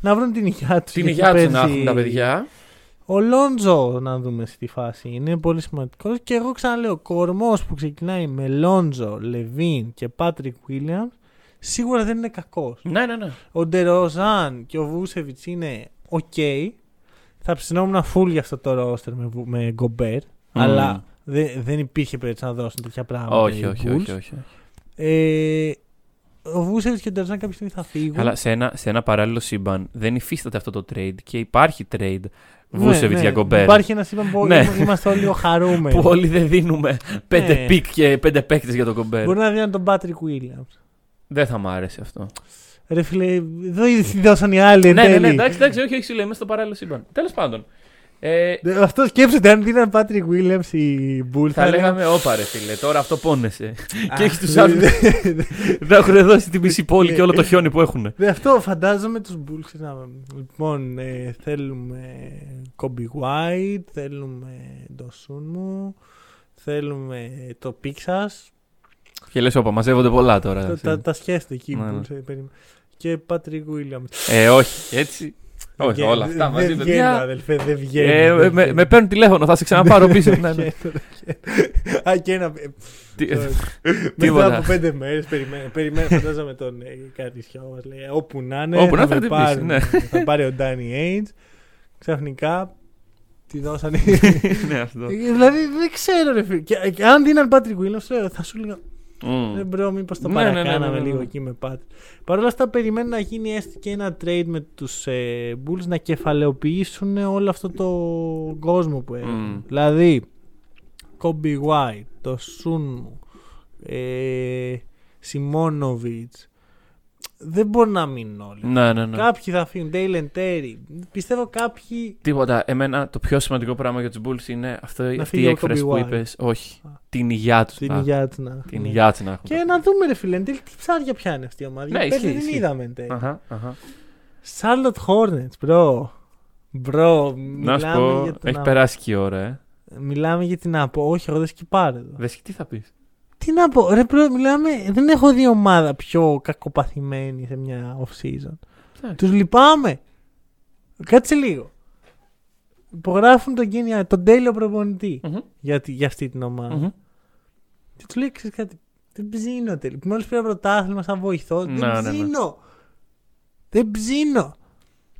B: Να βρουν την υγειά τους.
C: Την υγειά τους να έχουν τα παιδιά.
B: Ο Λόντζο, να δούμε στη φάση, είναι πολύ σημαντικός. Και εγώ ξαναλέω, ο κορμός που ξεκινάει με Λόντζο, Λεβίν και Πάτρικ Βίλιαμ σίγουρα δεν είναι κακός.
C: Ναι, ναι, ναι.
B: Ο Ντεροζάν και ο Βούσεβιτ είναι οκ. Θα ψινόμουν φουλ για αυτό το ρόστερ με, Βου- με
C: Mm.
B: Γκομπέρ. Αλλά δε- δεν υπήρχε περίπτωση να δώσουν τέτοια πράγματα.
C: Όχι,
B: οι
C: όχι,
B: Bulls.
C: όχι, όχι.
B: Ε, ο Βούσεβιτ και ο Ντεροζάν κάποια στιγμή θα φύγουν.
C: Αλλά σε ένα, σε ένα παράλληλο σύμπαν δεν υφίσταται αυτό το trade και υπάρχει trade
B: Ναι,
C: Βούσεβιτ
B: ναι.
C: για Γκομπέρ.
B: Υπάρχει ένας σύμπαν που
C: Ναι.
B: είμαστε όλοι λίγο χαρούμενοι.
C: Που όλοι δεν δίνουμε πέντε
B: Ναι.
C: πικ και πέντε παίκτες για τον Γκομπέρ.
B: Μπορεί να δίνουν τον Πάτρικ Βίλιαμ.
C: Δεν θα μου άρεσε αυτό.
B: Ρε φίλε, εδώ ήδη δώσαν οι άλλοι εν
C: ναι, ναι, ναι,
B: τέλει.
C: εντάξει, εντάξει, όχι, όχι, σου λέω, είμαι στο παράλληλο σύμπαν. Τέλος πάντων. Ε,
B: Ε, Αυτό σκέψτε, αν δίναν Patrick Williams ή Bull.
C: θα λέγαμε, όπα ρε φίλε, τώρα αυτό πόνεσαι. και έχει τους
B: δεν-
C: άλλου. Δεν έχουν δώσει την μισή πόλη
B: Ναι.
C: και όλο το χιόνι που έχουν.
B: Δε αυτό φαντάζομαι τους Bulls να... Λοιπόν, ε, θέλουμε Kobe White, θέλουμε το Σούνμου, θέλουμε το Pixas.
C: Και λες, όπα, μαζεύονται πολλά τώρα.
B: Τα, τα, τα σκέφτεται εκεί. οι
C: Ε, Ναι, ναι.
B: Bulls, ε, περίμενα. Και Patrick Williams.
C: Ε, όχι, έτσι. Όχι,
B: Δεν-
C: όλα αυτά μαζί
B: Δεν βγαίνω,
C: παιδιά.
B: αδελφέ, δεν βγαίνω.
C: Ε,
B: δεν
C: με, με
B: βγαίνω.
C: παίρνουν τηλέφωνο, θα σε ξαναπάρω πίσω. Ναι, Ε, ναι.
B: Βγαίνω, βγαίνω. Α, και ένα.
C: Τι-
B: Μετά
C: Τίποτα.
B: από πέντε μέρες περιμένω, περιμένω φαντάζομαι τον ε, Καρισιό μας λέει όπου να είναι.
C: Όπου να
B: με
C: θα χτυπήσει,
B: πάρουν,
C: ναι.
B: θα πάρει ο Ντάνι Έιντ. Ξαφνικά τη δώσανε.
C: Ναι, αυτό.
B: δηλαδή δεν ξέρω ρε φίλε. Και, και αν δίναν Patrick Williams λέω, θα σου λέγα
C: Μμμ.
B: δεν Ε, μπρο μήπως το
C: Ναι, ναι, ναι, ναι,
B: παρακάναμε
C: ναι, ναι.
B: λίγο εκεί με Patrick. Παρ' όλα αυτά περιμένω να γίνει έστω και ένα trade με τους ε, Bulls να κεφαλαιοποιήσουν όλο αυτό το κόσμο που έχουν.
C: Μμμ.
B: Δηλαδή, Kobe White, το Σούνμου, ε, Σιμόνοβιτς, δεν μπορεί να μείνουν όλοι.
C: Ναι, ναι, ναι.
B: Κάποιοι θα φύγουν, Ντέιλεν Τέρι. Πιστεύω κάποιοι...
C: Τίποτα. Εμένα το πιο σημαντικό πράγμα για τους Bulls είναι αυτό, αυτή
B: φύγει
C: η
B: ο
C: έκφραση
B: Kobe
C: που
B: White.
C: είπες. Όχι.
B: Α.
C: Την υγειά τους.
B: Την υγειά τους να...
C: Την
B: ναι.
C: υγειά τους να έχουν.
B: Και να δούμε ρε φίλε, εν τέλει τι ψάρια πιάνει αυτή η ομάδα.
C: Ναι,
B: Γιατί πέρσι
C: ισχύει,
B: δεν
C: ισχύει.
B: είδαμε εν τέλει.
C: Αχα, αχα.
B: Charlotte Hornets, bro. Bro,
C: Να σου
B: μιλάμε,
C: πω,
B: για την
C: έχει
B: α...
C: περάσει και η ώρα, ε.
B: μιλάμε για την ΑΠΟ. Όχι, εγώ δεν σκυπάρω εδώ.
C: Δες τι θα πεις.
B: Τι να πω, ρε bro, μιλάμε, δεν έχω δει ομάδα πιο κακοπαθημένη σε μια off-season.
C: Εντάξει.
B: Τους λυπάμαι. Κάτσε λίγο. Υπογράφουν τον, Kenny- τον τέλειο προπονητή για, τη- για αυτή την ομάδα. Και τους λέει, ξέρεις κάτι, δεν ψήνω τελικά. Μόλις πήρα πρωτάθλημα σαν βοηθό,
C: Ναι, ναι,
B: δεν
C: ναι.
B: ψήνω. Δεν ψήνω.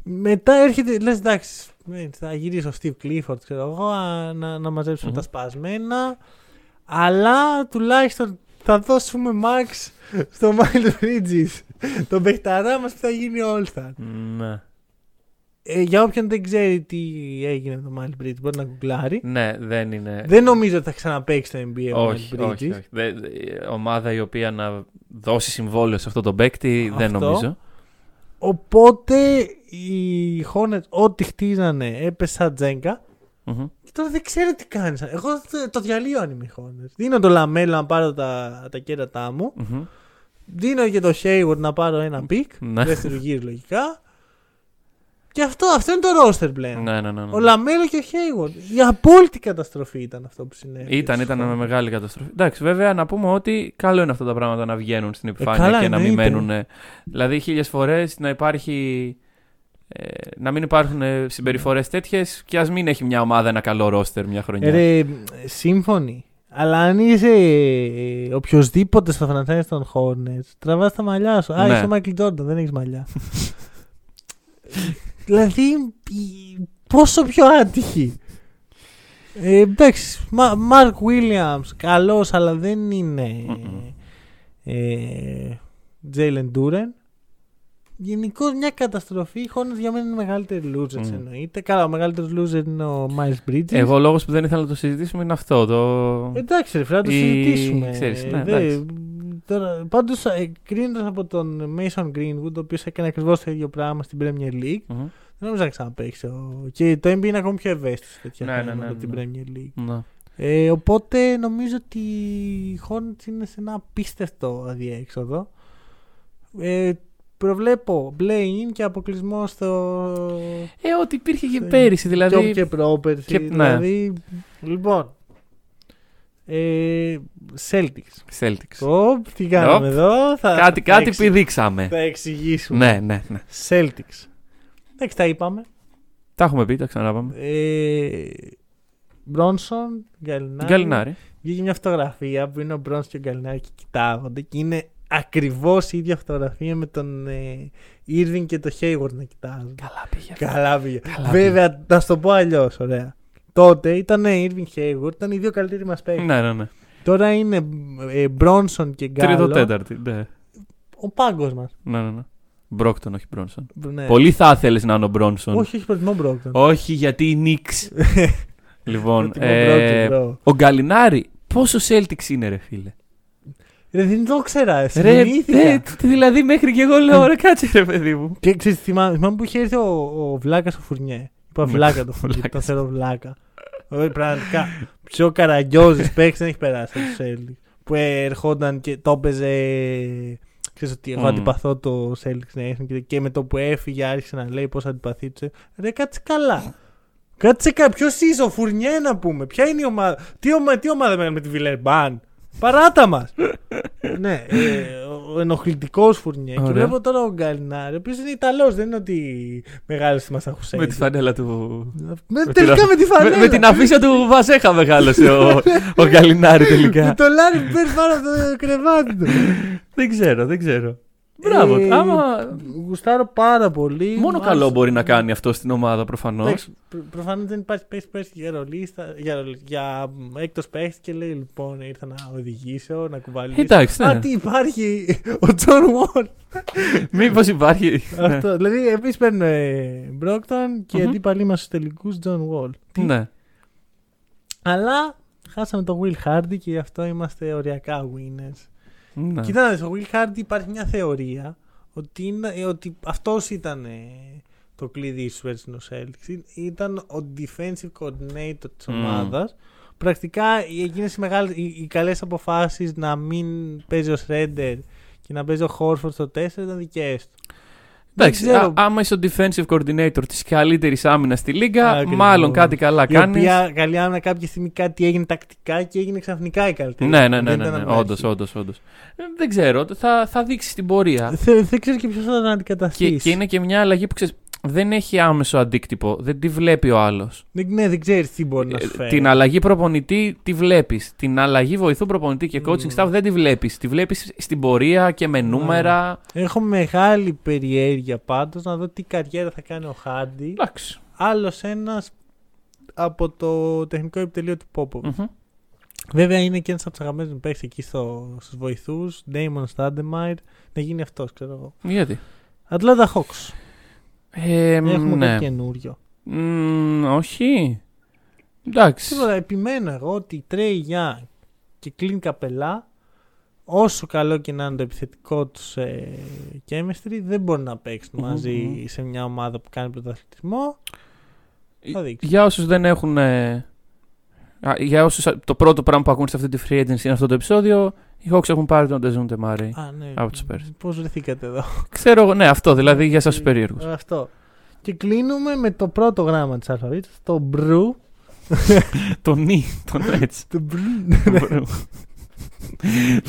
B: Μετά έρχεται, λες εντάξει, ε, θα γυρίσει ο Steve Clifford, ξέρω εγώ, α, να, να μαζεψουμε
C: Μμμ.
B: τα σπασμένα. Αλλά τουλάχιστον θα δώσουμε Max στο Miles Bridges. τον παιχταρά μας που θα γίνει All-Star.
C: Ναι.
B: Ε, για όποιον δεν ξέρει τι έγινε με τον Miles Bridges, μπορεί να γκουγκλάρει.
C: Ναι, δεν είναι.
B: Δεν νομίζω ότι θα ξαναπαίξει το NBA ο
C: όχι,
B: Miles Bridges.
C: όχι, όχι. Δε- δε- ομάδα η οποία να δώσει συμβόλαιο σε αυτό τον παίκτη δεν
B: Αυτό.
C: νομίζω.
B: Οπότε οι Hornets ό,τι χτίζανε έπεσα τζέγκα.
C: Μμμ.
B: Και τώρα δεν ξέρω τι κάνεις. Εγώ θε- το διαλύω αν είμαι οι Hornets. Δίνω το λαμέλο να πάρω τα, τα κέρατά μου.
C: Μμμ.
B: Δίνω και το Hayward να πάρω ένα πικ.
C: Ναι.
B: Δεύτερου γύρου λογικά. Και αυτό, αυτό είναι το ρόστερ πλέον.
C: Ναι, ναι, ναι. ναι.
B: Ο Λαμέλο και ο Χέιγουαρντ. Η απόλυτη καταστρofή ήταν αυτό που συνέβη.
C: Ήταν,
B: Στις
C: ήταν
B: χώρες.
C: με μεγάλη καταστροφή. Εντάξει, βέβαια να πούμε ότι καλό είναι αυτά τα πράγματα να βγαίνουν στην επιφάνεια
B: καλά,
C: και να μην
B: εννοείται.
C: μένουν. Δηλαδή, χίλιες φορές να υπάρχει. ε, να μην υπάρχουν συμπεριφορέ τέτοιες και ας μην έχει μια ομάδα ένα καλό ρόστερ μια χρονιά.
B: Ρε, σύμφωνοι. Αλλά αν είσαι ε, οποιοδήποτε στο franchise των Hornets, τραβάς τα μαλλιά σου. Α,
C: Ναι.
B: είσαι ο Michael Jordan, δεν έχεις μαλλιά. δηλαδή, η- πόσο πιο άτυχη. Ε, εντάξει, Μα- Mark Williams, καλός, αλλά δεν είναι
C: Μμμ.
B: ε, Jalen Duren. Γενικώ μια καταστροφή. Οι Hornets για μένα είναι μεγαλύτεροι losers
C: Μμ.
B: εννοείται. Καλά, ο μεγαλύτερος loser είναι ο Miles Bridges.
C: Mm. Εγώ λόγος που δεν ήθελα να το συζητήσουμε είναι αυτό. Το...
B: Εντάξει, ρε φίλε, να το
C: Η-
B: συζητήσουμε. Ε,
C: ξέρεις, ναι,
B: Δε-
C: εντάξει.
B: Τώρα, πάντως, ε, κρίνοντας από τον Mason Greenwood, ο οποίος έκανε ακριβώς το ίδιο πράγμα στην Premier League,
C: Μμμ.
B: δεν νομίζω να ξαναπαίξει. ο- Και το NBA είναι ακόμη πιο ευαίσθητο σε τέτοια
C: Ναι, ναι,
B: θέματα
C: ναι,
B: από
C: ναι,
B: την
C: ναι.
B: Premier League.
C: Ναι.
B: Ε, οπότε, νομίζω ότι η Hornets είναι σε ένα απίστευτο αδιέξοδο. Ε, προβλέπω play-in και αποκλεισμό στο...
C: Ε, ό,τι υπήρχε και
B: Σε-
C: πέρυσι.
B: Δηλαδή...
C: Δηλαδή,
B: Και πρόπερση.
C: και- ναι.
B: δηλαδή... Λοιπόν, ε, Celtics.
C: Celtics.
B: Οπ, τι κάνουμε
C: Οπ.
B: εδώ. Θα,
C: Κάτι,
B: θα
C: κάτι
B: εξη-
C: πηδήξαμε.
B: Θα εξηγήσουμε.
C: Ναι, ναι, ναι.
B: Celtics. Εντάξει, τα είπαμε.
C: Τα έχουμε πει, τα ξαναπάμε.
B: Ε, Μπρόνσον, Γκαλινάρη.
C: Γκαλινάρη.
B: Βγήκε μια φωτογραφία που είναι ο Μπρόνσον και ο Γκαλινάρη και κοιτάγονται και είναι ακριβώς η ίδια φωτογραφία με τον ε, Irving και τον Hayward να κοιτάζουν.
C: Καλά πήγε. αυτό.
B: Καλά πήγε.
C: Καλά
B: Βέβαια, να σου το πω αλλιώς, ωραία. Τότε ήταν ε, Irving Hayward, ήταν οι δύο καλύτεροι μας παίκτες.
C: Ναι, ναι, ναι.
B: Τώρα είναι ε, Μπρόνσον και
C: Τρίτο
B: Γκάλο.
C: τέταρτη. Ναι.
B: Ο πάγκος μας.
C: Ναι, ναι, ναι. Μπρόκτον, όχι Μπρόνσον.
B: Ναι.
C: Πολύ θα ήθελε να είναι ο Μπρόνσον.
B: Όχι, όχι, προτιμώ Μπρόγκτον.
C: Όχι, γιατί η Νίξ. λοιπόν,
B: Προτιμώ
C: ε,
B: Brogdon, bro.
C: ο Γκαλινάρη, πόσο Celtics είναι, ρε φίλε.
B: Ρε, Ε, δεν το ξέρα.
C: Ρε,
B: Συνήθηκα.
C: ρε, τ- δηλαδή μέχρι και εγώ
B: Ναι.
C: λέω, ρε, κάτσε ρε παιδί μου.
B: Και ξέρεις, θυμάμαι, θυμάμαι που είχε έρθει ο, ο Βλάκας ο Φουρνιέ. Είπα
C: Ναι,
B: Βλάκα το Φουρνιέ,
C: Βλάκας.
B: το θέλω Βλάκα. Ωραία, πραγματικά. Πιο καραγκιόζης παίξ δεν έχει περάσει από τους Έλληνε. Που ε, ερχόταν και το έπαιζε. Ξέρεις ότι εγώ
C: Mm.
B: αντιπαθώ το Celtics Nation και, και με το που έφυγε άρχισε να λέει πώς αντιπαθήτησε. Ρε κάτσε καλά. Κάτσε καλά. Ποιος είσαι ο Φουρνιέ να πούμε. Ποια είναι η ομάδα. Τι, ομα, τι ομάδα μένει με τη Βιλερμπάν. Παράτα μας. ναι, ε, ο ενοχλητικός Φουρνιέ. Και
C: Ωραία.
B: βλέπω τώρα ο Γκαλινάρη, ο οποίος είναι Ιταλός, δεν είναι ότι μεγάλωσε στη Μασταχουσέιν.
C: Με τη φανέλα του.
B: Με-
C: με
B: τελικά
C: την-
B: με τη φανέλα.
C: Με, με την αφίσα του Βασέχα μεγάλωσε ο, ο Γκαλινάρη
B: Με
C: τελικά.
B: το Λάρι Μπέρ πάνω από το κρεβάτι του.
C: δεν ξέρω, δεν ξέρω. Μπράβο.
B: Ε,
C: Άμα.
B: Γουστάρω πάρα πολύ.
C: Μόνο
B: Μ'
C: καλό
B: άρεσε-
C: μπορεί να κάνει αυτό στην ομάδα προφανώς.
B: Εντάξει, προ- προφανώς δεν υπάρχει παίχτη που έρχεται για ρολίστα, για, ρολ- για έκτο παίχτη και λέει λοιπόν ήρθα να οδηγήσω, να κουβαλήσω.
C: Εντάξει,
B: Α,
C: ναι.
B: τι υπάρχει ο Τζον Wall.
C: Μήπως υπάρχει. ναι.
B: Αυτό. Δηλαδή, εμείς παίρνουμε Μπρόκτον και
C: Μμμ.
B: αντίπαλοι μας στους τελικούς Τζον Wall. Τι-
C: Ναι.
B: Αλλά χάσαμε τον Will Hardy και γι' αυτό είμαστε οριακά winners.
C: ναι.
B: Κοίτα να δεις, ο Will Hardy υπάρχει μια θεωρία ότι, είναι, ε, ότι αυτός ήταν ε, το κλειδί στους Πέρσινους Celtics. Ή- Ήταν ο defensive coordinator της
C: Mm.
B: ομάδας. Πρακτικά οι- εκείνες οι, μεγάλες, οι, οι καλές αποφάσεις να μην παίζει ο Σρέντερ και να παίζει ο Χόρφορντ στο 4 ήταν δικές του.
C: Εντάξει,
B: Δεν ξέρω.
C: α- άμα είσαι ο defensive coordinator της καλύτερης άμυνας στη λίγα,
B: Ακριβώς.
C: μάλλον κάτι καλά
B: Η
C: κάνει.
B: οποία καλή άμυνα κάποια στιγμή κάτι έγινε τακτικά και έγινε ξαφνικά η καλύτερη.
C: Ναι, ναι, ναι,
B: Δεν
C: ναι,
B: ήταν
C: ναι.
B: από την
C: Όντω,
B: αρχή.
C: όντως, όντως. Ε, Δεν ξέρω, θα, θα δείξεις στην πορεία.
B: Θε- Δεν ξέρω και ποιος θα τον
C: και,
B: αντικαταστήσει.
C: και είναι και μια αλλαγή που ξέρεις, δεν έχει άμεσο αντίκτυπο. Δεν τη βλέπει ο άλλος.
B: Ναι, ναι, δεν ξέρεις τι μπορεί να σου φέρει.
C: Ε, Την αλλαγή προπονητή τη βλέπεις. Την αλλαγή βοηθού προπονητή και coaching
B: Mm.
C: staff δεν τη βλέπεις. Τη βλέπεις στην πορεία και με νούμερα.
B: Έχω μεγάλη περιέργεια πάντως να δω τι καριέρα θα κάνει ο Χάντι.
C: Εντάξει.
B: Άλλος ένας από το τεχνικό επιτελείο του Πόπο.
C: Μμμ.
B: Βέβαια είναι και ένας από τους αγαπημένους μου παίκτες εκεί στο, στους βοηθούς, Damon Stademire, να γίνει αυτός ξέρω εγώ.
C: Γιατί.
B: Atlanta Hawks.
C: Ε, μ,
B: Έχουμε
C: ναι.
B: κάτι καινούριο.
C: Μ, όχι. Εντάξει.
B: Τίποτα, επιμένω εγώ ότι Trey Young και Clint Καπελά όσο καλό και να είναι το επιθετικό τους ε, chemistry, δεν μπορούν να παίξουν
C: Μμμ,
B: μαζί
C: μμμ.
B: σε μια ομάδα που κάνει πρωταθλητισμό.
C: Ε,
B: Θα δείξει.
C: Για όσους δεν έχουν... ε, α, για όσους α, το πρώτο πράγμα που ακούνε σε αυτή τη free agency είναι αυτό το επεισόδιο, οι Hawks έχουν πάρει τον Ντεζούντε Μάρι.
B: Α, ναι.
C: ε, Από τους Spurs.
B: Πώς βρεθήκατε εδώ.
C: Ξέρω εγώ, ναι, αυτό δηλαδή για σας τους
B: Ε,
C: περίεργους.
B: Αυτό. Και κλείνουμε με το πρώτο γράμμα της αλφαβήτης, το μπρου.
C: Το νι, το Ε, Nets.
B: Το, μπρου.
C: Το Bru-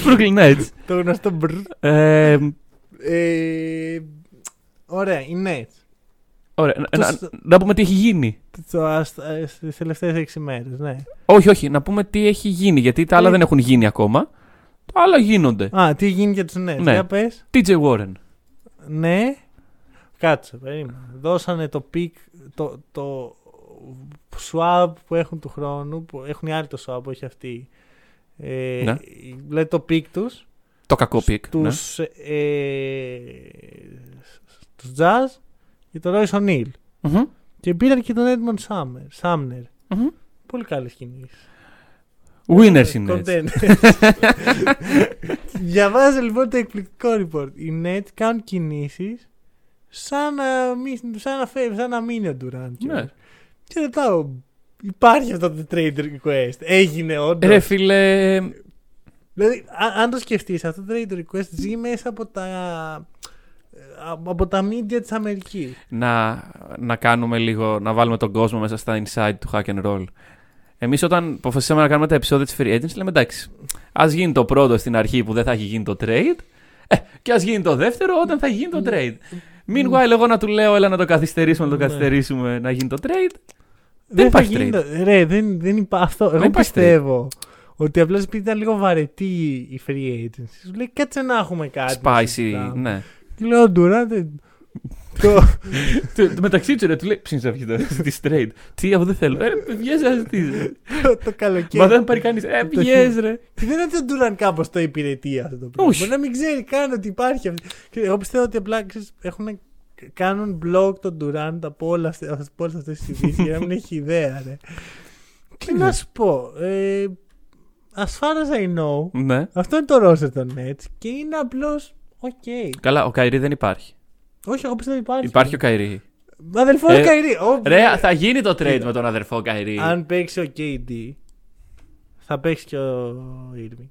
C: Brooklyn Nets.
B: το γνωστό μπρου.
C: Ε,
B: Ε, ωραία, είναι έτσι.
C: Ωραία. να-
B: Τους-
C: να- Να πούμε τι έχει γίνει.
B: Το, ας- ε, στις τελευταίες έξι μέρες, ναι.
C: Όχι, όχι. Να πούμε τι έχει γίνει. Γιατί τα άλλα
B: Ε.
C: δεν έχουν γίνει ακόμα. Τα άλλα γίνονται.
B: Α, τι γίνει για τους νέους.
C: Ναι.
B: Για πες.
C: TJ Warren.
B: Ναι. Κάτσε, περίμενα. Δώσανε το πικ, το, το swap που έχουν του χρόνου, που έχουν οι άλλοι το swap, όχι αυτοί. Ε,
C: Ναι.
B: Δηλαδή το πικ τους,
C: Το κακό πικ. ναι.
B: τους, ε, τους Jazz και τον Royce O'Neal.
C: Μμμ.
B: Και πήραν και τον Edmond Sumner. Sumner.
C: Μμμ.
B: Πολύ καλές κινήσεις. Ε,
C: Winners είναι έτσι.
B: Διαβάζω λοιπόν το εκπληκτικό report. Οι Nets κάνουν κινήσεις σαν να, μη, σαν να, φεύγει, σαν να μείνει ο Durant.
C: Ναι.
B: Και ρωτάω, υπάρχει αυτό το trade request. Έγινε όντως.
C: Ρε φίλε,
B: Δηλαδή, α- αν το σκεφτείς, αυτό το trade request ζει μέσα από τα, ε, από τα media της Αμερικής.
C: να, να κάνουμε λίγο, να βάλουμε τον κόσμο μέσα στα inside του hack and roll. Εμείς όταν αποφασίσαμε να κάνουμε τα επεισόδια της Free Agents, λέμε εντάξει, ας γίνει το πρώτο στην αρχή που δεν θα έχει γίνει το trade, ε, και ας γίνει το δεύτερο όταν θα έχει γίνει το trade. Meanwhile, εγώ να του λέω, έλα να το καθυστερήσουμε, να το
B: Ναι.
C: καθυστερήσουμε να γίνει το trade.
B: Δεν,
C: υπάρχει
B: θα γίνει
C: trade.
B: το- Ρε, δεν, δεν υπά... αυτό. Εγώ
C: υπάρχει
B: πιστεύω ότι απλά επειδή ήταν λίγο βαρετή η free agency, σου λέει κάτσε να έχουμε κάτι. να
C: Spicy,
B: συζητάμε».
C: ναι.
B: Και λέω Durant. ε, Το...
C: Του- του- Μεταξύ του ρε, του λέει ψήνεις να βγει το τη trade. Τι, αφού δεν θέλω. Ε, βγες να ζητήσει.
B: το- το καλοκαίρι.
C: Μα δεν πάρει κανείς. Ε,
B: Το χειμ-
C: βγες, ρε.
B: Και δεν είναι ότι ο Ντουραν κάπως το υπηρετεί αυτό το πράγμα.
C: Όχι.
B: Μπορεί να μην ξέρει καν ότι υπάρχει αυτό. Και Εγώ πιστεύω ότι απλά ξέρεις, έχουν, κάνουν blog τον Ντουραν από όλα αυτές τις ειδήσεις για να μην έχει ιδέα, ρε. Τι να σου πω. Ε, as far as I know,
C: Ναι.
B: αυτό είναι το roster των Nets και είναι απλώς. Οκ.
C: Καλά, ο Καϊρή δεν υπάρχει.
B: Όχι, εγώ πιστεύω υπάρχει.
C: Υπάρχει ο Καϊρή.
B: Αδελφό
C: Ε,
B: Καϊρή. ο-
C: Ρε, θα γίνει το trade με τον αδερφό Καϊρή.
B: ναι. Αν παίξει ο KD, θα παίξει και ο Irving.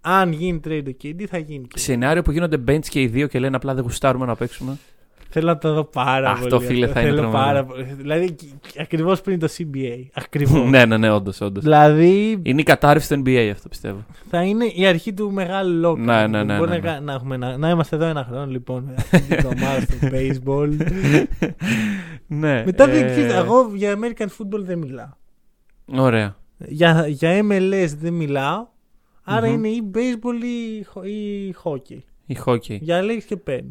B: Αν γίνει trade ο KD, θα γίνει. και-
C: Σενάριο που γίνονται bench και οι δύο και λένε απλά δεν γουστάρουμε να παίξουμε.
B: Θέλω να το δω πάρα
C: Αυτό,
B: πολύ.
C: φίλε, θα είναι
B: Θέλω
C: τρομερό.
B: πάρα πολύ. Δηλαδή, ακριβώς πριν το CBA. Ακριβώς.
C: ναι, ναι, ναι, όντως, όντως.
B: Δηλαδή,
C: Είναι η κατάρρευση του NBA αυτό πιστεύω.
B: θα είναι η αρχή του μεγάλου lock.
C: Ναι, ναι, ναι,
B: Μπορεί
C: ναι,
B: να,
C: ναι.
B: κα- να, έχουμε, να, να είμαστε εδώ ένα χρόνο, λοιπόν, με αυτή την εβδομάδα στο baseball.
C: ναι.
B: Μετά
C: ε,
B: διεκδικείται. Εγώ για American football δεν μιλάω.
C: Ωραία.
B: Για, για MLS δεν μιλάω. άρα
C: Μμμ.
B: είναι ή baseball ή, χο- ή hockey.
C: Η χόκκι.
B: Για λέξει και παίρνει.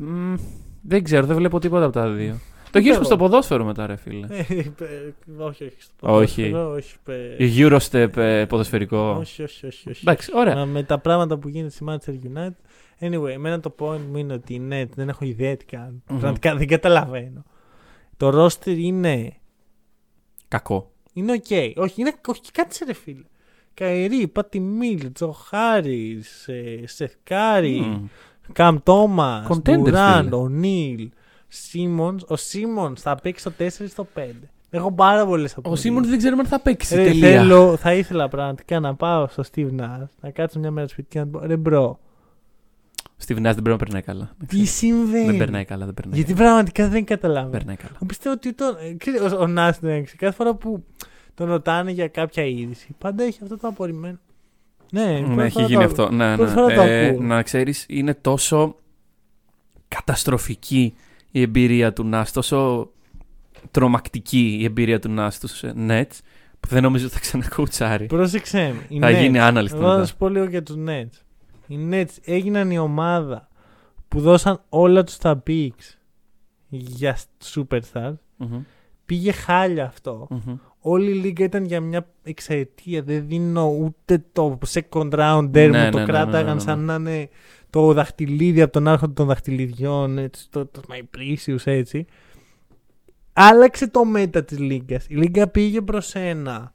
C: Μμμ, δεν ξέρω, δεν βλέπω τίποτα από τα δύο. Το γύρισμα στο ποδόσφαιρο μετά, ρε φίλε.
B: Ε, ε, όχι, όχι. στο
C: Όχι.
B: ποδόσφαιρο, όχι, ε,
C: Η Eurostep ε, ποδοσφαιρικό.
B: όχι, όχι, όχι, όχι.
C: Εντάξει, ωραία.
B: Να- με τα πράγματα που γίνεται στη Manchester United. Anyway, εμένα το point μου είναι ότι ναι, δεν έχω ιδέα τι κανουν
C: Μμμ.
B: Πραγματικά δεν καταλαβαίνω. Το roster είναι.
C: Κακό.
B: Είναι οκ. Όχι, είναι όχι, κάτσε ρε φίλε. Καϊρή, Πάτι Μίλ, Τζοχάρη, ε, Σεφκάρη,
C: Μμμ.
B: Καμ Τόμας,
C: Contenders,
B: Ντουράν,
C: φίλε.
B: ο Νίλ, Σίμον. Ο Σίμον θα παίξει στο 4 στο 5. Έχω πάρα πολλές
C: Ο
B: απορίες.
C: Σίμον δεν ξέρουμε αν θα παίξει.
B: Ρε,
C: τελεία.
B: θέλω, θα ήθελα πραγματικά να πάω στο Steve Nash, να κάτσω μια μέρα σπίτι και να του πω: Ρε, μπρο,
C: Στη Βινάς δεν πρέπει να περνάει καλά.
B: Τι συμβαίνει.
C: Δεν περνάει καλά, δεν περνάει
B: Γιατί πραγματικά δεν καταλαβαίνω.
C: καλά. Περνάει καλά.
B: Πιστεύω ότι τον, ε, ξέρεις, ο, ο Νάσιν, ε, κάθε φορά που τον ρωτάνε για κάποια είδηση, πάντα έχει αυτό το απορριμμένο. Ναι, πρώτη
C: Ναι, έχει
B: φορά
C: γίνει
B: το-
C: αυτό. Ναι,
B: πρώτη
C: ναι.
B: φορά το
C: Ε,
B: ακούω.
C: να ξέρεις, είναι τόσο καταστροφική η εμπειρία του Νας, τόσο τρομακτική η εμπειρία του Νας στους ε, Nets, που δεν νομίζω ότι θα ξανακουτσάρει.
B: Πρόσεξε με. οι
C: Θα
B: Nets.
C: γίνει άναλυση
B: Εγώ θα
C: μετά.
B: σου πω λίγο για τους Nets. Οι Nets έγιναν η ομάδα που δώσαν όλα τους τα picks για superstar.
C: Μμμ,
B: Πήγε χάλια αυτό.
C: μμμ.
B: Όλη η λίγα ήταν για μια εξαετία. Δεν δίνω ούτε το second round τέρμα.
C: Ναι,
B: το
C: ναι, ναι,
B: κράταγαν
C: ναι, ναι, ναι.
B: σαν να είναι το δαχτυλίδι από τον άρχοντα των δαχτυλιδιών. Έτσι, το, το my precious έτσι. Άλλαξε το μέτα της λίγκας. Η λίγκα πήγε προς ένα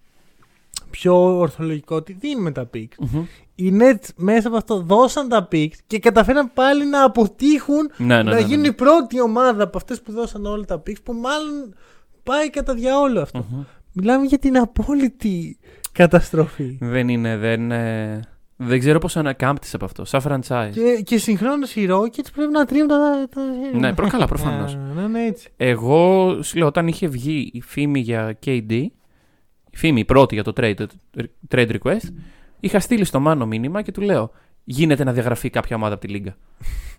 B: πιο ορθολογικό ότι δίνουμε τα picks.
C: Μμμ.
B: Οι Nets μέσα από αυτό δώσαν τα picks και καταφέραν πάλι να αποτύχουν
C: Ναι,
B: να
C: ναι, ναι, ναι,
B: γίνει
C: ναι.
B: η πρώτη ομάδα από αυτές που δώσαν όλα τα picks που μάλλον πάει κατά διαόλου αυτό.
C: Μμμ. Ναι.
B: Μιλάμε για την απόλυτη καταστροφή.
C: Δεν είναι, δεν. ε, Δεν ξέρω πώς ανακάμπτεις από αυτό. Σαν franchise.
B: Και, και συγχρόνως οι Rockets πρέπει να τρίβουν τα. τα...
C: Ναι, προ, καλά, προφανώς.
B: Ναι, ναι, ναι, έτσι.
C: Εγώ σου λέω, όταν είχε βγει η φήμη για KD, η φήμη η πρώτη για το trade, το trade request, είχα στείλει στο Μάνο μήνυμα και του λέω: Γίνεται να διαγραφεί κάποια ομάδα από τη Λίγκα.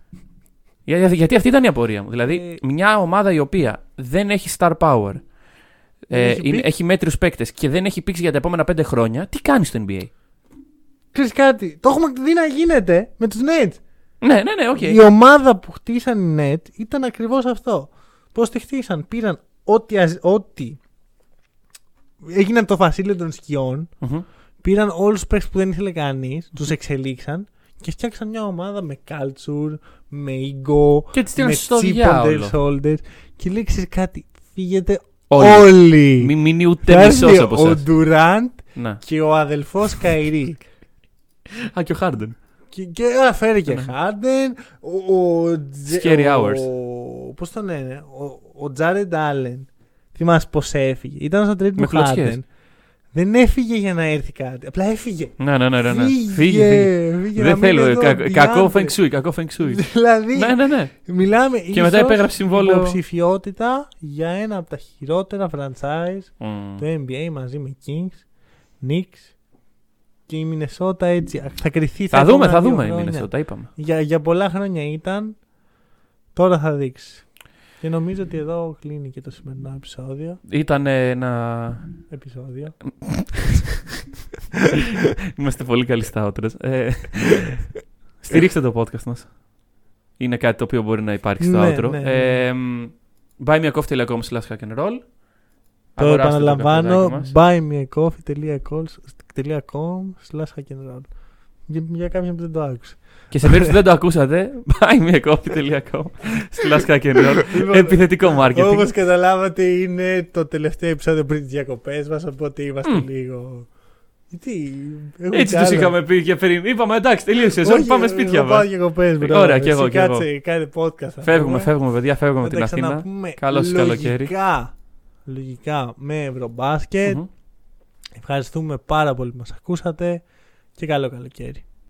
C: Για- για- γιατί αυτή ήταν η απορία μου. Δηλαδή, μια ομάδα η οποία δεν έχει star power, ε,
B: έχει
C: έχει, είναι,
B: picks.
C: έχει μέτριους παίκτες και δεν έχει πήξει για τα επόμενα πέντε χρόνια, τι κάνει στο NBA.
B: Ξέρεις κάτι, το έχουμε δει να γίνεται με τους Nets.
C: Ναι, ναι, ναι, οκ.
B: Η ομάδα που χτίσαν οι Nets ήταν ακριβώς αυτό. Πώς τη χτίσαν, πήραν ό,τι, ας- ό,τι... έγιναν το βασίλειο των σκιών,
C: Μμμ.
B: πήραν όλους τους παίκτες που δεν ήθελε κανείς, τους εξελίξαν και φτιάξαν μια ομάδα με culture, με ego,
C: Και τη στείλαν
B: με
C: στο
B: chip on their
C: διάολο.
B: shoulders και λέει «Ξέρεις κάτι, φύγετε
C: Όλοι.
B: όλοι.
C: Μην μείνει
B: Θα
C: ούτε
B: έρθει
C: μισός από
B: ο
C: εσάς.
B: Ντουραντ
C: Ναι.
B: και ο αδελφός Καϊρή.
C: Α, και ο Χάρντεν.
B: Και, και α, φέρει και
C: Ναι.
B: Χάρντεν, ο, ο, Τζε-
C: Scary
B: ο-
C: hours.
B: πώς τον λένε, ο, ο Τζάρεντ Άλεν. Θυμάσαι πώς έφυγε. Ήταν στο τρίτο
C: Με
B: του
C: κλωτσιές.
B: Χάρντεν. Δεν έφυγε για να έρθει κάτι. Απλά έφυγε.
C: Ναι, ναι, ναι, ναι. ναι.
B: Φύγε,
C: Φύγε, φύγε.
B: φύγε να
C: Δεν
B: μείνει
C: θέλω.
B: εδώ
C: κα-
B: ο
C: Κακό
B: DeAndre.
C: feng shui, κακό feng shui.
B: Δηλαδή,
C: Ναι, ναι, ναι.
B: μιλάμε
C: Και μετά
B: ίσως
C: υπέγραψε συμβόλαιο.
B: υποψηφιότητα για ένα από τα χειρότερα franchise
C: Μμμ.
B: το NBA μαζί με Kings, Knicks και η Μινεσότα έτσι. Θα κρυθεί
C: Θα δούμε, θα
B: επόμενα δύο
C: δούμε.
B: χρόνια.
C: Είναι τα είπαμε.
B: Για, για πολλά χρόνια ήταν. Τώρα θα δείξει. Και νομίζω ότι εδώ κλείνει και το σημερινό επεισόδιο.
C: Ήταν ένα.
B: επεισόδιο.
C: Είμαστε πολύ καλοί στα outros. Ε, Στηρίξτε το podcast μας. Είναι κάτι το οποίο μπορεί να υπάρξει στο
B: Ναι,
C: outro.
B: ναι, ναι.
C: Ε, μ, buymeacoffee.com slash hack and roll.
B: Το
C: Αγοράστε καφεδάκι
B: επαναλαμβάνω.
C: μας.
B: buymeacoffee.com slash hack and roll. Για, για κάποιον που δεν το άκουσε.
C: Και σε περίπτωση που δεν το ακούσατε, buymeacoffee.com slash hack and roll. Λοιπόν, Επιθετικό marketing.
B: Λοιπόν, Όπως καταλάβατε είναι το τελευταίο επεισόδιο πριν τις διακοπές μας, οπότε είμαστε
C: Μμ.
B: λίγο... Γιατί... έχουμε
C: Έτσι
B: κι
C: τους
B: άλλα.
C: είχαμε πει και πριν. Είπαμε εντάξει, τελείωσε. η
B: Όχι, ε,
C: σεζόν, Πάμε σπίτια
B: εγώ Πάω
C: μας.
B: διακοπές, μπρο.
C: Ωραία, κι εγώ,
B: Εσύ
C: κι εγώ.
B: Κάτσε, κάνε podcast. θα
C: Φεύγουμε,
B: πούμε.
C: φεύγουμε, παιδιά, φεύγουμε
B: Θα
C: από την
B: τα
C: Αθήνα.
B: ξαναπούμε
C: Καλώς το καλοκαίρι.
B: Λογικά, λογικά με Ευρωμπάσκετ.
C: Μμμ.
B: Ευχαριστούμε πάρα πολύ που μας ακούσατε και καλό καλοκαίρι.